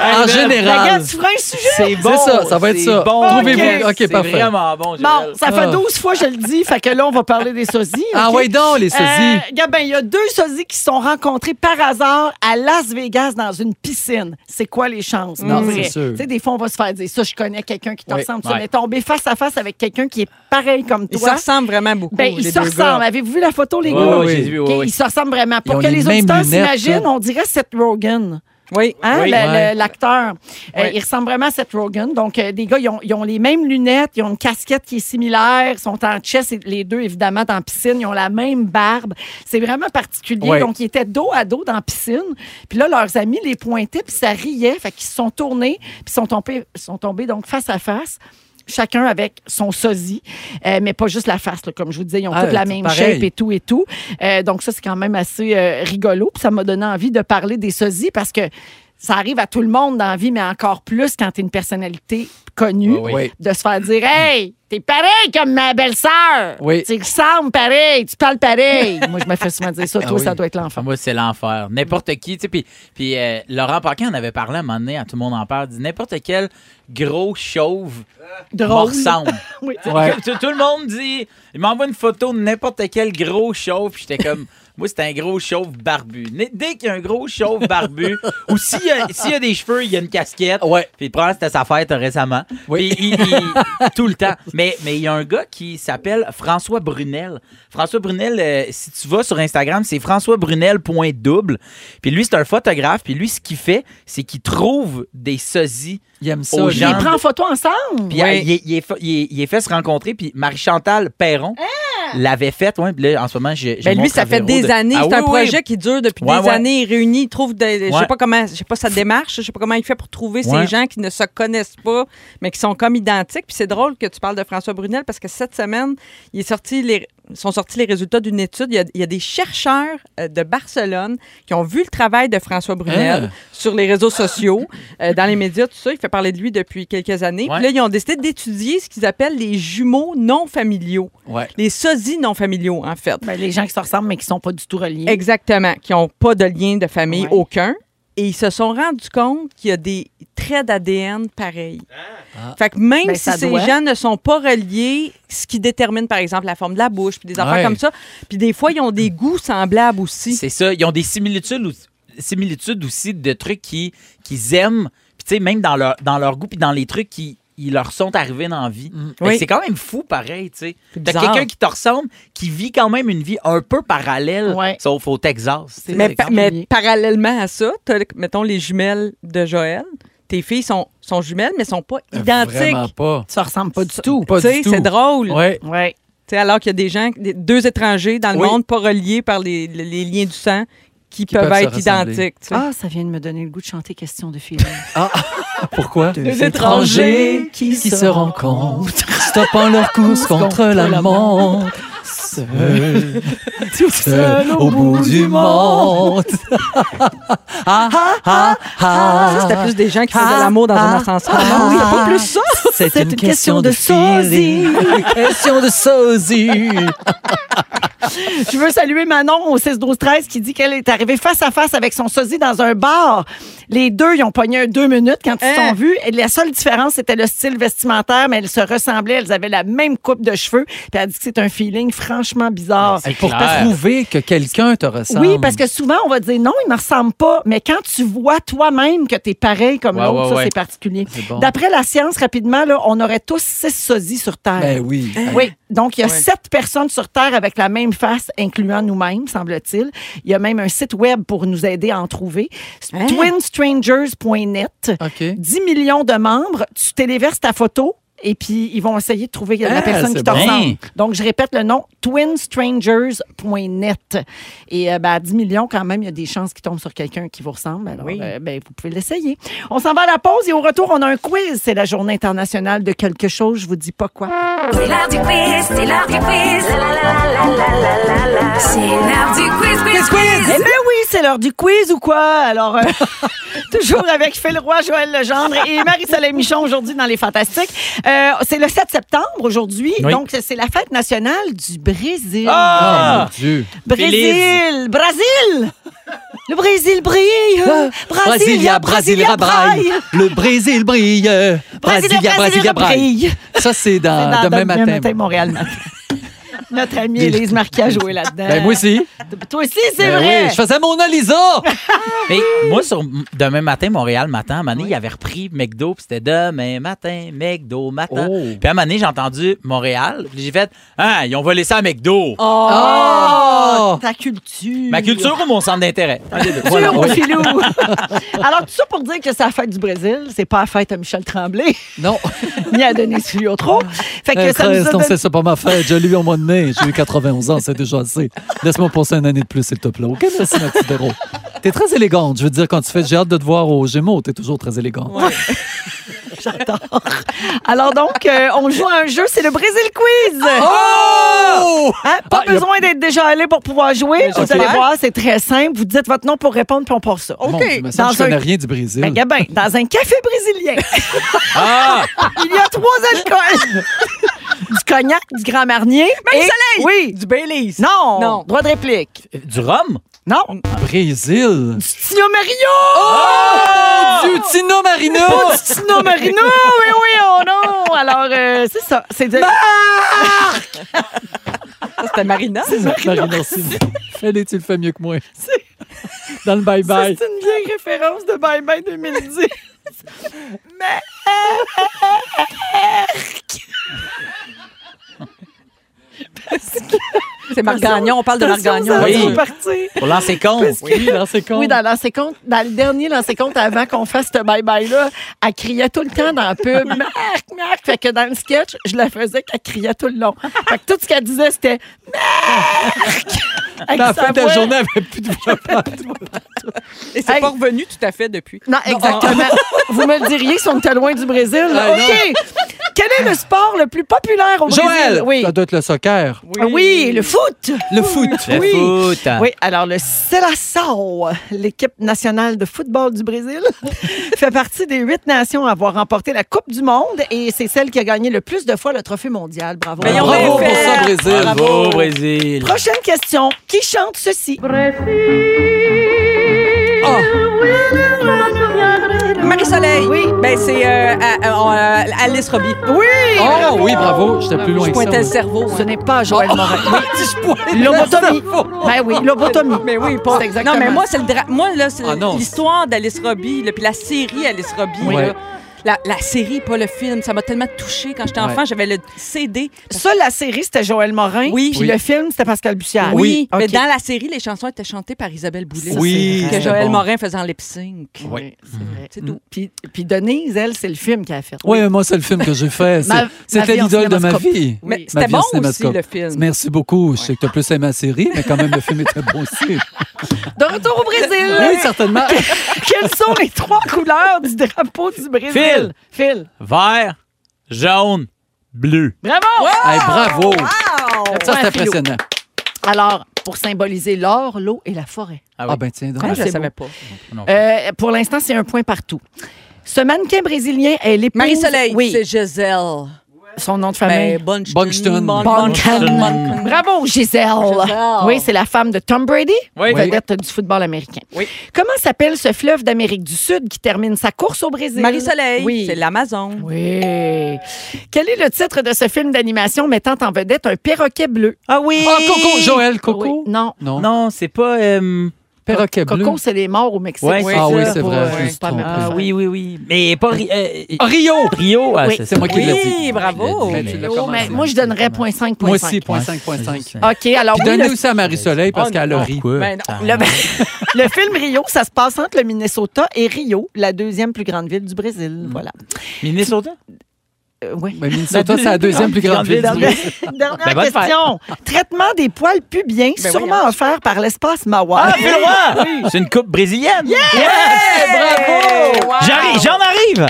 Speaker 8: en général.
Speaker 1: Regarde, tu feras un sujet.
Speaker 5: C'est bon.
Speaker 8: ça, ça va être
Speaker 5: c'est
Speaker 8: ça.
Speaker 5: Bon,
Speaker 8: Trouvez-vous-
Speaker 5: Joël,
Speaker 8: OK,
Speaker 5: c'est
Speaker 8: parfait.
Speaker 5: vraiment bon, Joël.
Speaker 1: Bon, ça fait
Speaker 8: Ah.
Speaker 1: 12 fois que je le dis, fait que là, on va parler des sosies.
Speaker 8: Ah
Speaker 1: ok?
Speaker 8: ouais donc, les sosies.
Speaker 1: Euh, regarde, ben, il y a deux sosies qui se sont rencontrés par hasard à Las Vegas dans une piscine. C'est quoi les chances? Non,
Speaker 8: c'est sûr.
Speaker 1: Tu sais, des fois, on va se faire dire ça, je connais quelqu'un qui te
Speaker 8: Oui,
Speaker 1: ressemble. Tu
Speaker 5: ouais.
Speaker 1: mais tomber face à face avec quelqu'un qui est pareil comme
Speaker 3: Ils
Speaker 1: toi.
Speaker 3: se ressemblent vraiment beaucoup.
Speaker 1: Ben, ils
Speaker 3: les
Speaker 1: se
Speaker 3: deux gars.
Speaker 1: ressemblent. Avez-vous vu la photo, les
Speaker 5: Oui,
Speaker 1: gars?
Speaker 5: oui, j'ai vu, oui,
Speaker 1: OK,
Speaker 5: oui.
Speaker 1: Ils se ressemblent vraiment.
Speaker 8: Ils
Speaker 1: Pour
Speaker 8: ont
Speaker 1: que
Speaker 8: les
Speaker 1: les
Speaker 8: mêmes
Speaker 1: auditeurs
Speaker 8: lunettes,
Speaker 1: s'imaginent,
Speaker 8: ça.
Speaker 1: on dirait Seth Rogen.
Speaker 3: Oui.
Speaker 1: Hein,
Speaker 4: Oui.
Speaker 1: le- le-
Speaker 8: Ouais.
Speaker 1: l'acteur. Euh,
Speaker 3: Oui.
Speaker 1: il ressemble vraiment à Seth Rogen. Donc, euh, des gars, ils ont, ils ont les mêmes lunettes, ils ont une casquette qui est similaire, ils sont en chess, et les deux, évidemment, dans la piscine, ils ont la même barbe. C'est vraiment particulier.
Speaker 8: Ouais.
Speaker 1: Donc, ils étaient dos à dos dans la piscine. Puis là, leurs amis les pointaient, puis ça riait. Fait qu'ils se sont tournés, puis ils sont tombés, sont tombés donc face à face. Chacun avec son sosie, Euh, mais pas juste la face, là, comme je vous disais, ils ont
Speaker 8: Ah,
Speaker 1: toutes la
Speaker 8: tout
Speaker 1: même
Speaker 8: pareil.
Speaker 1: shape et tout et tout. Euh, donc ça, c'est quand même assez euh, rigolo. Puis ça m'a donné envie de parler des sosies parce que ça arrive à tout le monde dans la vie, mais encore plus quand t'es une personnalité connue,
Speaker 8: Oui. Oui.
Speaker 1: de se faire dire « Hey, t'es pareil comme ma belle-sœur!
Speaker 8: Oui.
Speaker 1: Tu ressembles pareil, tu parles pareil! » Moi, je me fais souvent dire ça. Toi,
Speaker 8: Ah oui.
Speaker 1: ça doit être
Speaker 5: Enfin,
Speaker 1: l'enfant.
Speaker 5: moi, c'est l'enfer. N'importe qui, tu sais, puis, puis euh, Laurent Paquin en avait parlé à un moment donné, à tout le monde en parle, dit n'importe quel gros chauve me
Speaker 1: Drôle.
Speaker 5: ressemble.
Speaker 1: Oui.
Speaker 8: Ouais.
Speaker 5: Tout, tout le monde dit, il m'envoie une photo de n'importe quel gros chauve, puis j'étais comme, moi, c'est un gros chauve barbu. Né- Dès qu'il y a un gros chauve barbu, ou s'il y, a- s'il y a des cheveux, il y a une casquette,
Speaker 8: Ah, Ouais.
Speaker 5: puis probablement c'était sa fête euh, récemment.
Speaker 8: Oui.
Speaker 5: Puis il- il- tout le temps. Mais mais il y a un gars qui s'appelle François Brunel. François Brunel, euh, si tu vas sur Instagram, c'est françoisbrunel.double. Puis lui, c'est un photographe. Puis lui, ce qu'il fait, c'est qu'il trouve des sosies.
Speaker 8: Il aime ça.
Speaker 5: Aux
Speaker 8: lui.
Speaker 1: Ils
Speaker 5: gens.
Speaker 1: les prennent en photo ensemble.
Speaker 5: Puis euh, il, est- il est fa- il est- il est fait se rencontrer. Puis Marie-Chantal Perron l'avait faite. Ouais, puis là, en ce moment, j'ai. j'ai
Speaker 3: Ben
Speaker 5: mon
Speaker 3: lui, ça fait
Speaker 5: Travelero
Speaker 3: des
Speaker 5: de-
Speaker 3: années.
Speaker 5: Ah
Speaker 3: c'est un
Speaker 5: oui, oui.
Speaker 3: projet qui dure depuis
Speaker 5: Ouais,
Speaker 3: des
Speaker 5: ouais.
Speaker 3: années. Il réunit, il trouve des. Je
Speaker 5: Ouais.
Speaker 3: sais pas comment. Je sais pas sa démarche. Je sais pas comment il fait pour trouver
Speaker 5: Ouais.
Speaker 3: ces gens qui ne se connaissent pas, mais qui sont comme identiques. Puis c'est drôle que tu parles de François Brunel parce que cette semaine, il est sorti les sont sortis les résultats d'une étude. Il y, a, il y a des chercheurs euh, de Barcelone qui ont vu le travail de François Brunel
Speaker 8: Hein?
Speaker 3: sur les réseaux sociaux, euh, dans les médias, tout ça. Il fait parler de lui depuis quelques années.
Speaker 5: Ouais.
Speaker 3: Puis là, ils ont décidé d'étudier ce qu'ils appellent les jumeaux non familiaux,
Speaker 8: Ouais.
Speaker 3: les sosies non familiaux, en fait.
Speaker 1: Ben, les gens qui se ressemblent, mais qui sont pas du tout reliés.
Speaker 3: Exactement, qui n'ont pas de lien de famille
Speaker 1: Ouais.
Speaker 3: aucun. Et ils se sont rendus compte qu'il y a des traits d'ADN pareils. Fait que même
Speaker 1: Ben,
Speaker 3: si
Speaker 1: ça
Speaker 3: ces
Speaker 1: doit.
Speaker 3: gens ne sont pas reliés, ce qui détermine, par exemple, la forme de la bouche, puis des affaires
Speaker 8: Ouais.
Speaker 3: comme ça, puis des fois, ils ont des goûts semblables aussi.
Speaker 5: C'est ça. Ils ont des similitudes, ou- similitudes aussi de trucs qui- qu'ils aiment. Puis, tu sais, même dans leur, dans leur goût, puis dans les trucs qui ils leur sont arrivés dans la vie. Fait que
Speaker 3: Oui.
Speaker 5: C'est quand même fou, pareil, tu sais. T'as
Speaker 3: bizarre.
Speaker 5: quelqu'un qui te ressemble, qui vit quand même une vie un peu parallèle,
Speaker 1: Ouais.
Speaker 5: sauf au Texas. tu sais.
Speaker 3: Mais,
Speaker 5: C'est
Speaker 3: pa-
Speaker 5: quand-
Speaker 3: mais parallèlement à ça, t'as, mettons les jumelles de Joël. Tes filles sont, sont jumelles, mais sont pas
Speaker 8: Vraiment
Speaker 3: identiques.
Speaker 8: pas.
Speaker 1: Tu ne ressembles pas du tout.
Speaker 8: Pas
Speaker 3: Tu sais,
Speaker 8: du tout.
Speaker 3: c'est drôle.
Speaker 8: Ouais.
Speaker 1: Ouais.
Speaker 3: Tu sais, alors qu'il y a des gens, des- deux étrangers dans le
Speaker 8: Oui.
Speaker 3: monde pas reliés par les, les- les liens du sang qui, peuvent,
Speaker 8: peuvent se
Speaker 3: être
Speaker 8: ressembler.
Speaker 3: identiques. tu sais.
Speaker 1: Ah, ça vient de me donner le goût de chanter Question de film.
Speaker 8: Pourquoi?
Speaker 3: Deux étrangers
Speaker 8: qui, se rencontrent, stoppant leur course contre la montre. Seul, tout seul au bout du monde. ah, ah, ah,
Speaker 3: Ça, c'était plus des gens qui faisaient
Speaker 8: Ah,
Speaker 3: l'amour dans
Speaker 8: ah,
Speaker 3: un ascenseur.
Speaker 8: ah,
Speaker 3: Non, il y a pas
Speaker 8: ah,
Speaker 3: plus ça.
Speaker 8: C'est une, question, de, sosie. Une question de sosie.
Speaker 1: Je veux saluer Manon au 6 12 13 qui dit qu'elle est arrivée face à face avec son sosie dans un bar. Les deux, ils ont pogné un deux minutes quand ils se
Speaker 3: Hein?
Speaker 1: sont vus. Et la seule différence, c'était le style vestimentaire, mais elles se ressemblaient. Elles avaient la même coupe de cheveux. Puis elle dit que c'est un feeling franchement bizarre.
Speaker 8: Et pour
Speaker 5: clair.
Speaker 8: prouver que quelqu'un te ressemble.
Speaker 1: Oui, parce que souvent, on va dire non, il ne me ressemble pas. Mais quand tu vois toi-même que tu es pareil comme
Speaker 5: Ouais,
Speaker 1: l'autre,
Speaker 5: ouais,
Speaker 1: ça,
Speaker 5: ouais.
Speaker 1: c'est particulier.
Speaker 8: C'est bon.
Speaker 1: D'après la science, rapidement, là, on aurait tous six sosies sur Terre.
Speaker 8: Ben oui.
Speaker 1: Oui, Hein? donc il y a
Speaker 3: Ouais.
Speaker 1: sept personnes sur Terre avec la même face, incluant nous-mêmes, semble-t-il. Il y a même un site web pour nous aider à en trouver.
Speaker 3: Hein?
Speaker 1: Twinstrangers.net.
Speaker 8: OK.
Speaker 1: 10 millions de membres, tu téléverses ta photo et puis ils vont essayer de trouver la
Speaker 8: Ah,
Speaker 1: personne
Speaker 8: c'est
Speaker 1: qui te
Speaker 8: bon.
Speaker 1: ressemble. Donc, je répète le nom, twinstrangers.net. Et euh, ben, à 10 millions, quand même, il y a des chances qu'il tombe sur quelqu'un qui vous ressemble. Alors, euh, ben, vous pouvez l'essayer. On s'en va à la pause et au retour, on a un quiz. C'est la journée internationale de quelque chose, je vous dis pas quoi.
Speaker 10: C'est l'heure du quiz, c'est l'heure du quiz. La, la, la, la, la, la, la, la. C'est l'heure du quiz, quiz, quiz.
Speaker 1: Eh bien oui, c'est l'heure du quiz ou quoi? Alors, euh, toujours avec Phil Roy, Joël Legendre et Marie-Soleil Michon aujourd'hui dans Les Fantastiques. Euh, c'est le 7 septembre aujourd'hui,
Speaker 5: Oui.
Speaker 1: donc c'est la fête nationale du Brésil.
Speaker 5: Ah!
Speaker 8: Ah, mon Dieu.
Speaker 1: Brésil! Brésil! Le Brésil brille! Brasilia, Brasilia braille!
Speaker 8: Le Brésil brille.
Speaker 1: Brasilia, Brasilia brille!
Speaker 8: Ça, c'est
Speaker 1: C'est
Speaker 8: dans
Speaker 1: dans
Speaker 8: demain Ah, matin.
Speaker 1: Montréal matin. Notre amie Élise Marquis a joué là-dedans.
Speaker 8: Ben, moi aussi.
Speaker 1: Toi aussi, c'est
Speaker 8: Ben
Speaker 1: vrai.
Speaker 8: oui, je faisais mon Alisa.
Speaker 5: Mais moi, sur demain matin, Montréal matin, à un moment donné, il avait repris McDo, puis c'était demain matin, McDo matin.
Speaker 8: Oh.
Speaker 5: Puis à un moment donné, j'ai entendu Montréal, puis j'ai fait Ah, ils ont volé ça à McDo.
Speaker 8: Oh!
Speaker 1: Ta culture.
Speaker 5: Ma culture ou mon centre d'intérêt Un des deux.
Speaker 1: Culture au filou. Alors, tout ça pour dire que c'est la fête du Brésil. C'est pas la fête à Michel Tremblay,
Speaker 8: Non, Euh,
Speaker 1: ni à Denis Filiotro. Fait que
Speaker 8: Hey,
Speaker 1: ça nous a
Speaker 8: Christ, non,
Speaker 1: donné-
Speaker 8: c'est ça pas ma fête. Je l'ai eu au mois de mai. J'ai eu 91 ans, c'est déjà assez. Laisse-moi passer une année de plus, s'il te plaît. OK, merci, ma petite Véro. T'es très élégante. Je veux dire, quand tu fais, j'ai hâte de te voir aux Gémeaux. T'es toujours très élégante.
Speaker 1: J'adore. Alors donc, euh, on joue à un jeu, c'est le Brésil Quiz.
Speaker 8: Oh!
Speaker 1: Hein, Pas
Speaker 8: Ah, y a-
Speaker 1: besoin d'être déjà allé pour pouvoir jouer. Vous allez voir, c'est très simple. Vous dites votre nom pour répondre, puis on part ça.
Speaker 8: Bon, je me sens
Speaker 1: Dans
Speaker 8: que je connais
Speaker 1: un-
Speaker 8: rien du Brésil.
Speaker 1: Ben, Gabin, dans un café brésilien,
Speaker 5: Ah!
Speaker 1: il y a trois alcools. du cognac, du Grand Marnier. Mais soleil! Oui.
Speaker 3: Du Baileys.
Speaker 1: Non.
Speaker 3: Non.
Speaker 1: Droit de réplique.
Speaker 5: Du rhum?
Speaker 1: Non.
Speaker 8: Brésil.
Speaker 1: Tino Marino.
Speaker 8: Du Tino Marino.
Speaker 1: Tino Marino. Oui, oui, oh non. Alors, euh, c'est ça. C'est de...
Speaker 3: Ça, C'était Marina.
Speaker 8: Marino Fallait, tu le fais mieux que moi. Dans le bye-bye.
Speaker 1: C'est une vieille référence de Bye Bye 2010.
Speaker 3: C'est Marc Gagnon. On parle de Marc Gagnon.
Speaker 5: Oui.
Speaker 1: Oui. parti.
Speaker 5: Pour lancer compte.
Speaker 8: Oui, dans ses comptes.
Speaker 1: Oui, dans l'ancien compte, dans le dernier l'ancien compte, avant qu'on fasse ce bye-bye-là, elle criait tout le temps dans la pub, Marc, Marc. Fait que dans le sketch, je la faisais qu'elle criait tout le long. Fait que tout ce qu'elle disait, c'était Marc! Avec
Speaker 8: Dans la
Speaker 1: sa
Speaker 8: fin de la
Speaker 1: voix.
Speaker 8: journée, elle avait plus de
Speaker 3: Et c'est
Speaker 1: Hey.
Speaker 3: pas revenu tout à fait depuis.
Speaker 1: Non, exactement. Vous me le diriez si on était loin du Brésil. là.
Speaker 8: Ah, non.
Speaker 1: OK. Quel est le sport le plus populaire au Brésil?
Speaker 8: Joël!
Speaker 1: Oui.
Speaker 8: Ça doit être le soccer.
Speaker 1: Ah Oui, le foot.
Speaker 8: Le foot.
Speaker 5: Le
Speaker 1: Oui.
Speaker 5: foot.
Speaker 8: Ah.
Speaker 1: Oui, alors le Seleção, l'équipe nationale de football du Brésil, fait partie des huit nations à avoir remporté la Coupe du Monde et c'est celle qui a gagné le plus de fois le trophée mondial. Bravo.
Speaker 3: Voyons
Speaker 8: Bravo
Speaker 3: Ben, bien
Speaker 8: pour
Speaker 3: fait.
Speaker 8: ça, Brésil.
Speaker 5: Bravo, Brésil.
Speaker 1: Prochaine question. Qui chante ceci?
Speaker 8: Ah,
Speaker 3: Marie-Soleil.
Speaker 1: Oui.
Speaker 3: Ben, c'est euh, à- à- euh, Alice Robbie.
Speaker 1: Oui!
Speaker 8: Ah, oui, bravo. J'étais plus loin
Speaker 3: Je
Speaker 8: que ça.
Speaker 3: pointais le
Speaker 8: moi.
Speaker 3: cerveau.
Speaker 1: Ce n'est pas Joël Morin.
Speaker 8: Ah, je pointe le
Speaker 1: Lobotomie.
Speaker 8: cerveau.
Speaker 1: Ben oui, lobotomie.
Speaker 3: Mais oui, pas.
Speaker 1: C'est exactement
Speaker 3: Non, mais moi, c'est le dra- Moi, là, c'est
Speaker 8: Ah non.
Speaker 3: l'histoire d'Alice Robbie, là, puis la série Alice Robbie,
Speaker 8: Ouais.
Speaker 3: là. La, la série, pas le film. Ça m'a tellement touchée quand j'étais
Speaker 8: Ouais.
Speaker 3: enfant. J'avais le CD.
Speaker 1: Ça, la série, c'était Joël Morin.
Speaker 3: Oui.
Speaker 1: Puis
Speaker 8: Oui.
Speaker 1: le film, c'était Pascal Bussière.
Speaker 3: Ah, Oui, mais
Speaker 1: OK.
Speaker 3: dans la série, les chansons étaient chantées par Isabelle Boulay.
Speaker 8: Oui,
Speaker 3: Que
Speaker 8: c'était
Speaker 3: Joël
Speaker 8: bon.
Speaker 3: Morin faisait en lip sync.
Speaker 1: Oui, c'est vrai.
Speaker 3: Mhm.
Speaker 1: Mm.
Speaker 3: C'est tout.
Speaker 1: Puis, puis Denise, elle, c'est le film qu'elle a fait.
Speaker 8: Oui, moi, c'est le film que j'ai fait. C'est-
Speaker 1: Ma- ma
Speaker 8: C'était
Speaker 1: vie en
Speaker 8: l'idole de ma
Speaker 1: cinémascope.
Speaker 8: vie.
Speaker 1: Oui.
Speaker 3: Mais
Speaker 8: Ma
Speaker 3: c'était
Speaker 8: vie en
Speaker 3: bon aussi,
Speaker 8: cinémascope.
Speaker 3: le film.
Speaker 8: Merci beaucoup. Je sais que tu as plus aimé ma série, mais quand même, le film était bon aussi.
Speaker 1: De retour au Brésil.
Speaker 8: Oui, certainement.
Speaker 1: Quelles sont les trois couleurs du drapeau du Brésil? Phil. Phil.
Speaker 5: Vert, jaune, bleu.
Speaker 1: Bravo!
Speaker 8: Hey, bravo. Ça,
Speaker 1: Ouais,
Speaker 8: c'est
Speaker 1: Philo.
Speaker 8: impressionnant.
Speaker 1: Alors, pour symboliser l'or, l'eau et la forêt.
Speaker 5: Ah oui.
Speaker 8: Ah, ben tiens, donc.
Speaker 3: Ah, je
Speaker 1: c'est
Speaker 3: ne savais pas.
Speaker 1: Euh, pour l'instant, c'est un point partout. Ce mannequin brésilien est l'épouse...
Speaker 3: Marie-Soleil,
Speaker 1: Oui.
Speaker 3: c'est Giselle.
Speaker 1: Son nom de famille.
Speaker 3: Ben, Bunchton.
Speaker 8: Bunchton.
Speaker 3: Mon-
Speaker 1: Bunchton.
Speaker 3: Bunchton.
Speaker 1: Bravo, Gisèle.
Speaker 3: Gisèle.
Speaker 1: Oui, c'est la femme de Tom Brady,
Speaker 5: Oui.
Speaker 1: vedette du football américain.
Speaker 3: Oui.
Speaker 1: Comment s'appelle ce fleuve d'Amérique du Sud qui termine sa course au Brésil?
Speaker 3: Marie-Soleil,
Speaker 1: Oui.
Speaker 3: c'est l'Amazon.
Speaker 1: Oui. Quel est le titre de ce film d'animation mettant en vedette un perroquet bleu?
Speaker 5: Ah oui.
Speaker 8: Ah, Coco, Joël, Coco.
Speaker 1: Oui. Non.
Speaker 8: Non.
Speaker 5: Non, c'est pas. euh,
Speaker 8: Perroquet bleu.
Speaker 1: Coco, c'est les morts au Mexique.
Speaker 5: Ouais,
Speaker 8: Ah
Speaker 5: c'est
Speaker 8: oui,
Speaker 5: ça,
Speaker 8: c'est
Speaker 1: pour,
Speaker 8: vrai.
Speaker 1: euh,
Speaker 8: je me suis
Speaker 1: pas
Speaker 8: trompée.
Speaker 1: mal.
Speaker 5: Ah oui, oui, oui. Mais pas. Ri- euh,
Speaker 8: Ah, Rio.
Speaker 5: Rio, ah,
Speaker 1: Oui.
Speaker 5: c'est
Speaker 8: C'est
Speaker 5: ça.
Speaker 8: moi qui l'ai dit.
Speaker 3: Oui, bravo.
Speaker 8: Je l'ai dit, je l'ai
Speaker 1: Oh,
Speaker 8: commencé.
Speaker 1: mais moi, je donnerais 0.5,
Speaker 8: Moi aussi,
Speaker 1: 0.5.
Speaker 8: point 5, point 5.
Speaker 1: OK, alors
Speaker 8: Puis
Speaker 1: Ah oui,
Speaker 8: donnez
Speaker 1: le,
Speaker 8: aussi à Marie-Soleil parce qu'elle a ri.
Speaker 5: Pourquoi?
Speaker 3: Ben non.
Speaker 5: Ah.
Speaker 1: le- le film Rio, ça se passe entre le Minnesota et Rio, la deuxième plus grande ville du Brésil.
Speaker 8: Mm.
Speaker 1: Voilà.
Speaker 5: Minnesota?
Speaker 1: Euh, ouais.
Speaker 8: Mais Minnesota, c'est la deuxième plus grande ville du
Speaker 1: Dernière,
Speaker 8: Brésil.
Speaker 1: dernière
Speaker 5: Ben, bonne
Speaker 1: question. Traitement des poils pubiens,
Speaker 3: Ben
Speaker 1: sûrement
Speaker 3: voyons.
Speaker 1: offert par l'espace Mawa.
Speaker 5: Ah, Phil Roy! C'est une coupe brésilienne.
Speaker 3: Bravo!
Speaker 5: J'arrive, j'en arrive.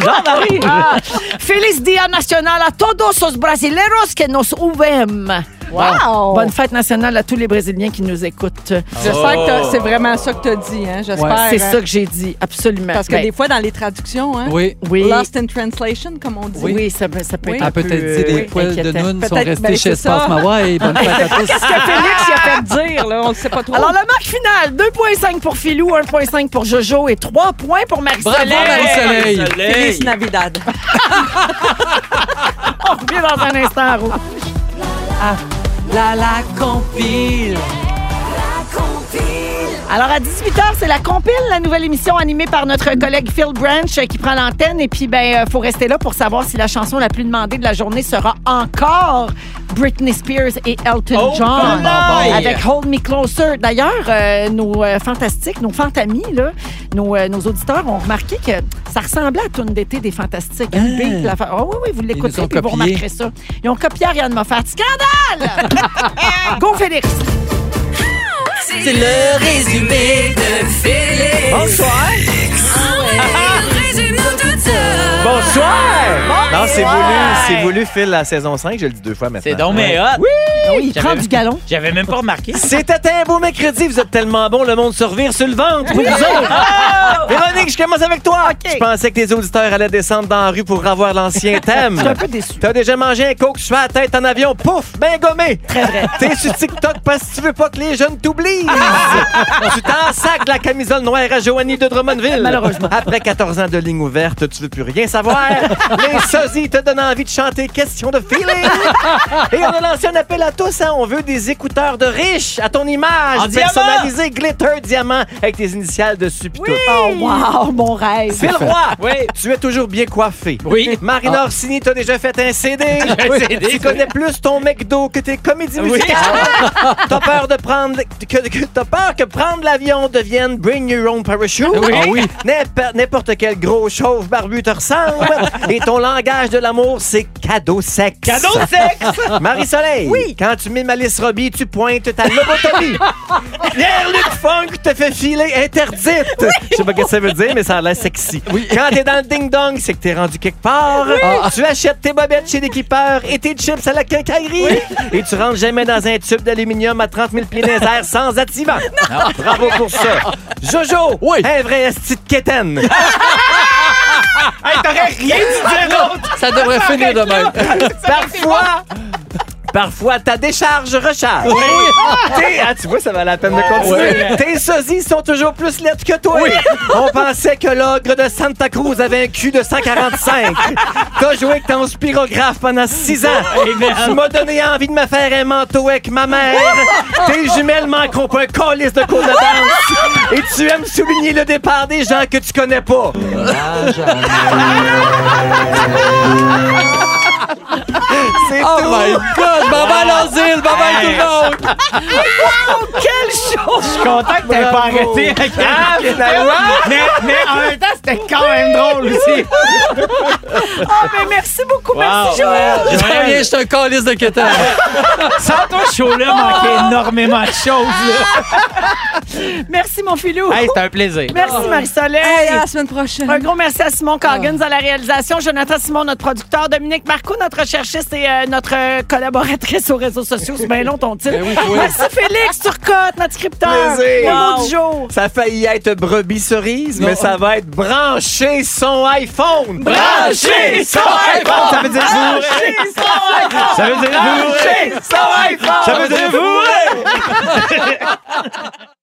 Speaker 5: j'en arrive.
Speaker 1: Ah. Feliz Dia Nacional a todos los brasileros que nos UVM.
Speaker 3: Wow!
Speaker 1: Bonne fête nationale à tous les Brésiliens qui nous écoutent.
Speaker 3: J'espère que t'as- c'est vraiment ça que tu as dit, hein? J'espère.
Speaker 8: Ouais,
Speaker 1: C'est
Speaker 3: hein?
Speaker 1: ça que j'ai dit, absolument.
Speaker 3: Parce que
Speaker 1: Ben,
Speaker 3: des fois, dans les traductions, hein?
Speaker 8: Oui.
Speaker 1: oui,
Speaker 3: Lost in translation, comme on dit.
Speaker 1: oui, ça, peut- ça peut
Speaker 3: Oui.
Speaker 1: être
Speaker 8: Ah,
Speaker 1: un peu,
Speaker 8: peut-être dit
Speaker 1: euh,
Speaker 8: des poils de
Speaker 1: inquiétant.
Speaker 8: nounes sont
Speaker 3: Peut-être, ben,
Speaker 8: restés
Speaker 3: c'est
Speaker 8: chez Espace
Speaker 3: ça.
Speaker 8: Mawa et bonne fête à tous.
Speaker 3: Ce Ah, que Félix il a fait dire, là, on ne sait pas trop.
Speaker 1: Alors, la marque finale, 2,5 pour Philou, 1,5 pour Jojo et 3 points pour
Speaker 8: Bravo,
Speaker 1: Marie-Soleil.
Speaker 8: Marie-Soleil.
Speaker 5: Soleil.
Speaker 3: Félix Navidad.
Speaker 1: On revient dans un instant, Roux.
Speaker 9: La la compile.
Speaker 1: Alors, à 18h, c'est la compile, la nouvelle émission animée par notre collègue Phil Branch euh, qui prend l'antenne. Et puis, ben, euh, faut rester là pour savoir si la chanson la plus demandée de la journée sera encore Britney Spears et Elton
Speaker 4: Oh,
Speaker 1: John.
Speaker 4: boy!
Speaker 1: Avec Hold Me Closer. D'ailleurs, euh, nos euh, fantastiques, nos fantamis, là, nos, euh, nos auditeurs ont remarqué que ça ressemblait à la tune d'été des fantastiques. Le beat, la fa- Ah oui, oui, vous
Speaker 8: Ils nous
Speaker 1: l'écouterez
Speaker 8: ont
Speaker 1: puis vous
Speaker 8: copié.
Speaker 1: remarquerez ça. Ils ont copié Ariane Moffat. Scandale! Go, Félix!
Speaker 9: C'est le résumé de Félix.
Speaker 4: Bonsoir.
Speaker 10: Résume-nous tout ça.
Speaker 18: Bonsoir! Non, c'est voulu, c'est voulu, Phil, la saison 5, je le dis deux fois maintenant.
Speaker 5: C'est donc mais hot.
Speaker 1: Ah oui, il
Speaker 5: J'avais-
Speaker 1: prend du galon.
Speaker 5: J'avais même pas remarqué.
Speaker 18: C'était un beau mercredi, vous êtes tellement bon, le monde se revire sur le ventre pour vous autres. Ah! Véronique, je commence avec toi. Je pensais que tes auditeurs allaient descendre dans la rue pour avoir l'ancien thème. Je suis un peu déçu. T'as déjà mangé un coke sur la tête en avion, pouf, ben gommé. Très vrai. T'es sur TikTok parce que tu veux pas que les jeunes t'oublient. tu t'en sacs de la camisole noire à Joanie de Drummondville. Malheureusement. Après 14 ans de ligne ouverte, tu veux plus rien savoir. les sosies te donnent envie de chanter question de feeling. Et on a lancé un appel à tous, hein. On veut des écouteurs de riches à ton image.
Speaker 5: En
Speaker 18: personnalisés, glitter, diamant, avec tes initiales dessus. pis tout.
Speaker 1: Oh, wow, mon rêve.
Speaker 18: Phil Roy, tu es toujours bien coiffé.
Speaker 5: Oui. Ah.
Speaker 18: Marine Orsini, t'as déjà fait un CD.
Speaker 5: Un CD,
Speaker 18: tu connais plus ton McDo que tes comédies musicales.
Speaker 5: Ah.
Speaker 18: t'as peur de prendre que, que- t'as peur que prendre l'avion devienne Bring Your Own Parachute.
Speaker 8: Ah oui.
Speaker 18: N'importe- N'importe quel gros chauve barbu te ressemble. Et ton langage de l'amour, c'est cadeau sexe.
Speaker 5: Cadeau de sexe!
Speaker 18: Marie-Soleil, quand tu mimes Alice Robbie, tu pointes ta lobotomie. Pierre-Luc Funk te fait filer interdite. Je sais pas ce que ça veut dire, mais ça a l'air sexy. Quand t'es dans le ding-dong, c'est que t'es rendu quelque part. Ah, Tu achètes tes bobettes chez l'équipeur et tes chips à la quincaillerie. Et tu rentres jamais dans un tube d'aluminium à 30 000 pieds dans les airs sans attivant. Bravo pour ça. Jojo,
Speaker 8: Oui.
Speaker 18: un vrai esti de quétaine.
Speaker 4: Hey, t'aurais rien dû dire d'autre.
Speaker 8: Ça devrait finir demain.
Speaker 18: Parfois... Parfois, ta décharge recharge. T'es- ah, tu vois, ça valait la peine de continuer. Tes sosies sont toujours plus lettres que toi. On pensait que l'ogre de Santa Cruz avait un cul de 145. T'as joué avec ton spirographe pendant 6 ans. Tu m'as donné envie de me faire un manteau avec ma mère. Tes jumelles manqueront pas un colis de cours de danse. Et tu aimes souligner le départ des gens que tu connais pas. C'est
Speaker 8: Oh
Speaker 18: tout.
Speaker 8: my God! Bye bye l'asile! Bye bye tout le monde!
Speaker 4: Je suis content que t'aies pas
Speaker 18: Bravo.
Speaker 4: arrêté. Ah, mais, mais en même temps, c'était quand même drôle aussi.
Speaker 1: Ah, mais merci beaucoup,
Speaker 5: Ah.
Speaker 1: merci, Joël.
Speaker 8: Je reviens, je suis un calice de quétaine.
Speaker 4: Sans toi, ce show-là manquait énormément de choses. là.
Speaker 1: Merci, mon filou.
Speaker 4: Hey, c'était un plaisir.
Speaker 1: Merci, Marie-Soleil.
Speaker 3: Hey, euh, à la semaine prochaine.
Speaker 1: Un gros merci à Simon Coggins à la réalisation, Jonathan Simon, notre producteur, Dominique Marcoux, notre recherchiste et euh, notre euh, collaboratrice aux réseaux sociaux. C'est bien long ton titre. Merci Félix Turcotte, notre scripteur. Le
Speaker 18: Plaisir.
Speaker 1: mot du jour.
Speaker 18: Ça a failli être brebis cerise, mais ça va être brancher son iPhone. Brancher son iPhone. Ça veut dire vous.
Speaker 4: Ça veut dire vous.
Speaker 18: Brancher son iPhone.
Speaker 4: Ça veut dire vous.